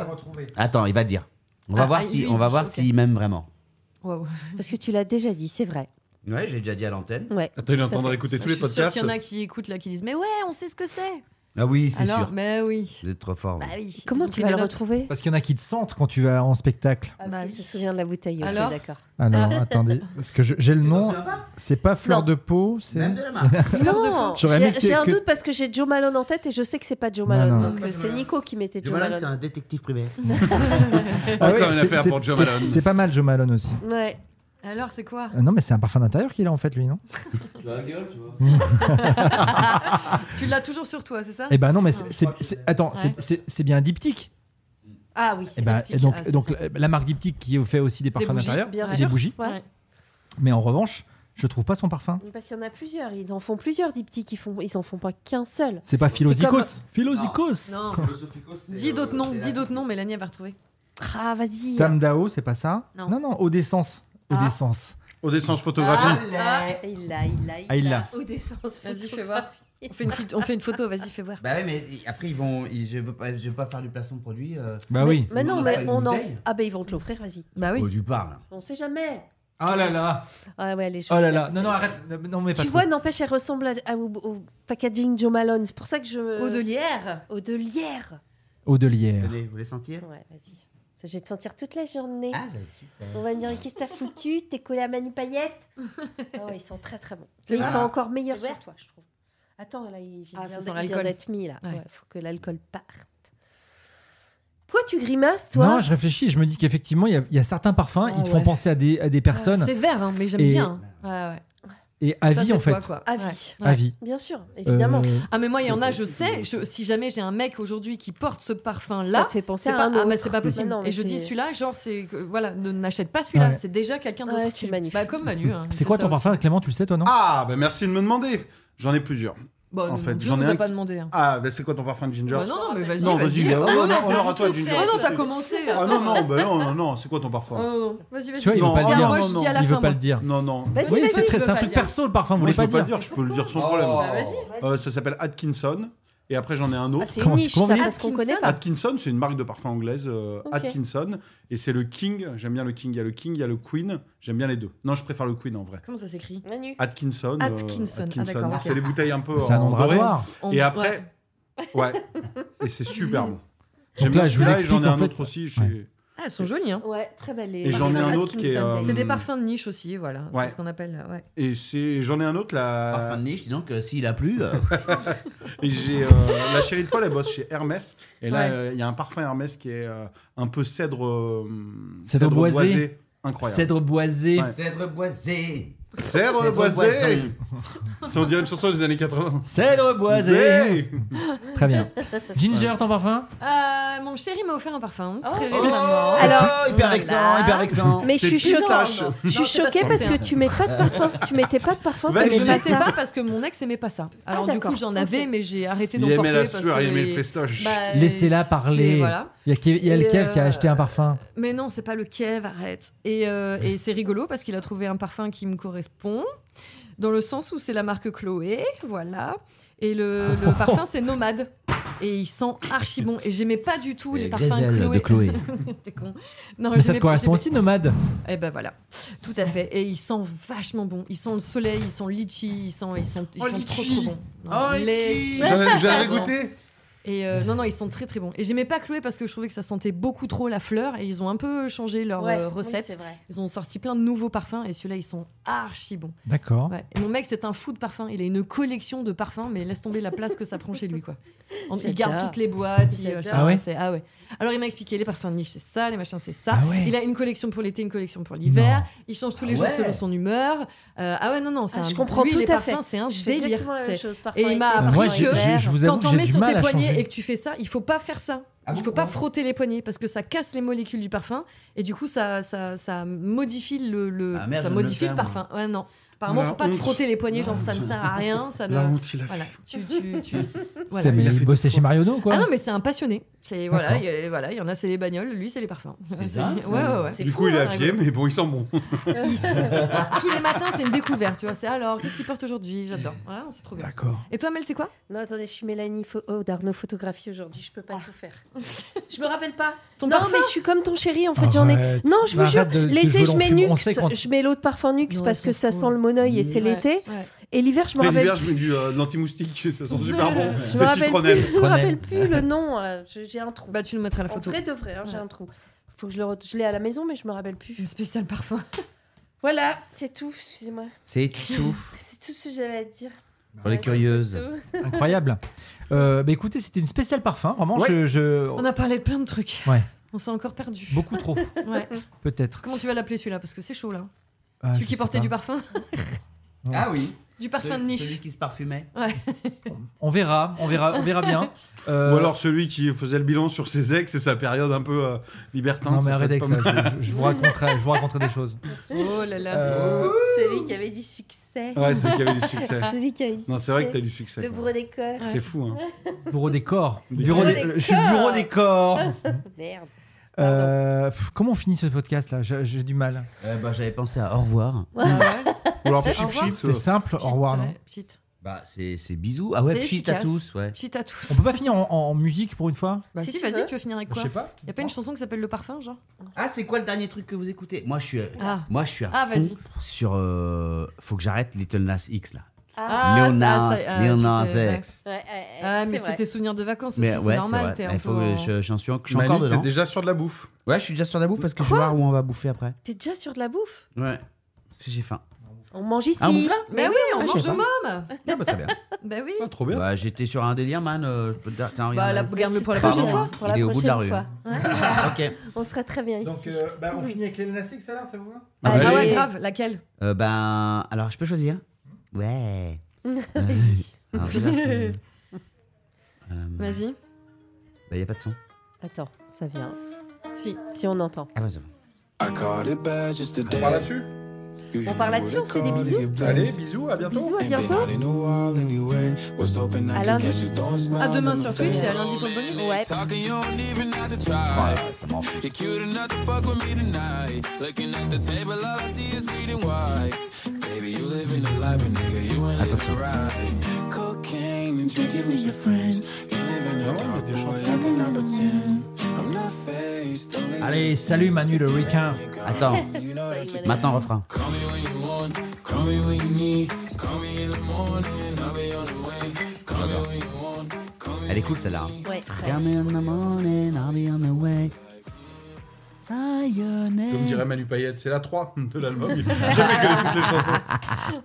Speaker 1: Attends, il va dire. On va
Speaker 3: Ah,
Speaker 1: voir
Speaker 3: ah,
Speaker 1: si,
Speaker 3: lui,
Speaker 1: on
Speaker 3: il
Speaker 1: va
Speaker 3: dit,
Speaker 1: voir
Speaker 3: ok.
Speaker 1: s'il m'aime vraiment.
Speaker 3: Waouh.
Speaker 2: parce que tu l'as déjà dit, c'est vrai.
Speaker 1: Ouais, j'ai déjà dit à l'antenne.
Speaker 2: Ouais.
Speaker 6: Attends, il est en train de réécouter tous
Speaker 3: Je
Speaker 6: les
Speaker 3: suis sûre
Speaker 6: podcasts.
Speaker 3: qu'il y en a qui écoutent là, qui disent Mais ouais, on sait ce que c'est.
Speaker 1: Ah oui, c'est
Speaker 3: Alors,
Speaker 1: sûr.
Speaker 3: mais oui.
Speaker 1: Vous êtes trop fort.
Speaker 3: Bah
Speaker 1: vous.
Speaker 3: oui.
Speaker 2: Comment
Speaker 3: Ils ont
Speaker 2: tu
Speaker 3: pris
Speaker 2: vas
Speaker 3: des
Speaker 2: le
Speaker 3: notes.
Speaker 2: retrouver
Speaker 5: Parce qu'il y en a qui te sentent quand tu vas en spectacle.
Speaker 2: Ah,
Speaker 3: Bah
Speaker 2: oui, il
Speaker 3: oui.
Speaker 2: se souvient de la bouteille. Ok,
Speaker 3: Alors
Speaker 2: d'accord.
Speaker 5: Ah non, attendez, parce que je- j'ai le nom. C'est pas fleur
Speaker 2: Non.
Speaker 5: de peau, c'est.
Speaker 1: Même de la marque.
Speaker 2: Non,
Speaker 5: J'aurais aimé
Speaker 2: j'ai
Speaker 5: que-
Speaker 2: j'ai un
Speaker 5: que-
Speaker 2: doute parce que j'ai Joe Malone en tête et je sais que c'est pas Joe
Speaker 5: Non,
Speaker 2: Malone.
Speaker 5: non.
Speaker 2: donc euh, c'est Nico qui mettait
Speaker 1: Joe
Speaker 2: Joe
Speaker 1: Malone, c'est
Speaker 2: Malone.
Speaker 1: un détective privé.
Speaker 5: Ah
Speaker 6: Encore
Speaker 5: ouais,
Speaker 6: une
Speaker 5: c'est-
Speaker 6: affaire
Speaker 5: c'est-
Speaker 6: pour Joe
Speaker 5: c'est-
Speaker 6: Malone.
Speaker 5: C'est pas mal Joe Malone aussi.
Speaker 2: Ouais.
Speaker 3: Alors, c'est quoi
Speaker 5: Euh, Non mais c'est un parfum d'intérieur qu'il a en fait lui non
Speaker 3: Tu l'as toujours sur toi, c'est ça
Speaker 5: Eh ben non mais c'est- c'est c'est- attends c'est-
Speaker 3: Ouais.
Speaker 5: c'est c'est bien diptyque.
Speaker 2: Ah oui,
Speaker 5: Eh
Speaker 2: c'est
Speaker 5: ben,
Speaker 3: Diptyque,
Speaker 5: donc
Speaker 3: ah, c'est
Speaker 5: donc
Speaker 3: ça.
Speaker 5: la, la marque diptyque qui fait aussi des parfums
Speaker 3: bougies,
Speaker 5: d'intérieur,
Speaker 2: bien
Speaker 5: c'est
Speaker 2: sûr.
Speaker 5: des bougies.
Speaker 2: Ouais.
Speaker 5: Mais en revanche je trouve pas son parfum.
Speaker 2: Parce qu'il y en a plusieurs, ils en font plusieurs des petits qui font, ils en font pas qu'un seul.
Speaker 5: C'est pas Philosikos.
Speaker 2: comme-
Speaker 5: Philosikos.
Speaker 3: Non. Dis d'autres noms, dis d'autres noms, Mélanie elle va retrouver.
Speaker 2: Ah vas-y.
Speaker 5: Tam Dao, c'est pas ça
Speaker 3: Non.
Speaker 5: non, eau d'essence. Eau
Speaker 3: Ah.
Speaker 5: d'essence.
Speaker 6: Au dessin photographie.
Speaker 3: Ah,
Speaker 2: Il l'a, il l'a,
Speaker 5: Ah, il l'a.
Speaker 2: Au descens,
Speaker 3: Vas-y, fais voir. On fait une, petite- on fait une photo, vas-y, fais voir.
Speaker 8: Bah ouais, mais i- après, ils vont. ils- je, veux pas, je veux pas faire du placement de produit. euh.
Speaker 5: Bah oui.
Speaker 2: Mais non,
Speaker 8: Une
Speaker 2: mais
Speaker 8: bouteille,
Speaker 2: on
Speaker 8: une
Speaker 2: en.
Speaker 8: bouteille
Speaker 2: Ah ben ils vont te l'offrir, vas-y.
Speaker 3: Bah oui.
Speaker 8: Oh, tu parles.
Speaker 2: On sait jamais.
Speaker 5: Oh là là.
Speaker 2: Ah ouais, les
Speaker 5: Oh là là. Non, non, arrête. Non, Non, mais pas
Speaker 2: Tu
Speaker 5: trop.
Speaker 2: vois, n'empêche, elle ressemble à- à- au, au packaging Joe Malone. C'est pour ça que je.
Speaker 3: Eau de lierre.
Speaker 2: Au de lierre.
Speaker 5: Audelière.
Speaker 8: Tenez, vous voulez sentir
Speaker 2: Ouais, vas-y. Ça, je vais te sentir toute la journée.
Speaker 8: Ah, ça va être super.
Speaker 2: On va me dire, qu'est-ce que t'as foutu T'es collé à Manu Paillette Ah ouais, ils sont très très bons. Mais ils
Speaker 8: Ah.
Speaker 2: sont encore meilleurs sur toi, je trouve. Attends, là, il vient,
Speaker 3: Ah, ça
Speaker 2: d'être-
Speaker 3: sent
Speaker 2: il vient
Speaker 3: l'alcool.
Speaker 2: d'être mis, là.
Speaker 3: Ouais.
Speaker 2: Ouais, faut que l'alcool parte. Pourquoi tu grimaces, toi
Speaker 5: Non, je réfléchis. Je me dis qu'effectivement, il y a- il y, a certains parfums,
Speaker 3: Ah
Speaker 5: ils te font
Speaker 3: ouais.
Speaker 5: penser à des, à des personnes.
Speaker 3: C'est vert, hein, mais j'aime
Speaker 5: Et-
Speaker 3: bien. Ouais, ouais.
Speaker 5: et à
Speaker 3: Ça,
Speaker 5: vie,
Speaker 3: c'est
Speaker 5: en fait.
Speaker 3: toi, quoi.
Speaker 2: À
Speaker 3: Ouais.
Speaker 2: vie.
Speaker 5: À vie.
Speaker 2: Bien sûr, évidemment.
Speaker 5: Euh,
Speaker 3: Ah, mais moi, il y en a, je sais. je- si jamais j'ai un mec aujourd'hui qui porte ce
Speaker 2: ça
Speaker 3: parfum-là,
Speaker 2: te fait penser
Speaker 3: Euh, c'est
Speaker 2: à
Speaker 3: pas,
Speaker 2: un
Speaker 3: ah, bah,
Speaker 2: autre.
Speaker 3: c'est pas possible.
Speaker 2: Bah non, mais
Speaker 3: Et je dis
Speaker 2: c'est-
Speaker 3: celui-là, genre, c'est. que- Voilà, ne n'achète pas celui-là.
Speaker 5: Ouais.
Speaker 3: C'est déjà quelqu'un d'autre.
Speaker 2: Ouais,
Speaker 3: qui-
Speaker 2: c'est Manu.
Speaker 3: Bah, comme Manu. hein, il
Speaker 5: C'est
Speaker 3: fait
Speaker 5: quoi
Speaker 3: ça
Speaker 5: ton
Speaker 3: aussi.
Speaker 5: parfum, Clément Tu le sais, toi, non
Speaker 6: Ah, ben merci de me demander. J'en ai plusieurs.
Speaker 3: Bah,
Speaker 6: En
Speaker 3: non,
Speaker 6: fait,
Speaker 3: non plus,
Speaker 6: j'en ai
Speaker 3: on vous a
Speaker 6: un
Speaker 3: pas
Speaker 6: qui-
Speaker 3: demandé. hein.
Speaker 6: Ah, ben c'est quoi ton parfum de ginger
Speaker 3: Bah, non, non, mais vas-y.
Speaker 6: Non, vas-y, mais-
Speaker 3: Oh,
Speaker 6: oh,
Speaker 3: non,
Speaker 6: non, non, on l'aura
Speaker 8: tout
Speaker 6: toi,
Speaker 8: fait.
Speaker 6: Ginger.
Speaker 3: oh, non,
Speaker 8: c'est-
Speaker 3: t'as commencé.
Speaker 6: Ah non, non, ben non, non, non, c'est quoi ton
Speaker 3: Oh,
Speaker 6: parfum
Speaker 3: non, non, Vas-y, vas-y.
Speaker 5: Tu vois, il veut
Speaker 6: Non,
Speaker 5: pas le
Speaker 6: ah,
Speaker 5: dire. Bah,
Speaker 3: Moi,
Speaker 6: non,
Speaker 3: je
Speaker 6: non.
Speaker 3: dis à la
Speaker 5: Il
Speaker 3: fin.
Speaker 5: veut pas
Speaker 3: moi. Bah,
Speaker 5: le dire.
Speaker 6: Non, non.
Speaker 2: Vas-y, vas-y.
Speaker 5: Oui, c'est très-
Speaker 3: il
Speaker 5: c'est
Speaker 3: veut
Speaker 5: un
Speaker 3: pas
Speaker 5: truc
Speaker 3: dire.
Speaker 5: perso, le parfum. Vous voulez
Speaker 6: Moi, je
Speaker 5: pas
Speaker 6: peux pas
Speaker 5: dire
Speaker 6: dire, je peux le dire sans
Speaker 8: Oh.
Speaker 6: problème.
Speaker 3: Bah, vas-y.
Speaker 6: Euh, ça s'appelle Atkinson. Et après, j'en ai un
Speaker 2: Ah,
Speaker 6: autre.
Speaker 2: c'est une
Speaker 5: Comment-
Speaker 2: niche,
Speaker 5: comment
Speaker 2: ça,
Speaker 5: on dit
Speaker 2: parce qu'on connaît pas.
Speaker 6: Atkinson, c'est une marque de parfum anglaise. euh,
Speaker 2: Ok.
Speaker 6: Atkinson. Et c'est le King. J'aime bien le King. Il y a le King, il y a le Queen. J'aime bien les deux. Non, je préfère le Queen en vrai.
Speaker 3: Comment ça s'écrit
Speaker 2: Manu.
Speaker 6: Atkinson. euh,
Speaker 3: Atkinson. Ah, d'accord, ok.
Speaker 6: C'est les bouteilles un peu.
Speaker 5: C'est un
Speaker 6: en
Speaker 5: nom de
Speaker 6: doré.
Speaker 5: rasoir.
Speaker 3: On-
Speaker 6: Et après.
Speaker 3: ouais.
Speaker 6: Ouais. Et c'est super bon.
Speaker 5: Donc
Speaker 6: J'aime bien
Speaker 5: là, je vous
Speaker 6: celui-là et
Speaker 5: explique,
Speaker 6: j'en ai
Speaker 5: en
Speaker 6: un
Speaker 5: fait-
Speaker 6: autre aussi. chez-
Speaker 5: Ouais.
Speaker 3: Ah, elles sont jolies, hein.
Speaker 2: Ouais, très belle. les
Speaker 6: Et j'en ai
Speaker 2: parfums
Speaker 6: un autre qui est,
Speaker 2: Atkinson,
Speaker 6: euh,
Speaker 2: d'ailleurs.
Speaker 3: C'est des
Speaker 6: Hum.
Speaker 3: parfums de niche aussi, voilà.
Speaker 6: Ouais.
Speaker 3: C'est ce qu'on appelle. Ouais.
Speaker 6: Et c'est, j'en ai un autre là.
Speaker 8: Parfum de niche, dis donc, euh, s'il a plu. euh,
Speaker 6: Et j'ai euh, la chérie de Paul, elle bosse chez Hermès. Et là,
Speaker 3: Ouais.
Speaker 6: euh, il y a un parfum Hermès qui est euh, un peu cèdre, euh,
Speaker 5: Cèdre boisé.
Speaker 6: Incroyable.
Speaker 5: Cèdre boisé.
Speaker 6: Ouais.
Speaker 8: Cèdre boisé.
Speaker 6: Cèdre,
Speaker 8: Cèdre
Speaker 6: boisé.
Speaker 8: boison.
Speaker 1: Oh,
Speaker 6: Ça, on dirait une chanson des années 80.
Speaker 5: Cèdre boisé.
Speaker 6: Boisé.
Speaker 5: Très bien. Ginger, ton parfum
Speaker 3: Euh, mon chéri m'a offert un parfum.
Speaker 2: Oh.
Speaker 3: très
Speaker 2: Oh.
Speaker 3: récemment.
Speaker 2: Alors-
Speaker 8: Oh, hyper vexant, hyper vexant.
Speaker 2: Mais je
Speaker 6: C'est
Speaker 2: suis
Speaker 6: bizarre,
Speaker 2: choquée.
Speaker 6: non, non.
Speaker 2: Je suis
Speaker 3: Non, c'est
Speaker 2: choquée
Speaker 3: parce
Speaker 2: parce
Speaker 3: que
Speaker 2: que tu mets pas de parfum. Tu mettais pas de parfum.
Speaker 6: Vas-y.
Speaker 2: t'aimais
Speaker 3: Je
Speaker 6: Je
Speaker 2: pas
Speaker 3: mettais
Speaker 2: ça.
Speaker 3: pas parce que mon ex aimait pas ça. Alors du
Speaker 2: d'accord.
Speaker 3: coup j'en avais mais j'ai arrêté d'en
Speaker 6: Il
Speaker 3: porter
Speaker 6: aimait la
Speaker 3: parce
Speaker 6: sueur,
Speaker 3: que
Speaker 6: il aimait
Speaker 3: les-
Speaker 6: le festoche.
Speaker 3: Bah,
Speaker 5: Laissez-la
Speaker 3: c'est-
Speaker 5: parler.
Speaker 3: c'est- voilà.
Speaker 5: Il y a, Kev, il y a
Speaker 3: Et
Speaker 5: le Kev qui a
Speaker 3: euh,
Speaker 5: acheté un parfum.
Speaker 3: Mais non, c'est pas le Kiev, arrête. Et, euh, et c'est rigolo parce qu'il a trouvé un parfum qui me correspond, dans le sens où c'est la marque Chloé, voilà. Et le, le parfum, c'est Nomade. Et il sent archi bon. Et j'aimais pas du tout les parfums
Speaker 8: Grisel
Speaker 3: Chloé.
Speaker 8: de Chloé.
Speaker 3: T'es con. Non,
Speaker 5: Mais ça
Speaker 3: j'aimais-
Speaker 5: te correspond
Speaker 3: j'aimais-
Speaker 5: aussi, nomade.
Speaker 3: Eh ben voilà, tout à fait. Et ils sentent vachement bon. Ils sentent le soleil, ils sentent litchi, ils sentent, ils sentent, ils
Speaker 6: Oh,
Speaker 3: sentent trop
Speaker 6: litchi.
Speaker 3: trop bons.
Speaker 8: Oh, litchi.
Speaker 6: J'en ai- j'en avais
Speaker 3: Pardon.
Speaker 6: goûté.
Speaker 3: Et euh, non non, ils sont très très bons. Et j'aimais pas Chloé parce que je trouvais que ça sentait beaucoup trop la fleur. Et ils ont un peu changé leur
Speaker 2: Ouais,
Speaker 3: euh,
Speaker 2: oui,
Speaker 3: recette.
Speaker 2: c'est vrai.
Speaker 3: Ils ont sorti plein de nouveaux parfums et ceux-là, ils sont archi bons.
Speaker 5: D'accord.
Speaker 3: Ouais. Et mon mec, c'est un fou de parfums. Il a une collection de parfums, mais laisse tomber la place que ça prend chez lui. quoi. En- il garde
Speaker 2: J'adore.
Speaker 3: toutes les boîtes. il-
Speaker 2: J'adore.
Speaker 3: je sais
Speaker 5: Ah
Speaker 3: pas,
Speaker 5: ouais
Speaker 3: c'est- ah ouais. Alors, il m'a expliqué les parfums de niche, c'est ça, les machins, c'est ça.
Speaker 5: Ah ouais.
Speaker 3: Il a une collection pour l'été, une collection pour l'hiver. Il change tous les
Speaker 8: Ah
Speaker 3: jours
Speaker 8: ouais.
Speaker 3: selon son humeur. Euh, ah ouais, non, non, c'est
Speaker 2: Ah,
Speaker 3: un-
Speaker 2: je comprends
Speaker 3: lui,
Speaker 2: tout
Speaker 3: les
Speaker 2: à fait.
Speaker 3: parfums, c'est un
Speaker 2: Je fais
Speaker 3: délire.
Speaker 2: exactement la même
Speaker 3: C'est-
Speaker 2: chose. Parfum
Speaker 3: Et il m'a
Speaker 2: été,
Speaker 3: appris
Speaker 5: Moi,
Speaker 2: parfum
Speaker 5: j'ai-
Speaker 3: que-
Speaker 5: j'ai-
Speaker 2: hiver.
Speaker 5: je vous avoue
Speaker 3: Quand
Speaker 5: que
Speaker 3: on
Speaker 5: j'ai
Speaker 3: met
Speaker 5: du
Speaker 3: sur
Speaker 5: mal
Speaker 3: tes
Speaker 5: à
Speaker 3: poignets
Speaker 5: changer.
Speaker 3: et que tu fais ça, il faut pas faire ça.
Speaker 8: Ah
Speaker 3: il
Speaker 8: bon
Speaker 3: faut pas
Speaker 8: Ouais.
Speaker 3: frotter les poignets parce que ça casse les molécules du parfum et du coup ça ça, ça modifie le, le-
Speaker 8: Ah merde,
Speaker 3: ça
Speaker 8: je vais
Speaker 3: modifie
Speaker 8: le
Speaker 3: le
Speaker 8: faire,
Speaker 3: parfum. Ouais non. Apparemment,
Speaker 6: La
Speaker 3: faut pas te
Speaker 6: honte.
Speaker 3: frotter les poignets, genre ça ne sert à rien, ça ne
Speaker 6: La honte, il a
Speaker 3: voilà,
Speaker 6: fait.
Speaker 3: tu tu tu voilà.
Speaker 5: Putain, mais
Speaker 6: Il a
Speaker 5: il
Speaker 6: fait
Speaker 5: bossait
Speaker 6: tout
Speaker 5: chez Marionneau, quoi.
Speaker 3: Ah non mais c'est un passionné. C'est voilà,
Speaker 5: D'accord.
Speaker 3: il y a- voilà, il y en a c'est les bagnoles, lui c'est les parfums.
Speaker 8: C'est ça,
Speaker 3: ouais ouais ouais.
Speaker 2: C'est
Speaker 6: Du
Speaker 2: fou,
Speaker 6: coup, il est
Speaker 2: hein,
Speaker 6: à
Speaker 3: ça
Speaker 6: pied,
Speaker 3: rigole.
Speaker 6: mais bon, il sent bon.
Speaker 3: Il se- Tous les matins, c'est une découverte, tu vois, c'est ah, alors qu'est-ce qu'il porte aujourd'hui J'adore. Ouais, on s'est trop bien.
Speaker 5: D'accord.
Speaker 3: Et toi Mel, c'est quoi
Speaker 2: Non, attendez, je suis Mélanie Fo- oh, d'Arnaud Photographie aujourd'hui. Je peux pas tout faire. Je me rappelle pas.
Speaker 3: Ton
Speaker 2: non,
Speaker 3: parfum
Speaker 2: mais je suis comme ton chéri, en fait, j'en ai.
Speaker 5: Arrête.
Speaker 2: Non, je vous jure,
Speaker 5: Ah, bah, Arrête de- de
Speaker 2: l'été,
Speaker 5: jouer
Speaker 2: je mets
Speaker 5: l'enfumé.
Speaker 2: Nux,
Speaker 5: On sait quand-
Speaker 2: je mets l'eau de parfum Nux
Speaker 3: Non,
Speaker 2: parce
Speaker 3: ils
Speaker 2: que
Speaker 3: sont
Speaker 2: ça
Speaker 3: fous.
Speaker 2: sent le monoeil et c'est
Speaker 3: Ouais,
Speaker 2: l'été.
Speaker 3: ouais.
Speaker 2: Et l'hiver, je me
Speaker 6: Mais
Speaker 2: rappelle
Speaker 6: L'hiver, je mets du, euh, de l'anti-moustique, ça sent super bon.
Speaker 2: Je me
Speaker 6: C'est
Speaker 2: rappelle plus,
Speaker 6: citronnelle.
Speaker 2: je me rappelle plus le nom. euh, je- J'ai un trou.
Speaker 3: Bah tu nous mettras la
Speaker 2: en
Speaker 3: photo.
Speaker 2: vrai de vrai, hein, j'ai
Speaker 3: Ouais.
Speaker 2: un trou. Faut que je le re- je l'ai à la maison, mais je me rappelle plus.
Speaker 3: Une spéciale parfum.
Speaker 2: Voilà, c'est tout. Excusez-moi.
Speaker 8: C'est tout.
Speaker 2: C'est tout ce que j'avais à te dire.
Speaker 8: Pour les curieuses.
Speaker 2: Tout.
Speaker 5: Incroyable. Euh, bah écoutez, c'était une spéciale parfum. Vraiment,
Speaker 6: Ouais.
Speaker 5: je, je-
Speaker 3: On a parlé de plein de trucs.
Speaker 5: Ouais.
Speaker 3: On s'est encore perdu.
Speaker 5: beaucoup trop,
Speaker 3: Ouais.
Speaker 5: peut-être.
Speaker 3: Comment tu vas l'appeler celui-là Parce que c'est chaud là.
Speaker 5: Ah,
Speaker 3: celui
Speaker 5: je
Speaker 3: qui
Speaker 5: sais
Speaker 3: portait
Speaker 5: pas.
Speaker 3: du parfum
Speaker 8: Ah oui.
Speaker 3: Du parfum de
Speaker 8: Celui-
Speaker 3: niche.
Speaker 8: Celui qui se parfumait.
Speaker 5: On verra, on verra, on verra bien. Euh,
Speaker 6: Ou alors celui qui faisait le bilan sur ses ex et sa période un peu euh, libertin.
Speaker 5: Non mais
Speaker 6: peut
Speaker 5: arrête
Speaker 6: être
Speaker 5: avec
Speaker 6: pas
Speaker 5: ça.
Speaker 6: mal.
Speaker 5: Je, je- je vous raconterai, je vous raconterai des choses.
Speaker 3: Oh là là.
Speaker 5: Euh,
Speaker 2: Celui qui avait du succès. Ah,
Speaker 6: Ouais, celui qui avait du succès.
Speaker 2: Celui qui avait du
Speaker 6: Non, c'est vrai que t'as
Speaker 2: succès.
Speaker 6: du succès.
Speaker 2: Le
Speaker 6: quoi.
Speaker 2: bourreau des corps.
Speaker 6: C'est fou, hein.
Speaker 5: bureau des corps.
Speaker 6: Des
Speaker 5: Bureau
Speaker 2: corps.
Speaker 5: des- Je suis bureau des corps.
Speaker 2: Merde.
Speaker 5: Euh, pff, comment on finit ce podcast là J'ai j'ai du mal.
Speaker 1: Eh ben,
Speaker 8: Euh, bah, J'avais pensé à au revoir.
Speaker 3: Ah ouais.
Speaker 6: Ou alors
Speaker 3: C'est- au
Speaker 6: chip
Speaker 3: revoir.
Speaker 6: chip.
Speaker 5: C'est simple, au revoir.
Speaker 3: Petite,
Speaker 5: Non
Speaker 3: ouais, petite.
Speaker 1: Bah, c'est c'est bisous. Ah ouais,
Speaker 3: C'est
Speaker 1: pchit à
Speaker 3: efficace.
Speaker 1: tous, ouais.
Speaker 3: Cheat à tous.
Speaker 5: On peut pas finir en, en musique pour une fois
Speaker 3: Bah
Speaker 2: Si
Speaker 3: si,
Speaker 2: tu
Speaker 3: vas-y,
Speaker 2: veux.
Speaker 3: tu veux finir avec quoi
Speaker 6: Je sais pas. Hein.
Speaker 3: Y a pas une chanson qui s'appelle Le Parfum, genre
Speaker 8: Ah, c'est quoi le dernier truc que vous écoutez
Speaker 1: Moi, je suis, euh,
Speaker 3: Ah.
Speaker 1: moi, je suis à
Speaker 3: Ah,
Speaker 1: fond
Speaker 3: vas-y.
Speaker 1: sur. euh, faut que j'arrête Little Nas X là.
Speaker 3: Ah,
Speaker 1: Lil
Speaker 3: ça,
Speaker 1: Nas,
Speaker 3: ça, ah,
Speaker 1: Lil
Speaker 3: tu t'es-
Speaker 1: Nas
Speaker 3: ouais.
Speaker 1: X.
Speaker 2: Ouais, ouais, ouais,
Speaker 3: Ah, mais
Speaker 2: c'est vrai.
Speaker 3: c'était souvenir de vacances aussi,
Speaker 1: Mais ouais,
Speaker 3: c'est
Speaker 1: c'est vrai.
Speaker 3: normal. t'es un
Speaker 1: Il
Speaker 3: peu
Speaker 1: faut que
Speaker 3: en-
Speaker 1: je, j'en suis, en- je suis
Speaker 6: Manu,
Speaker 1: encore
Speaker 6: t'es
Speaker 1: dedans.
Speaker 6: déjà sûr de la bouffe.
Speaker 1: Ouais, je suis déjà sur la bouffe parce que je vais voir où on va bouffer après.
Speaker 2: T'es déjà sur de la bouffe
Speaker 1: Ouais. Si j'ai faim.
Speaker 2: On mange ici.
Speaker 1: Ah, on bouffe là
Speaker 2: Bah
Speaker 3: Mais oui, on
Speaker 1: Ah, je
Speaker 3: mange
Speaker 1: sais
Speaker 3: au
Speaker 1: pas.
Speaker 3: môme
Speaker 1: Ah, bah, très bien.
Speaker 3: Bah oui
Speaker 6: Ah, trop bien.
Speaker 1: Bah, j'étais sur un délire, man. euh, je peux te dire, tiens,
Speaker 3: Bah,
Speaker 1: regarde.
Speaker 3: la- garde-le pour la
Speaker 2: Très
Speaker 3: prochaine
Speaker 2: bien,
Speaker 3: fois.
Speaker 2: Pour la
Speaker 1: Il est au bout de la
Speaker 2: prochaine
Speaker 1: rue,
Speaker 2: fois.
Speaker 1: hein.
Speaker 2: Ouais.
Speaker 1: ok.
Speaker 2: On serait très bien ici.
Speaker 4: Donc, euh, bah, on finit avec les Nas alors, ça vous va
Speaker 2: Bah,
Speaker 3: Ah
Speaker 1: Allez.
Speaker 3: ouais, grave, laquelle
Speaker 1: Euh, ben, alors je peux choisir Ouais. Euh, alors déjà, c'est. Euh, bah,
Speaker 3: Vas-y.
Speaker 1: y a pas de son.
Speaker 2: Attends, ça vient.
Speaker 3: Si.
Speaker 2: Si on entend.
Speaker 1: Ah, bah, c'est bon.
Speaker 6: On parle là-dessus.
Speaker 2: On parle là-dessus, on se fait des bisous. Eh ben,
Speaker 6: Allez, bisous, à bientôt.
Speaker 2: Bisous, à bientôt. À lundi. ah,
Speaker 3: À demain sur Twitch et à lundi pour le bonus.
Speaker 2: Ouais.
Speaker 1: Attention.
Speaker 5: Allez, salut Manu le requin.
Speaker 1: Attends, maintenant refrain. J'adore. Elle est cool celle-là. hein.
Speaker 2: Ouais, très
Speaker 1: Come in the morning, I'll be on the way. Say your name.
Speaker 6: Comme dirait Manu Payette, c'est la 3 de l'album. J'ai jamais gueulé toutes les chansons.